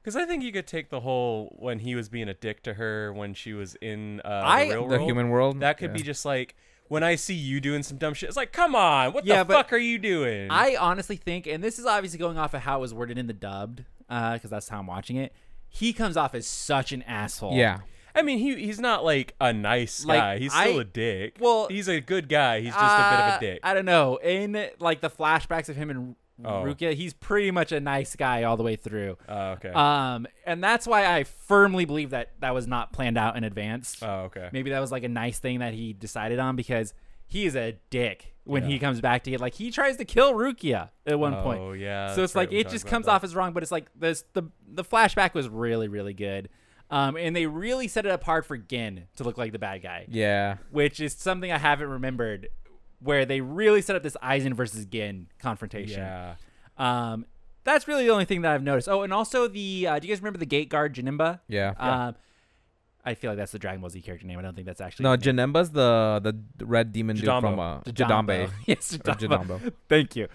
Speaker 2: Because I think you could take the whole when he was being a dick to her when she was in uh,
Speaker 3: I-
Speaker 2: the real
Speaker 1: The
Speaker 2: world.
Speaker 1: human world.
Speaker 2: That could
Speaker 1: yeah.
Speaker 2: be just like when I see you doing some dumb shit. It's like, come on, what
Speaker 3: Yeah,
Speaker 2: the
Speaker 3: but
Speaker 2: fuck are you doing?
Speaker 3: I honestly think, and this is obviously going off of how it was worded in the dubbed, because that's how I'm watching it. He comes off as such an asshole.
Speaker 1: Yeah.
Speaker 2: I mean, he he's not like a nice
Speaker 3: Like,
Speaker 2: guy. He's still
Speaker 3: I-
Speaker 2: a dick.
Speaker 3: well,
Speaker 2: he's a good guy. He's just a
Speaker 3: Uh,
Speaker 2: bit of a dick.
Speaker 3: I don't know. In like the flashbacks of him and
Speaker 2: Oh.
Speaker 3: Rukia, he's pretty much a nice guy all the way through.
Speaker 2: oh, okay.
Speaker 3: Um, and that's why I firmly believe that that was not planned out in advance.
Speaker 2: oh, okay.
Speaker 3: Maybe that was like a nice thing that he decided on because he is a dick when he comes back to get like he tries to kill Rukia at one point.
Speaker 2: Oh, yeah,
Speaker 3: So
Speaker 2: that's
Speaker 3: it's
Speaker 2: right,
Speaker 3: like
Speaker 2: we
Speaker 3: it
Speaker 2: talked
Speaker 3: just
Speaker 2: about
Speaker 3: comes
Speaker 2: that.
Speaker 3: off as wrong, but it's like this the the flashback was really really good. Um, and they really set it up hard for Gin to look like the bad guy
Speaker 1: Yeah.
Speaker 3: which is something I haven't remembered, where they really set up this Eisen versus Gin confrontation.
Speaker 2: Yeah.
Speaker 3: Um, that's really the only thing that I've noticed. Oh, and also the uh, do you guys remember the Gate Guard Janimba?
Speaker 1: Yeah.
Speaker 3: Um, I feel like that's the Dragon Ball Z character name. I don't think that's actually
Speaker 1: no,
Speaker 3: his name.
Speaker 1: Janemba's the the d- red demon dude
Speaker 2: Jidambo.
Speaker 1: from uh,
Speaker 3: Jidambo.
Speaker 1: Jidambe.
Speaker 3: (laughs) yes,
Speaker 1: Or
Speaker 3: Jidamba.
Speaker 1: Jidambo.
Speaker 3: Thank you.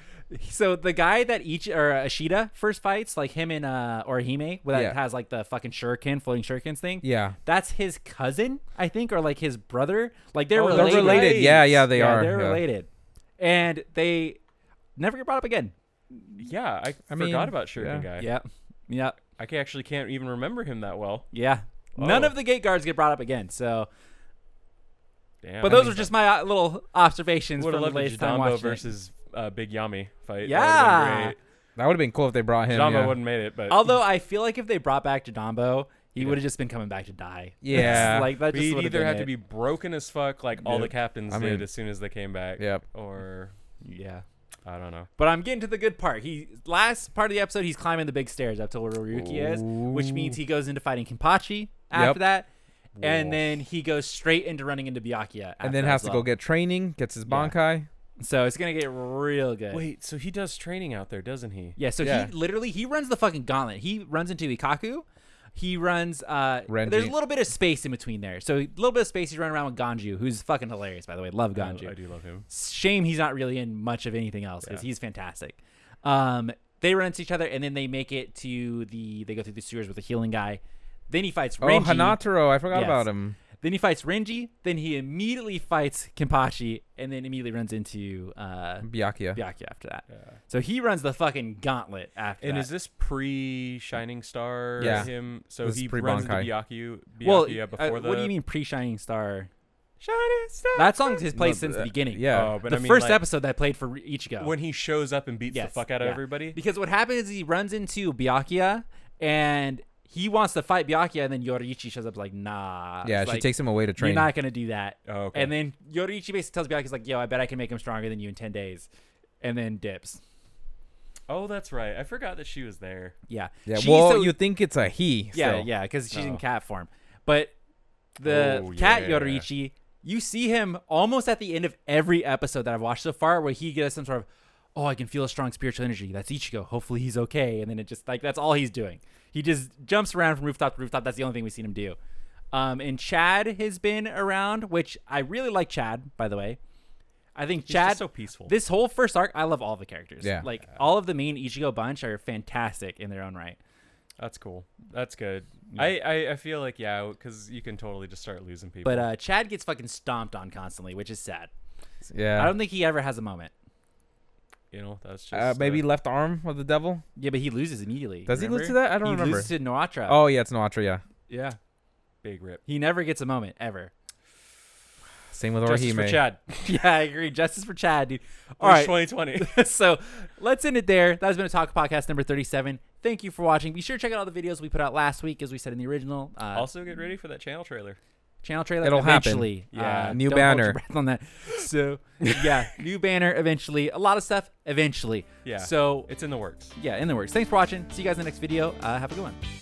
Speaker 3: So the guy that each or uh, Ashida first fights, like him and uh, Orihime, where that
Speaker 1: Yeah.
Speaker 3: has like the fucking shuriken, floating shurikens thing.
Speaker 1: Yeah.
Speaker 3: That's his cousin, I think, or like his brother. Like they're
Speaker 2: Oh,
Speaker 1: They're
Speaker 2: they're
Speaker 3: related.
Speaker 1: related. Yeah, yeah, they
Speaker 3: yeah,
Speaker 1: are.
Speaker 3: They're
Speaker 1: yeah.
Speaker 3: related, and they never get brought up again.
Speaker 2: Yeah, I,
Speaker 1: I
Speaker 2: forgot
Speaker 1: mean,
Speaker 2: about
Speaker 1: yeah.
Speaker 2: Shuriken Guy.
Speaker 3: Yeah, yeah,
Speaker 2: I ca- actually can't even remember him that well.
Speaker 3: yeah. None
Speaker 2: Oh.
Speaker 3: of the gate guards get brought up again. So,
Speaker 2: Damn.
Speaker 3: but those are just my uh, little observations
Speaker 2: would
Speaker 3: from
Speaker 2: have
Speaker 3: the
Speaker 2: loved a
Speaker 3: last time watching
Speaker 2: Jidambo
Speaker 3: it.
Speaker 2: versus uh, Big Yami fight. that would've been
Speaker 3: Yeah.
Speaker 2: great.
Speaker 1: That would have been cool if they brought him.
Speaker 2: Jidambo
Speaker 1: yeah.
Speaker 2: wouldn't made it, but
Speaker 3: Although I feel like if they brought back Jadambo, he would have just been coming back to die. (laughs)
Speaker 1: Yeah.
Speaker 3: like that just
Speaker 2: we'd
Speaker 3: would've
Speaker 2: either
Speaker 3: been
Speaker 2: have to
Speaker 3: it.
Speaker 2: be broken as fuck, like all the
Speaker 1: Yep.
Speaker 2: captains
Speaker 1: I
Speaker 2: did
Speaker 1: mean-
Speaker 2: as soon as they came back.
Speaker 1: Yep.
Speaker 2: Or
Speaker 3: yeah.
Speaker 2: I don't know.
Speaker 3: But I'm getting to the good part. He last part of the episode, he's climbing the big stairs up to where Ryuki is, which means he goes into fighting Kimpachi
Speaker 1: Yep.
Speaker 3: after that, and then he goes straight into running into Byakuya.
Speaker 1: And then has to go get training, gets his bankai.
Speaker 3: get. So it's gonna get real good.
Speaker 2: Wait, so he does training out there, doesn't he?
Speaker 3: Yeah. So
Speaker 1: Yeah.
Speaker 3: he literally he runs the fucking gauntlet. He runs into Ikaku. He runs. Uh,
Speaker 1: Renji.
Speaker 3: there's a little bit of space in between there. So a little bit of space. He's running around with Ganju, who's fucking hilarious, by the way. Love
Speaker 2: I,
Speaker 3: Ganju.
Speaker 2: I do love him.
Speaker 3: shame he's not really in much of anything else because
Speaker 2: Yeah.
Speaker 3: he's fantastic. Um, they run into each other and then they make it to the. They go through the sewers with the healing guy. Then he fights
Speaker 1: Oh,
Speaker 3: Renji.
Speaker 1: Hanataro, I forgot
Speaker 3: Yes.
Speaker 1: about him.
Speaker 3: Then he fights Renji. Then he immediately fights Kimpachi and then immediately runs into uh,
Speaker 1: Byakuya.
Speaker 3: Byakuya after that. So he runs the fucking gauntlet after.
Speaker 2: And
Speaker 3: that.
Speaker 2: is this pre Shining Star
Speaker 1: Yeah.
Speaker 2: him? So
Speaker 1: This is
Speaker 2: he runs into
Speaker 1: pre-Bankai.
Speaker 2: Byakuya, Byakuya
Speaker 3: well,
Speaker 2: before
Speaker 3: uh,
Speaker 2: the
Speaker 3: what do you mean pre Shining Star?
Speaker 2: Shining Star?
Speaker 3: That song has played
Speaker 1: No,
Speaker 3: since the
Speaker 1: uh,
Speaker 3: beginning.
Speaker 1: Yeah.
Speaker 2: Oh, but
Speaker 3: the
Speaker 2: I mean,
Speaker 3: first
Speaker 2: like,
Speaker 3: episode that played for Re- Ichigo.
Speaker 2: when he shows up and beats
Speaker 3: Yes,
Speaker 2: the fuck out of
Speaker 3: yeah.
Speaker 2: everybody.
Speaker 3: Because what happens is he runs into Byakuya and he wants to fight Byakuya, and then Yoriichi shows up like, nah.
Speaker 1: yeah,
Speaker 3: It's
Speaker 1: she
Speaker 3: like,
Speaker 1: takes him away to
Speaker 3: You're
Speaker 1: train.
Speaker 3: not gonna do that.
Speaker 2: Oh, okay.
Speaker 3: And then Yoriichi basically tells Byakuya, he's like, yo, I bet I can make him stronger than you in ten days, and then dips.
Speaker 2: oh, that's right. I forgot that she was there.
Speaker 3: Yeah.
Speaker 1: yeah,
Speaker 3: She-
Speaker 1: well,
Speaker 3: so-
Speaker 1: you think it's a he.
Speaker 3: yeah,
Speaker 1: so.
Speaker 3: yeah, because she's in
Speaker 2: Oh.
Speaker 3: cat form. But the
Speaker 2: Oh,
Speaker 3: cat
Speaker 2: yeah.
Speaker 3: Yoriichi, you see him almost at the end of every episode that I've watched so far, where he gets some sort of, oh, I can feel a strong spiritual energy. That's Ichigo. Hopefully he's okay. And then it just like that's all he's doing. He just jumps around from rooftop to rooftop. That's the only thing we've seen him do. Um, and Chad has been around, which I really like. Chad, by the way, I think
Speaker 2: He's
Speaker 3: Chad
Speaker 2: just so peaceful.
Speaker 3: this whole first arc, I love all the characters.
Speaker 1: Yeah.
Speaker 3: like all of the main Ichigo bunch are fantastic in their own right.
Speaker 2: That's cool. That's good. I, I, I feel like yeah, because you can totally just start losing people.
Speaker 3: But uh, Chad gets fucking stomped on constantly, which is sad.
Speaker 1: Yeah.
Speaker 3: I don't think he ever has a moment.
Speaker 2: you know, that's just
Speaker 1: uh, maybe
Speaker 2: the-
Speaker 1: left arm of the devil.
Speaker 3: Yeah, but he loses immediately.
Speaker 1: Does he
Speaker 3: Remember?
Speaker 1: lose to that? I don't
Speaker 3: he
Speaker 1: remember.
Speaker 3: loses to Noatra.
Speaker 1: oh yeah, it's Noatra. Yeah.
Speaker 3: yeah.
Speaker 2: big rip.
Speaker 3: He never gets a moment ever. (laughs)
Speaker 1: Same with
Speaker 2: Justice
Speaker 1: Orihime.
Speaker 2: for Chad.
Speaker 3: yeah, I agree. Justice for Chad, dude. All
Speaker 2: All
Speaker 3: right.
Speaker 2: right, (laughs) 2020.
Speaker 3: (laughs) so let's end it there. That has been a talk podcast number thirty-seven. Thank you for watching. Be sure to check out all the videos we put out last week, as we said in the original uh,
Speaker 2: also, get ready for that channel trailer.
Speaker 3: channel trailer.
Speaker 1: It'll happen.
Speaker 3: eventually.
Speaker 2: Yeah.
Speaker 3: Uh,
Speaker 1: New
Speaker 3: don't hold your
Speaker 1: banner.
Speaker 3: breath
Speaker 1: (laughs)
Speaker 3: on that. So yeah, new banner eventually. A lot of stuff eventually.
Speaker 2: Yeah.
Speaker 3: So
Speaker 2: It's in the works.
Speaker 3: yeah, in the works. Thanks for watching. See you guys in the next video. Uh, have a good one.